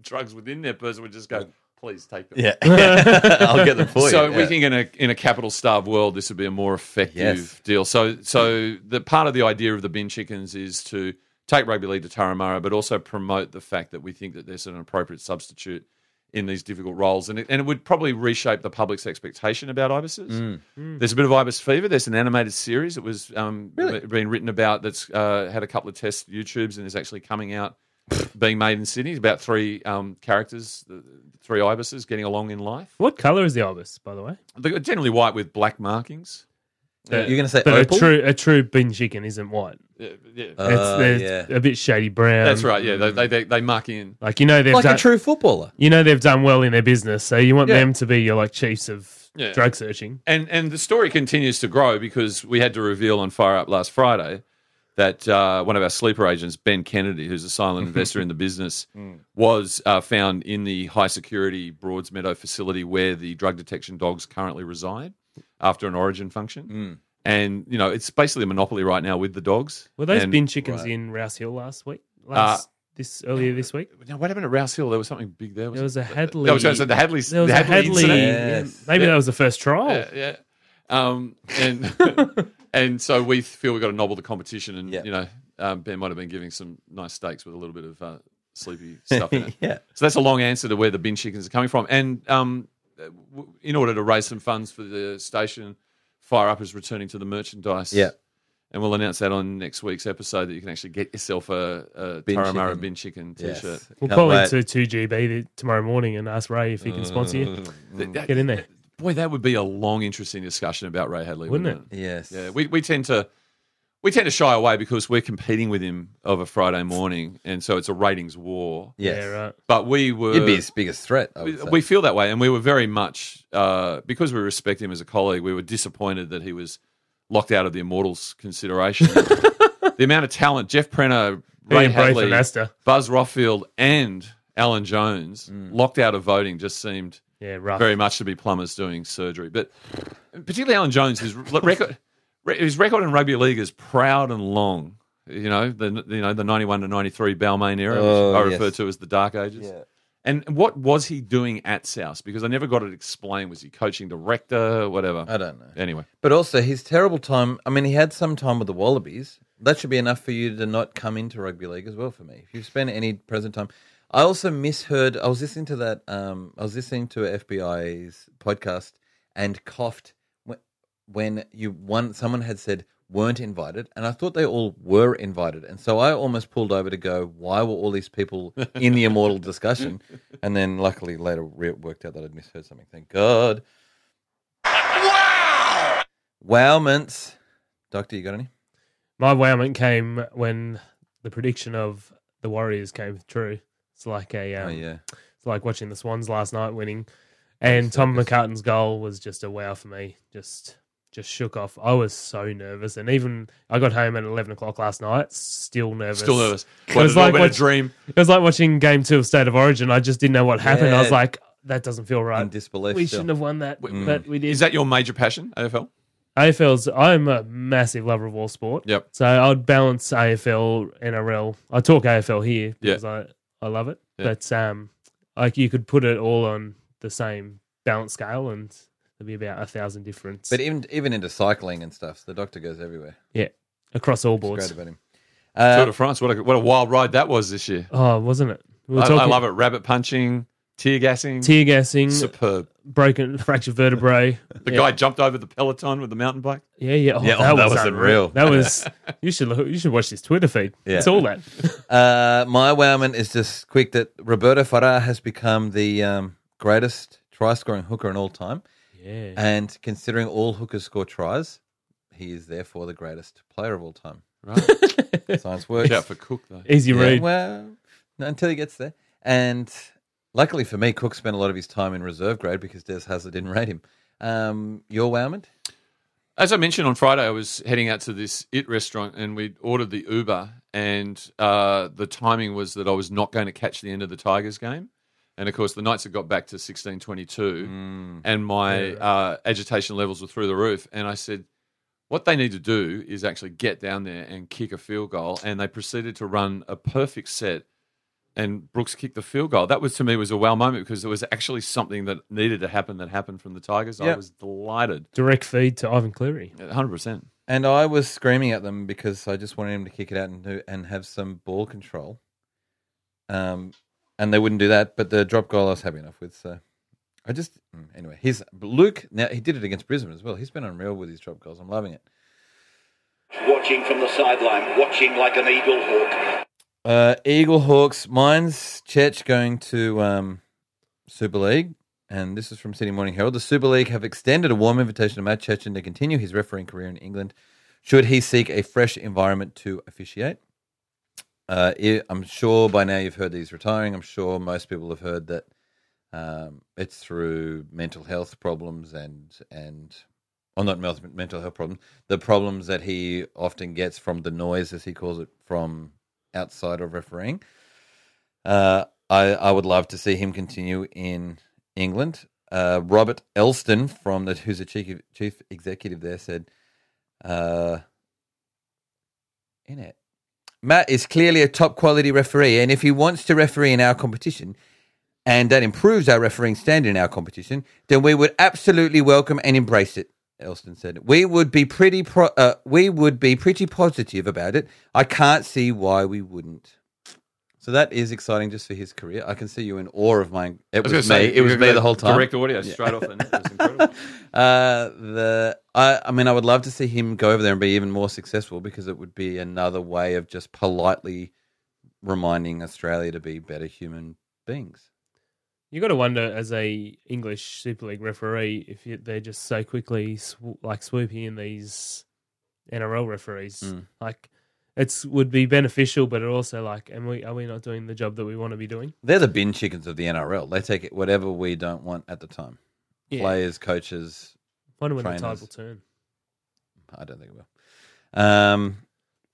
C: drugs within their person would just go, "Please take them."
A: Yeah, *laughs* I'll get them for you.
C: *laughs* So
A: yeah.
C: we think in a in a capital starved world, this would be a more effective
A: Yes.
C: deal. So so the part of the idea of the bin chickens is to take rugby league to Taramara, but also promote the fact that we think that there's an appropriate substitute in these difficult roles, and it, and it would probably reshape the public's expectation about ibises.
A: Mm.
C: There's a bit of ibis fever. There's an animated series that was um, b- being written about that's uh, had a couple of test YouTubes and is actually coming out.
A: *laughs*
C: Being made in Sydney, It's about three um, characters, the- the three ibises getting along in life.
B: What color is the ibis, by the way?
C: They're generally white with black markings.
A: You're going to say
B: But
A: opal?
B: a true a true bin chicken isn't white.
C: Yeah, Oh, yeah.
A: Uh,
B: It's, they're
A: yeah.
B: a bit shady brown.
C: That's right. Yeah,
B: um,
C: they, they, they, they muck in.
B: Like you know they've
A: like
B: done,
A: a true
B: *laughs*
A: footballer.
B: you know they've done well in their business, so you want
C: Yeah.
B: them to be your like chiefs of
C: Yeah.
B: drug searching.
C: And and the story continues to grow because we had to reveal on Fire Up last Friday that uh, one of our sleeper agents, Ben Kennedy, who's a
B: *laughs*
C: silent investor in the business, was uh, found in the high security Broadsmeadow facility where the drug detection dogs currently reside after an origin function. And you know, it's basically a monopoly right now with the dogs.
B: Were those
C: And- Uh,
B: bin chickens in Rouse Hill last week? Last this earlier this week?
C: Now, what happened at Rouse Hill? There was something big there.
B: There was a Hadley.
C: That was, that was the Hadley.
B: There was
C: the
B: a
C: Hadley
B: Hadley.
C: incident.
A: Yes.
B: Maybe that was the first trial.
C: Yeah, yeah. Um,
A: *laughs*
C: and and so we feel we've got to nobble the competition, and
A: Yeah.
C: you know, um, Ben might have been giving some nice steaks with a little bit of uh,
A: *laughs*
C: sleepy stuff in it.
A: Yeah.
C: So that's a long answer to where the bin chickens are coming from, and um, w- in order to raise some funds for the station, Fire Up is returning to the merchandise.
A: Yeah.
C: And we'll announce that on next week's episode that you can actually get yourself a, a
A: Bin
C: Taramara
A: chicken.
C: bin chicken
A: Yes.
C: t-shirt.
B: We'll
A: Can't
B: call
A: wait.
B: into 2GB th- tomorrow morning and ask Ray if he can sponsor you.
A: Mm.
C: Th- that-
B: Get in there.
C: Boy, that would be a long, interesting discussion about Ray Hadley,
B: Wouldn't
C: wouldn't it?
A: Yes.
C: Yeah, we, we tend to we tend to shy away because we're competing with him of a Friday morning, and so it's a ratings war.
A: yes.
B: Yeah, right.
C: But we were
A: You'd be his biggest threat. I
C: we,
A: would say.
C: we feel that way, and we were very much uh, because we respect him as a colleague. We were disappointed that he was locked out of the Immortals
B: *laughs*
C: consideration. the amount of talent Jeff Prenner, Ray
B: and Braith and
C: Hadley,
B: Asta.
C: Buzz Rothfield, and Alan Jones locked out of voting just
B: Mm.
C: seemed
B: Yeah, rough.
C: very much to be plumbers doing surgery. But particularly Alan Jones, his r- record, re- his record in rugby league is proud and long. You know the you know the ninety one to ninety three Balmain era, which
A: Oh,
C: I
A: yes.
C: refer to as the dark ages. And what was he doing at South? Because I never got it explained. Was he coaching director, whatever?
A: I don't know.
C: Anyway,
A: But also his terrible time. I mean, he had some time with the Wallabies. That should be enough for you to not come into rugby league as well. For me, if you spend any present time, I also misheard. I was listening to that. Um, I was listening to FBI's podcast and coughed when, when you one someone had said weren't invited, and I thought they all were invited, and so I almost pulled over to go. Why were all these people in the immortal discussion? And then, luckily, later re- worked out that I'd misheard something. Thank God. Wowments. Doctor, you got any?
B: My wowment came when the prediction of the Warriors came true. It's like a um,
A: oh, yeah.
B: it's like watching the Swans last night winning, and Tom McCartan's goal was just a wow for me. Just just shook off. I was so nervous, and even I got home at eleven o'clock last night, still nervous.
C: still nervous.
B: It
C: Well,
B: was
C: it's like
B: like
C: been a
B: what-
C: dream.
B: It was like watching Game Two of State of Origin. I just didn't know what happened. I was
A: Yeah.
B: like, that doesn't feel right.
A: In disbelief.
B: we
A: still. Mm.
B: shouldn't have won that, but we did.
C: Is that your major passion, AFL?
B: AFL's. I'm a massive lover of all sport.
C: Yep.
B: So I'd balance AFL, NRL. I talk AFL here
C: Yeah.
B: because I, I love it.
C: Yeah.
B: But um, like you could put it all on the same balance scale, and there'd be about a thousand difference.
A: But even even into cycling and stuff, the doctor goes everywhere.
B: yeah, across all
A: It's great
B: boards.
A: about him.
C: Tour
A: Uh,
C: de France. What a, what a wild ride that was this year.
B: Oh, wasn't it? We were
C: I, I
B: talking
C: love it. Rabbit punching, tear gassing,
B: tear gassing,
C: superb.
B: broken, fractured vertebrae.
C: *laughs* The guy jumped over the peloton with the mountain bike.
B: Yeah, yeah. Oh,
A: Yeah,
B: that,
A: oh, that
B: was,
A: was
B: unreal.
A: unreal.
B: That was.
C: *laughs*
B: You should look, you should watch this Twitter feed.
A: Yeah.
B: It's all that.
A: uh, my wowman is just quick that Roberto Farah has become the um, greatest try scoring hooker in all time.
B: Yeah.
A: And considering all hookers score tries, he is therefore the greatest player of all time.
C: Right.
A: *laughs* Science works.
C: Watch *laughs* out for Cook though.
B: Easy
A: Yeah,
B: read.
A: Well, no, until he gets there. And luckily for me, Cook spent a lot of his time in reserve grade because Des Hazard didn't rate him. Um, your wowman?
C: As I mentioned on Friday, I was heading out to this IT restaurant and we ordered the Uber, and uh, the timing was that I was not going to catch the end of the Tigers game. And of course, the Knights had got back to sixteen twenty two, and my uh, agitation levels were through the roof. And I said, What they need to do is actually get down there and kick a field goal. And they proceeded to run a perfect set. And Brooks kicked the field goal. That was to me was a wow moment because it was actually something that needed to happen that happened from the Tigers. I
A: Yep.
C: was delighted,
B: Direct feed to Ivan Cleary.
C: hundred percent.
A: And I was screaming at them because I just wanted him to kick it out and do, and have some ball control. Um, and they wouldn't do that, but the drop goal I was happy enough with. So I just mm, anyway, his Luke now he did it against Brisbane as well. He's been unreal with his drop goals. I'm loving it.
F: Watching from the sideline, watching like an eagle hawk.
A: Uh, Eagle Hawks. Mine's Chech going to um, Super League, and this is from Sydney Morning Herald. The Super League have extended a warm invitation to Matt Chechen to continue his refereeing career in England, should he seek a fresh environment to officiate. Uh, i I'm sure by now you've heard that he's retiring. I'm sure most people have heard that um, it's through mental health problems and and or Oh, not mel- mental health problems, the problems that he often gets from the noise, as he calls it, from outside of refereeing. Uh, I, I would love to see him continue in England. Uh, Robert Elston, from the who's the chief, chief executive there, said, uh, "In it, Matt is clearly a top quality referee, and if he wants to referee in our competition." And that improves our refereeing standard in our competition, then we would absolutely welcome and embrace it. Elston said, "We would be pretty pro- uh, we would be pretty positive about it. I can't see why we wouldn't." So that is exciting just for his career. I can see you in awe of mine. It was,
C: I
A: me.
C: gonna say,
A: it was
C: you
A: me
C: got
A: the whole time.
C: Direct audio straight off the net. It was incredible.
A: Uh, the I, I mean, I would love to see him go over there and be even more successful because it would be another way of just politely reminding Australia to be better human beings.
B: You got to wonder, as a English Super League referee, if you, they're just so quickly sw- like swooping in these NRL referees.
C: Hmm.
B: Like, it's would be beneficial, but it also like, and we are we not doing the job that we want to be doing?
A: They're the bin chickens of the NRL. They take it whatever we don't want at the time. Players, coaches,
B: Wonder when the
A: Trainers.
B: tide will turn.
A: I don't think it will. Um,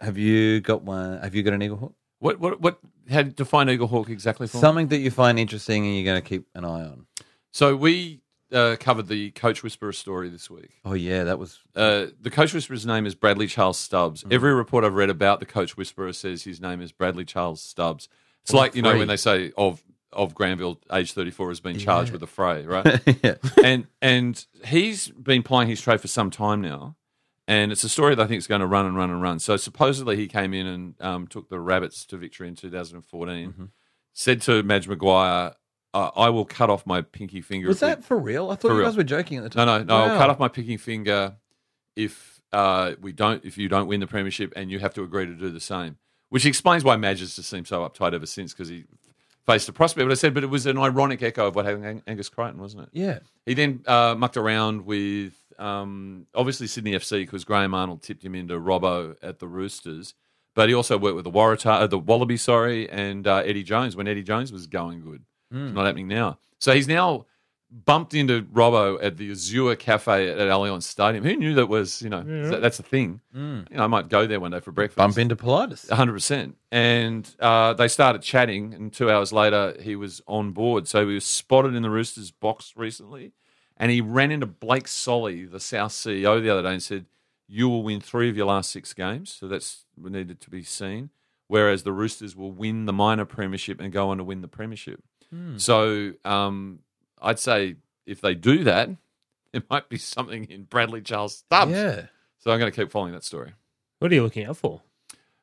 A: have you got one? Have you got an eagle hawk?
C: What what what had define Eagle Hawk exactly for? me?
A: Something that you find interesting and you're going to keep an eye on.
C: So we uh, covered the Coach Whisperer story this week.
A: Oh yeah, that was
C: Uh, the Coach Whisperer's name is Bradley Charles Stubbs. Every report I've read about the Coach Whisperer says his name is Bradley Charles Stubbs. It's like you know
A: free.
C: when they say of of Granville, age thirty four, has been charged with a fray, right?
A: *laughs* *laughs* yeah.
C: and and he's been playing his trade for some time now, and it's a story that I think is going to run and run and run. So supposedly he came in and um, took the Rabbits to victory in 2014.
A: Mm-hmm.
C: Said to Madge McGuire, uh, "I will cut off my pinky finger."
A: Was
C: if we-
A: that for real? I thought
C: For
A: you
C: real.
A: guys were joking at the
C: no,
A: time.
C: no, no. I'll
A: Wow.
C: cut off my pinky finger if uh, we don't, if you don't win the premiership, and you have to agree to do the same. Which explains why Madge has just seemed so uptight ever since because he faced a prospect. But I said, but it was an ironic echo of what happened to Ang- Angus Crichton, wasn't it?
A: Yeah.
C: He then uh, mucked around with um, obviously Sydney FC because Graham Arnold tipped him into Robbo at the Roosters, but he also worked with the Waratah, uh, the Wallaby, sorry, and uh, Eddie Jones when Eddie Jones was going good. It's not happening now. So he's now bumped into Robbo at the Azure Cafe at Allianz Stadium. Who knew that was you know that- that's a thing. You know, I might go there one day for breakfast.
A: Bump into Pilatus.
C: 100%. And uh, they started chatting, and two hours later, he was on board. So he was spotted in the Roosters box recently, and he ran into Blake Solly, the South CEO, the other day and said, You will win three of your last six games. So that's needed to be seen. Whereas the Roosters will win the minor premiership and go on to win the premiership. So um, I'd say if they do that, *laughs* there might be something in Bradley Charles Stubbs.
A: Yeah.
C: So I'm going to keep following that story.
B: What are you looking out for?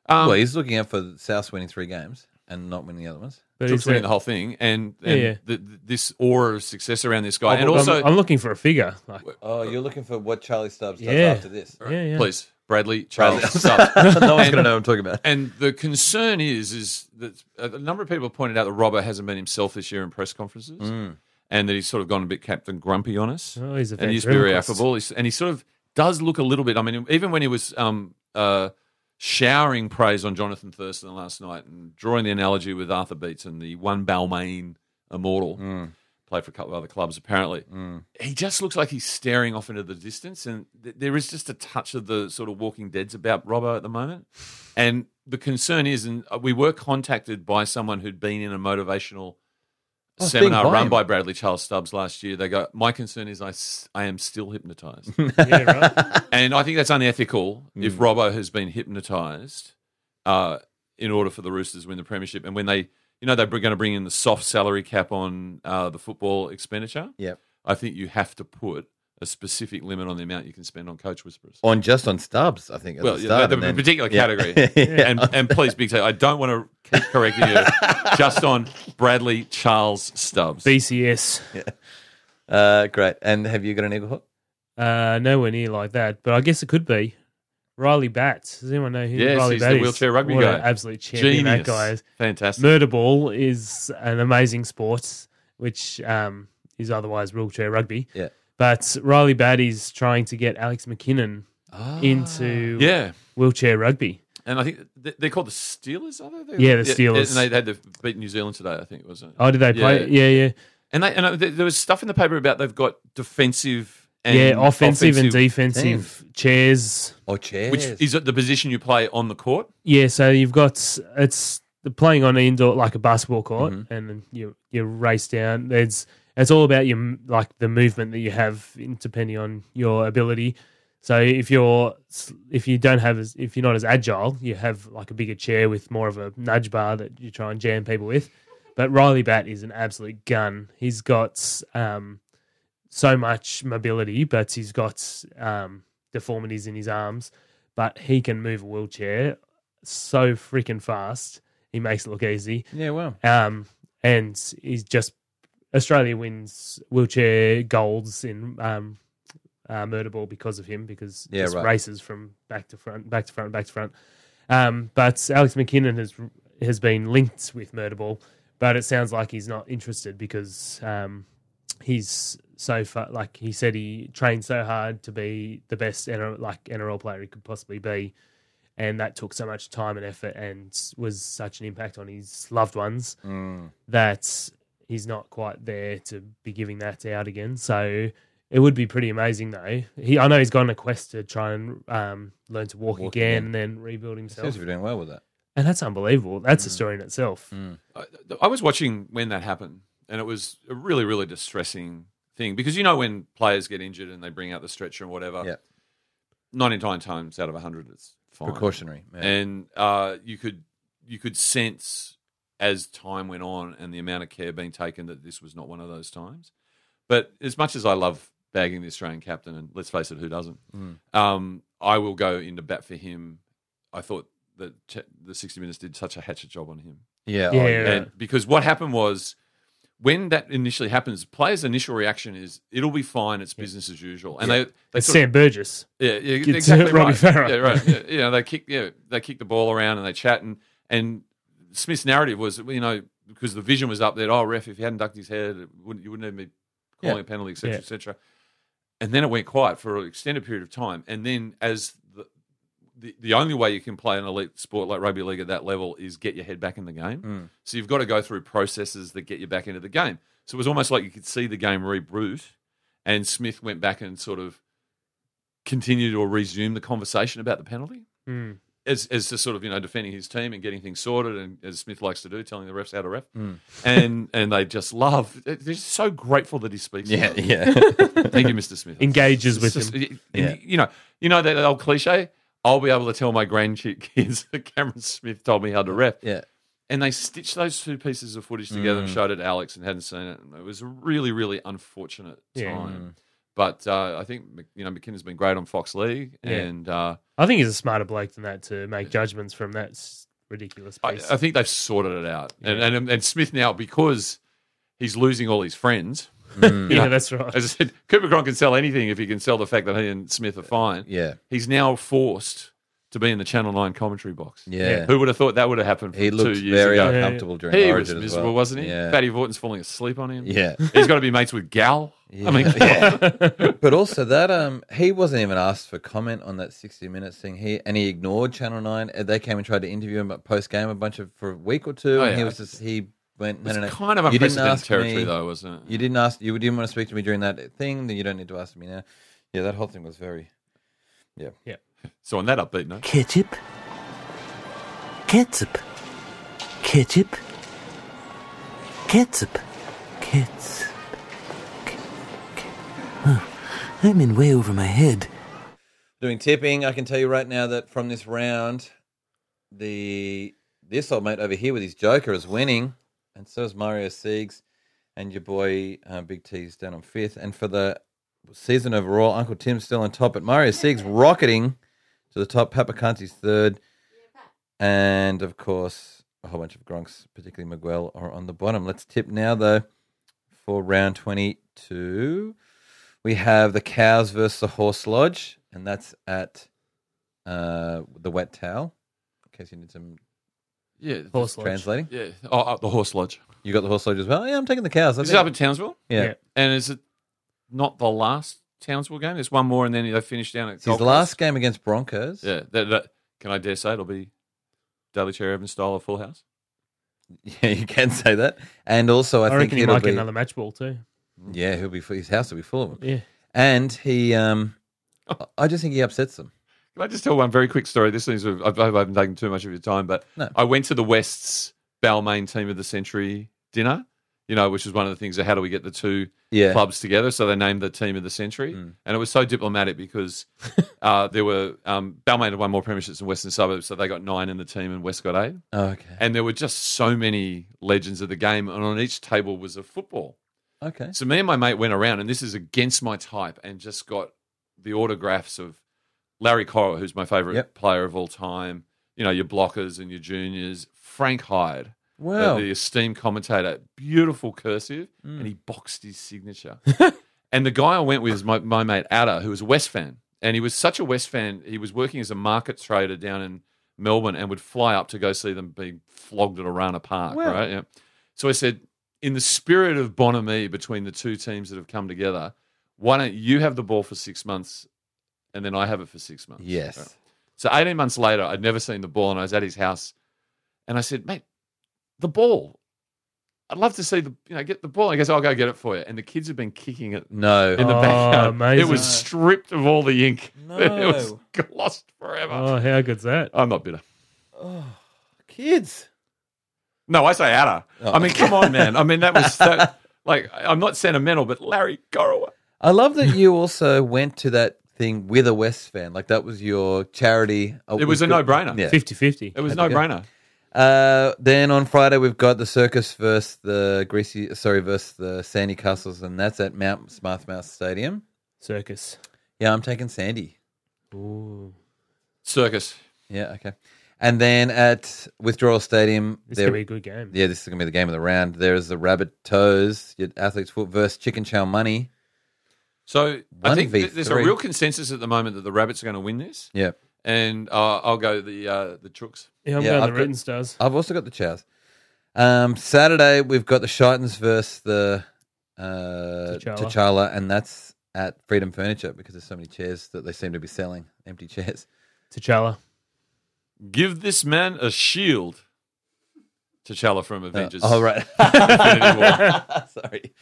C: Um,
A: well, he's looking out for South winning three games and not winning the other ones.
B: But
C: took
B: is
C: winning
B: it-
C: the whole thing, and, and
B: Yeah, yeah.
C: The, the- this aura of success around this guy,
B: I'm,
C: and also,
B: I'm, I'm looking for a figure. Like,
A: Oh, you're looking for what Charlie Stubbs does
B: Yeah.
A: after this.
B: yeah, yeah.
C: please,
A: *laughs*
C: Bradley Charles
A: Bradley.
C: Stubbs.
A: no one's going
C: And-
A: to know what I'm talking about.
C: And the concern is, is that a number of people have pointed out that Robbo hasn't been himself this year in press conferences, and that he's sort of gone a bit Captain Grumpy on us.
B: Oh, he's a
C: and he used to be
B: *laughs*
C: very
B: ventriloquist.
C: affable, He's- and he sort of does look a little bit. I mean, even when he was um, uh, showering praise on Jonathan Thurston last night, and drawing the analogy with Arthur Beats and the one Balmain immortal. Played for a couple of other clubs, apparently. He just looks like he's staring off into the distance, and th- there is just a touch of the sort of Walking Dead's about Robbo at the moment. uh, And the concern is, and we were contacted by someone who'd been in a motivational
A: Oh, Sting
C: seminar
A: Vine.
C: run by Bradley Charles Stubbs last year. They go, my concern is I, s- I am still hypnotized.
B: Yeah,
C: *laughs*
B: right.
C: and I think that's unethical
A: Mm.
C: if Robbo has been hypnotized uh, in order for the Roosters to win the premiership. And when they, you know, they're going to bring in the soft salary cap on uh, the football expenditure.
A: Yep.
C: I think you have to put a specific limit on the amount you can spend on coach whisperers.
A: On just on Stubbs, I think. At
C: Well,
A: the
C: yeah,
A: start,
C: the
A: and then-
C: particular
A: *laughs* Yeah.
C: category.
A: Yeah.
C: And, and please, Big T, I don't want to keep correcting
A: *laughs*
C: you. just on Bradley Charles Stubbs.
B: BCS.
A: Uh, great. And have you got an eagle hook?
B: Uh, nowhere near like that, but I guess it could be. Riley Batts. Does anyone know who
C: Yes,
B: Riley
C: he's
B: Batts
C: the
B: is?
C: wheelchair rugby
B: what
C: guy.
B: An absolute champion
C: Genius.
B: that guy is.
C: Fantastic.
B: Murder ball is an amazing sport, which um, is otherwise wheelchair rugby.
A: Yeah.
B: But Riley Batty's trying to get Alex McKinnon into
C: Yeah.
B: wheelchair rugby.
C: And I think they- they're called the Steelers, are they? They-
B: Yeah, the Steelers.
C: And they had to beat New Zealand today, I think, wasn't it?
B: Oh, did they play? Yeah,
C: Yeah.
B: yeah.
C: And, they, and uh, there there was stuff in the paper about they've got defensive and
B: Yeah, offensive, and defensive chairs.
A: Or chairs?
C: Which is at the position you play on the court.
B: Yeah, so you've got it's the playing on indoor like a basketball court, and then you you race down. It's it's all about your m- like the movement that you have in, depending on your ability. So if you're s- if you don't have as if you're not as agile, you have like a bigger chair with more of a nudge bar that you try and jam people with. But Riley Bat is an absolute gun. He's got um, so much mobility, but he's got um, deformities in his arms. But he can move a wheelchair so freaking fast. He makes it look easy.
A: yeah, well.
B: Um, and he's just Australia wins wheelchair golds in um, uh, murder ball because of him because
A: Yeah,
B: just
A: right.
B: races from back to front, back to front, back to front. Um, but Alex McKinnon has has been linked with murder ball, but it sounds like he's not interested because um, he's so far, like he said he trained so hard to be the best NRL, like NRL player he could possibly be and that took so much time and effort and was such an impact on his loved ones that he's not quite there to be giving that out again. So it would be pretty amazing though. He, I know he's gone on a quest to try and um, learn to walk,
A: Walk
B: again,
A: again.
B: and then rebuild himself,
A: Seems you're doing well with that.
B: and that's unbelievable. That's a story in itself.
C: I, I was watching when that happened, and it was a really, really distressing thing because you know when players get injured and they bring out the stretcher and whatever,
A: Yeah.
C: 99 times out of 100, it's fine.
A: Precautionary. Yeah.
C: and uh, you could you could sense as time went on and the amount of care being taken that this was not one of those times. But as much as I love bagging the Australian captain, and let's face it, who doesn't?
B: Mm.
C: Um, I will go into bat for him. I thought that Ch- the 60 Minutes did such a hatchet job on him,
A: yeah. oh,
B: Yeah.
C: and because what happened was. When that initially happens, players' initial reaction is it'll be fine. It's business as usual, and they, they
B: It's
C: sort of-
B: Sam Burgess.
C: yeah, yeah
B: Get to
C: exactly
B: *laughs* Robbie
C: right.
B: Farah.
C: Yeah, right. Yeah, you know, they kick, yeah, they kick the ball around and they chat. And, and Smith's narrative was, you know, because the vision was up there. Oh, ref, if he hadn't ducked his head, it wouldn't, you wouldn't even be calling
A: Yeah.
C: a penalty, etc.,
B: Yeah.
C: etc. And then it went quiet for an extended period of time. And then, as the, the the only way you can play an elite sport like rugby league at that level is get your head back in the game.
A: Hmm.
C: So you've got to go through processes that get you back into the game. So it was almost like you could see the game reboot, and Smith went back and sort of continued or resumed the conversation about the penalty
A: Hmm.
B: Mm.
C: as as just sort of you know defending his team and getting things sorted, and as Smith likes to do, telling the refs how to ref,
A: Hmm.
C: and and they just love. They're just so grateful that he speaks. to *laughs*
A: Yeah.
C: them.
A: Yeah.
C: Thank you, Mr. Smith.
B: Engages
C: It's
B: with
C: just-
B: him.
C: and
A: Yeah.
C: You know, you know that old cliche. I'll be able to tell my grandkids *laughs* that Cameron Smith told me how to ref.
A: yeah.
C: And they stitched those two pieces of footage together
B: Mm.
C: and showed it to Alex and hadn't seen it. And it was a really, really unfortunate time.
B: Yeah.
C: But uh, I think you know McKinnon's been great on Fox League,
B: Yeah.
C: and uh,
B: I think he's a smarter bloke than that to make judgments from that s- ridiculous
C: I,
B: piece.
C: I think they've sorted it out. And, and and Smith now because he's losing all his friends.
B: yeah, that's right.
C: As I said, Cooper Cronk can sell anything if he can sell the fact that he and Smith are fine.
A: Yeah.
C: He's now forced to be in the Channel Nine commentary box.
A: Yeah.
C: Who would have thought that would have happened?
A: He
C: two
A: looked
C: years
A: very
C: ago.
A: uncomfortable during
C: He was
A: Origin as
C: miserable,
A: well.
C: wasn't he?
A: Yeah.
C: Fatty Vorton's falling asleep on him.
A: Yeah.
C: He's got to be mates with Gal.
A: *laughs*
C: I mean,
A: But also that um he wasn't even asked for comment on that 60 minutes thing here and he ignored Channel 9 and they came and tried to interview him post game a bunch of for a week or two
C: Oh,
A: and he
C: yeah.
A: was just he went no
C: it's
A: no no
C: kind of
A: you didn't
C: unprecedented
A: ask
C: territory,
A: me,
C: though, wasn't it?
A: You didn't ask you didn't want to speak to me during that thing then you don't need to ask me now. Yeah, that whole thing was very
C: So on that upbeat note,
G: Ketchup. Ketchup. Ketchup. Ketchup. Kids. Huh. I'm in way over my head.
A: Doing tipping, I can tell you right now that from this round, the this old mate over here with his Joker is winning, and so is Mario Siegs, and your boy uh, Big T's down on fifth. And for the season overall, Uncle Tim's still on top, but Mario Siegs rocketing to the top. Papacanti's third, and of course a whole bunch of Gronks, particularly Miguel, are on the bottom. Let's tip now though for round twenty-two. We have the cows versus the horse lodge, and that's at uh, the wet towel. In case you need some
C: Yeah.
B: Horse lodge.
A: translating,
C: Yeah. Oh, uh, the horse lodge.
A: you got the horse lodge as well. Yeah, I'm taking the cows. I
C: Is it
A: think-
C: up in Townsville?
A: yeah.
B: Yeah.
C: And is it not the last Townsville game? There's one more, and then they finish down at
A: It's
C: Gold
A: his
C: Coast.
A: last game against Broncos.
C: Yeah. That, that, can I dare say it'll be Daily Cherry Evans style of Full House?
A: *laughs* Yeah, you can say that. And also, I,
B: I,
A: think
B: reckon he
A: it'll
B: might
A: be
B: get another match ball too.
A: yeah, he'll be his house will be full of them.
B: Yeah.
A: And he, um, I- I just think he upsets them.
C: Can I just tell one very quick story? This is, I hope I haven't taken too much of your time, but
A: No.
C: I went to the West's Balmain Team of the Century dinner, you know, which is one of the things of how do we get the two
A: Yeah, Hmm.
C: clubs together. So they named the Team of the Century. And it was so
A: *laughs*
C: diplomatic because uh, there were, um, Balmain had won more premierships in Western Suburbs, so they got nine in the team and West got eight.
A: Oh, okay,
C: And there were just so many legends of the game, and on each table was a football.
A: okay.
C: So me and my mate went around, and this is against my type, and just got the autographs of Larry Corr, who's my favorite
A: Yep.
C: player of all time. You know your blockers and your juniors. Frank Hyde, the-
A: Wow. Mm.
C: the esteemed commentator, beautiful cursive, and he boxed his signature. *laughs* and the guy I went with is my, my mate Adder, who was a West fan, and he was such a West fan. He was working as a market trader down in Melbourne, and would fly up to go see them being flogged at Arana Park.
A: Wow.
C: Right? Yeah. So I said, in the spirit of bonhomie between the two teams that have come together, why don't you have the ball for six months and then I have it for six months?
A: Yes.
C: So 18 months later, I'd never seen the ball and I was at his house and I said, mate, the ball. I'd love to see the, you know, get the ball. I goes, I'll go get it for you. And the kids have been kicking it
A: No.
C: in the
B: Oh,
C: backyard. It
B: amazing.
C: was stripped of all the ink. *laughs*
A: No.
C: It was lost forever.
B: Oh, how good's that?
C: I'm not bitter.
A: kids.
C: No, I say Adder.
A: Oh.
C: I mean, come on, man. I mean, that was that, *laughs* like, I'm not sentimental, but Larry Gorowa.
A: I love that you also went to that thing with a West fan. Like that was your charity. Oh,
C: It was
A: we've
C: a
A: got-
C: no-brainer.
A: Yeah.
B: 50 50.
C: It was
A: Had
C: no
A: to go.
C: brainer.
A: Uh, then on Friday we've got the circus versus the greasy, sorry, versus the Sandy Castles, and that's at Mount Smarth Mouse Stadium.
B: Circus.
A: Yeah, I'm taking Sandy.
B: Ooh.
C: Circus.
A: Yeah, okay. And then at Withdrawal Stadium,
B: It's
A: there-
B: going to be a good game.
A: yeah, this is gonna be the game of the round. There is the Rabbit Toes, your athlete's foot versus Chicken Chow Money.
C: So I
A: One
C: think
A: v
C: th- there's a
A: three.
C: real consensus at the moment that the Rabbits are going to win this,
A: Yeah,
C: and uh, I'll go the uh, the Chooks.
B: Yeah, I'm
A: Yeah,
B: going
A: I've
B: the
A: got-
B: Written Stars.
A: I've also got the Chows. Um, Saturday we've got the Shitans versus the uh,
B: T'Challa.
A: T'Challa, and that's at Freedom Furniture because there's so many chairs that they seem to be selling, empty chairs.
B: T'Challa.
C: Give this man a shield. T'Challa from
A: Uh,
C: Avengers.
A: *laughs* oh, right. *laughs*
C: Infinity War.
A: Sorry.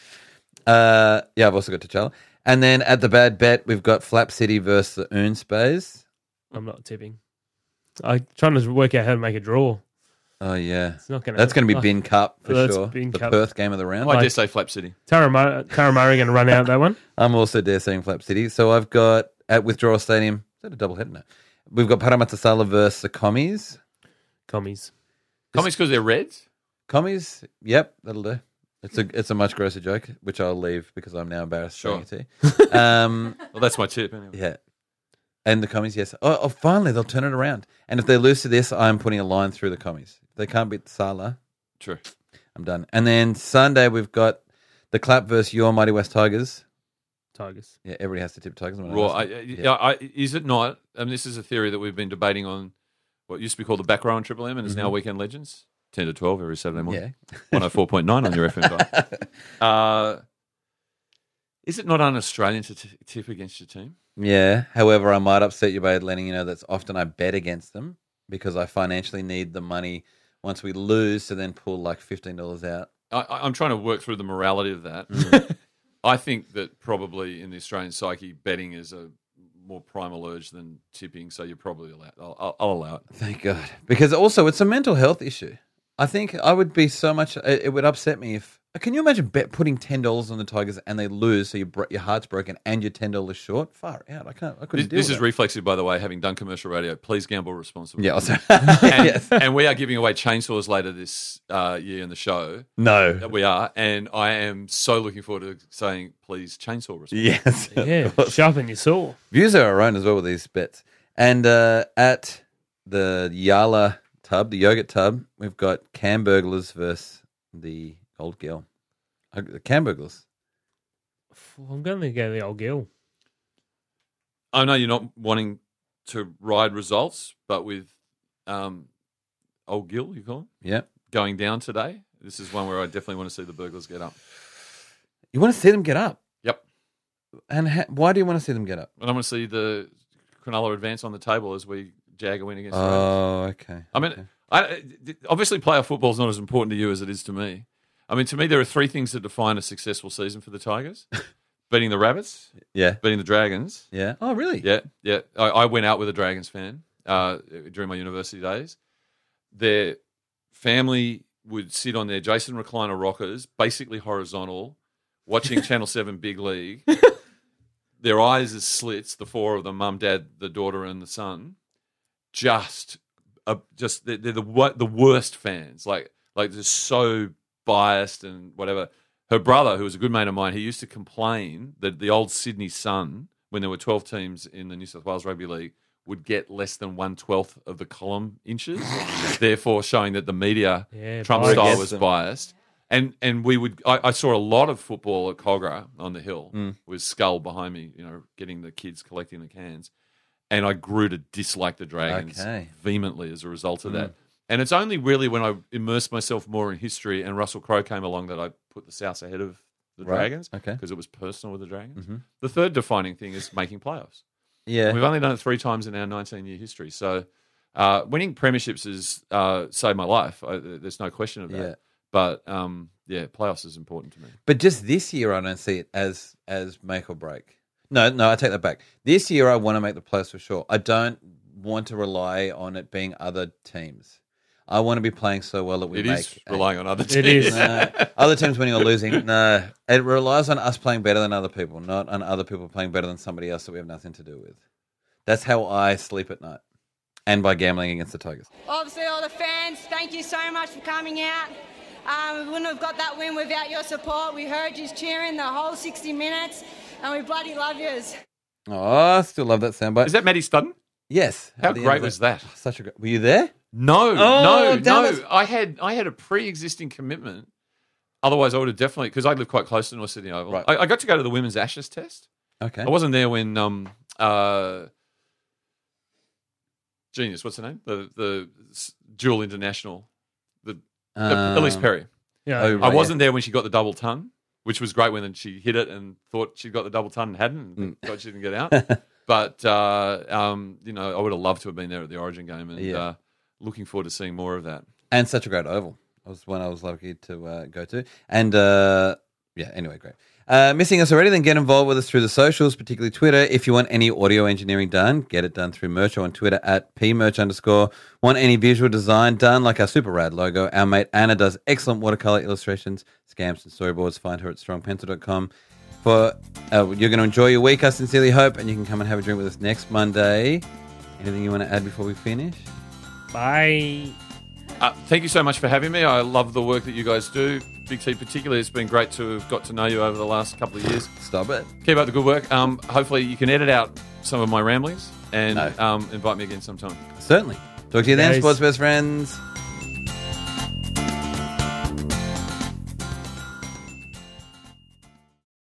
A: Uh, yeah, I've also got T'Challa. And then at the bad bet, we've got Flap City versus the Urn Space.
B: I'm not tipping. I'm trying to work out how to make a draw.
A: Oh, yeah.
B: It's not going to
A: That's
B: *laughs*
A: going to be Bin Cup for
B: That's
A: sure.
B: Bin
A: the
B: Cup.
A: Perth game of the round.
C: I dare say Flap City.
B: Taramara going to run out
A: *laughs*
B: that one.
A: I'm also dare saying Flap City. So I've got at Withdrawal Stadium. Is that a double header? No. We've got Paramatasala versus the Commies.
B: Commies.
C: Comics because they're Reds.
A: Commies. Yep, that'll do. It's a it's a much grosser joke, which I'll leave because I'm now embarrassed
C: Sure.
A: saying it to you. Um, *laughs*
C: Well, that's my tip. Anyway.
A: yeah. And the commies, yes. Oh, oh, finally, they'll turn it around. And if they lose to this, I'm putting a line through the commies. If they can't beat Salah,
C: True.
A: I'm done. And then Sunday, we've got the clap versus your Mighty West Tigers.
B: Tigers.
A: Yeah, everybody has to tip Tigers. when I
C: Raw.
A: ask
C: I, I,
A: them.
C: yeah. I, is it not? I mean, this is a theory that we've been debating on. What used to be called the back row on Triple M and is now Weekend Legends, ten to twelve every Saturday morning.
A: Mm-hmm. yeah.
C: 104.9 on your FM.
A: *laughs*
C: dial. uh, is it not un-Australian to t- tip against your team?
A: Yeah. However, I might upset you by letting you know that's often I bet against them because I financially need the money once we lose to then pull like $15 out.
C: I, I- I'm trying to work through the morality of that.
A: Mm.
C: *laughs* I think that probably in the Australian psyche, betting is a more primal urge than tipping, so you're probably allowed. I'll, I'll, I'll allow it.
A: Thank God. Because also, it's a mental health issue. I think I would be so much. It, it would upset me if. Can you imagine bet putting ten dollars on the Tigers and they lose, so your bro- your heart's broken and you're ten dollars short? Far out. I can't. I couldn't
C: This,
A: deal.
C: this
A: with
C: is
A: that.
C: reflexive, by the way, having done commercial radio. Please gamble responsibly. *laughs*
A: Yeah. *laughs* Also,
C: And,
A: yes.
C: and we are giving away chainsaws later this uh, year in the show. Uh,
A: No.
C: We are. And I am so looking forward to saying, please chainsaw responsibly.
A: Yes. *laughs* of
B: Yeah,
A: course.
B: sharpen your saw.
A: Views are our own as well with these bets. And uh, at the Yala tub, the yogurt tub, we've got Cam Burglars versus the Old Girl. Uh, the Cam Burglars.
B: I'm going to go the old gill.
C: I know you're not wanting to ride results, but with um, old Gil, you call him,
A: Yeah.
C: going down today, this is one where I definitely want to see the burglars get up.
A: You want to see them get up.
C: Yep.
A: And ha- why do you want to see them get up?
C: And I'm going to see the Cronulla advance on the table as we jag a win against. the Raiders.
A: Oh, okay.
C: I mean, I, uh, obviously, playoff football is not as important to you as it is to me. I mean, to me, there are three things that define a successful season for the Tigers: beating the Rabbits,
A: Yeah.
C: beating the Dragons,
A: Yeah. Oh, really?
C: Yeah, yeah. I, I went out with a Dragons fan uh, during my university days. Their family would sit on their Jason recliner rockers, basically horizontal, watching Channel Seven Big League. their eyes as slits. The four of them: mum, dad, the daughter, and the son. Just, uh, just they're, they're the wo- the worst fans. Like, like just so biased and whatever. Her brother, who was a good mate of mine, he used to complain that the old Sydney Sun, when there were 12 teams in the New South Wales Rugby League, would get less than one twelfth of the column
B: *laughs*
C: inches, therefore showing that the media
B: Yeah,
C: Trump
B: biased.
C: style
A: Against
C: was
A: them.
C: biased. And and we would I, I saw a lot of football at Cogra on the hill
B: Mm.
C: with Skull behind me, you know, getting the kids collecting the cans. And I grew to dislike the Dragons
A: Okay. Hmm.
C: vehemently as a result of that. And it's only really when I immersed myself more in history and Russell Crowe came along that I put the South ahead of the
A: Right.
C: Dragons
A: Okay. Mm-hmm.
C: because it was personal with the Dragons. The third defining thing is making playoffs.
A: Yeah.
C: We've only done it three times in our 19 year history. So uh, winning premierships has uh, saved my life. I, there's no question of that.
A: Yeah.
C: But um, yeah, playoffs is important to me.
A: But just this year, I don't see it as as make or break. No, no, I take that back. This year, I want to make the playoffs for sure. I don't want to rely on it being other teams. I want to be playing so well that we
C: It
A: make
C: is
A: a-
C: relying on other teams.
B: It
C: *laughs*
B: is.
A: No. other teams winning or losing. No, it relies on us playing better than other people, not on other people playing better than somebody else that we have nothing to do with. That's how I sleep at night, and by gambling against the Tigers.
H: Obviously, all the fans, thank you so much for coming out. Um, we wouldn't have got that win without your support. We heard you cheering the whole 60 minutes, and we bloody love yous.
A: Oh, I still love that soundbite.
C: Is that Maddie Studden?
A: yes?
C: How
A: At the end
C: great
A: of
C: was that?
A: Such a great. Were you there?
C: No,
A: Oh,
C: no,
A: damn
C: no.
A: it.
C: I had I had a pre-existing commitment. Otherwise, I would have definitely because I live quite close to North Sydney Oval.
A: Right.
C: I, I got to go to the women's Ashes test.
A: Okay.
C: I wasn't there when um uh genius. What's her name? The the s- dual international. The
A: Um,
C: Elise Perry.
B: Yeah.
A: oh,
C: I
A: right,
C: wasn't there when she got the double ton, which was great when she hit it and thought she got the double ton and hadn't. And
A: Mm.
C: God, she didn't
A: *laughs*
C: get out. but uh, um, you know, I would have loved to have been there at the Origin game, and
A: Yeah.
C: uh, looking forward to seeing more of that.
A: and such a great oval. It was one I was lucky to uh, go to. And uh, yeah, anyway, great. Uh, missing us already? Then get involved with us through the socials, particularly Twitter. If you want any audio engineering done, get it done through Merch on Twitter at pmerch underscore. Want any visual design done, like our super rad logo? Our mate Anna does excellent watercolor illustrations, scams, and storyboards. Find her at strongpencil.com. For uh, you're going to enjoy your week, I sincerely hope, and you can come and have a drink with us next Monday. Anything you want to add before we finish?
B: Bye.
C: Uh, thank you so much for having me. I love the work that you guys do, Big T. Particularly, it's been great to have got to know you over the last couple of years.
A: Stop it.
C: Keep up the good work. Um, hopefully, you can edit out some of my ramblings and
A: No.
C: um, invite me again sometime.
A: Certainly. Talk to you then,
B: Guys.
A: sports best friends.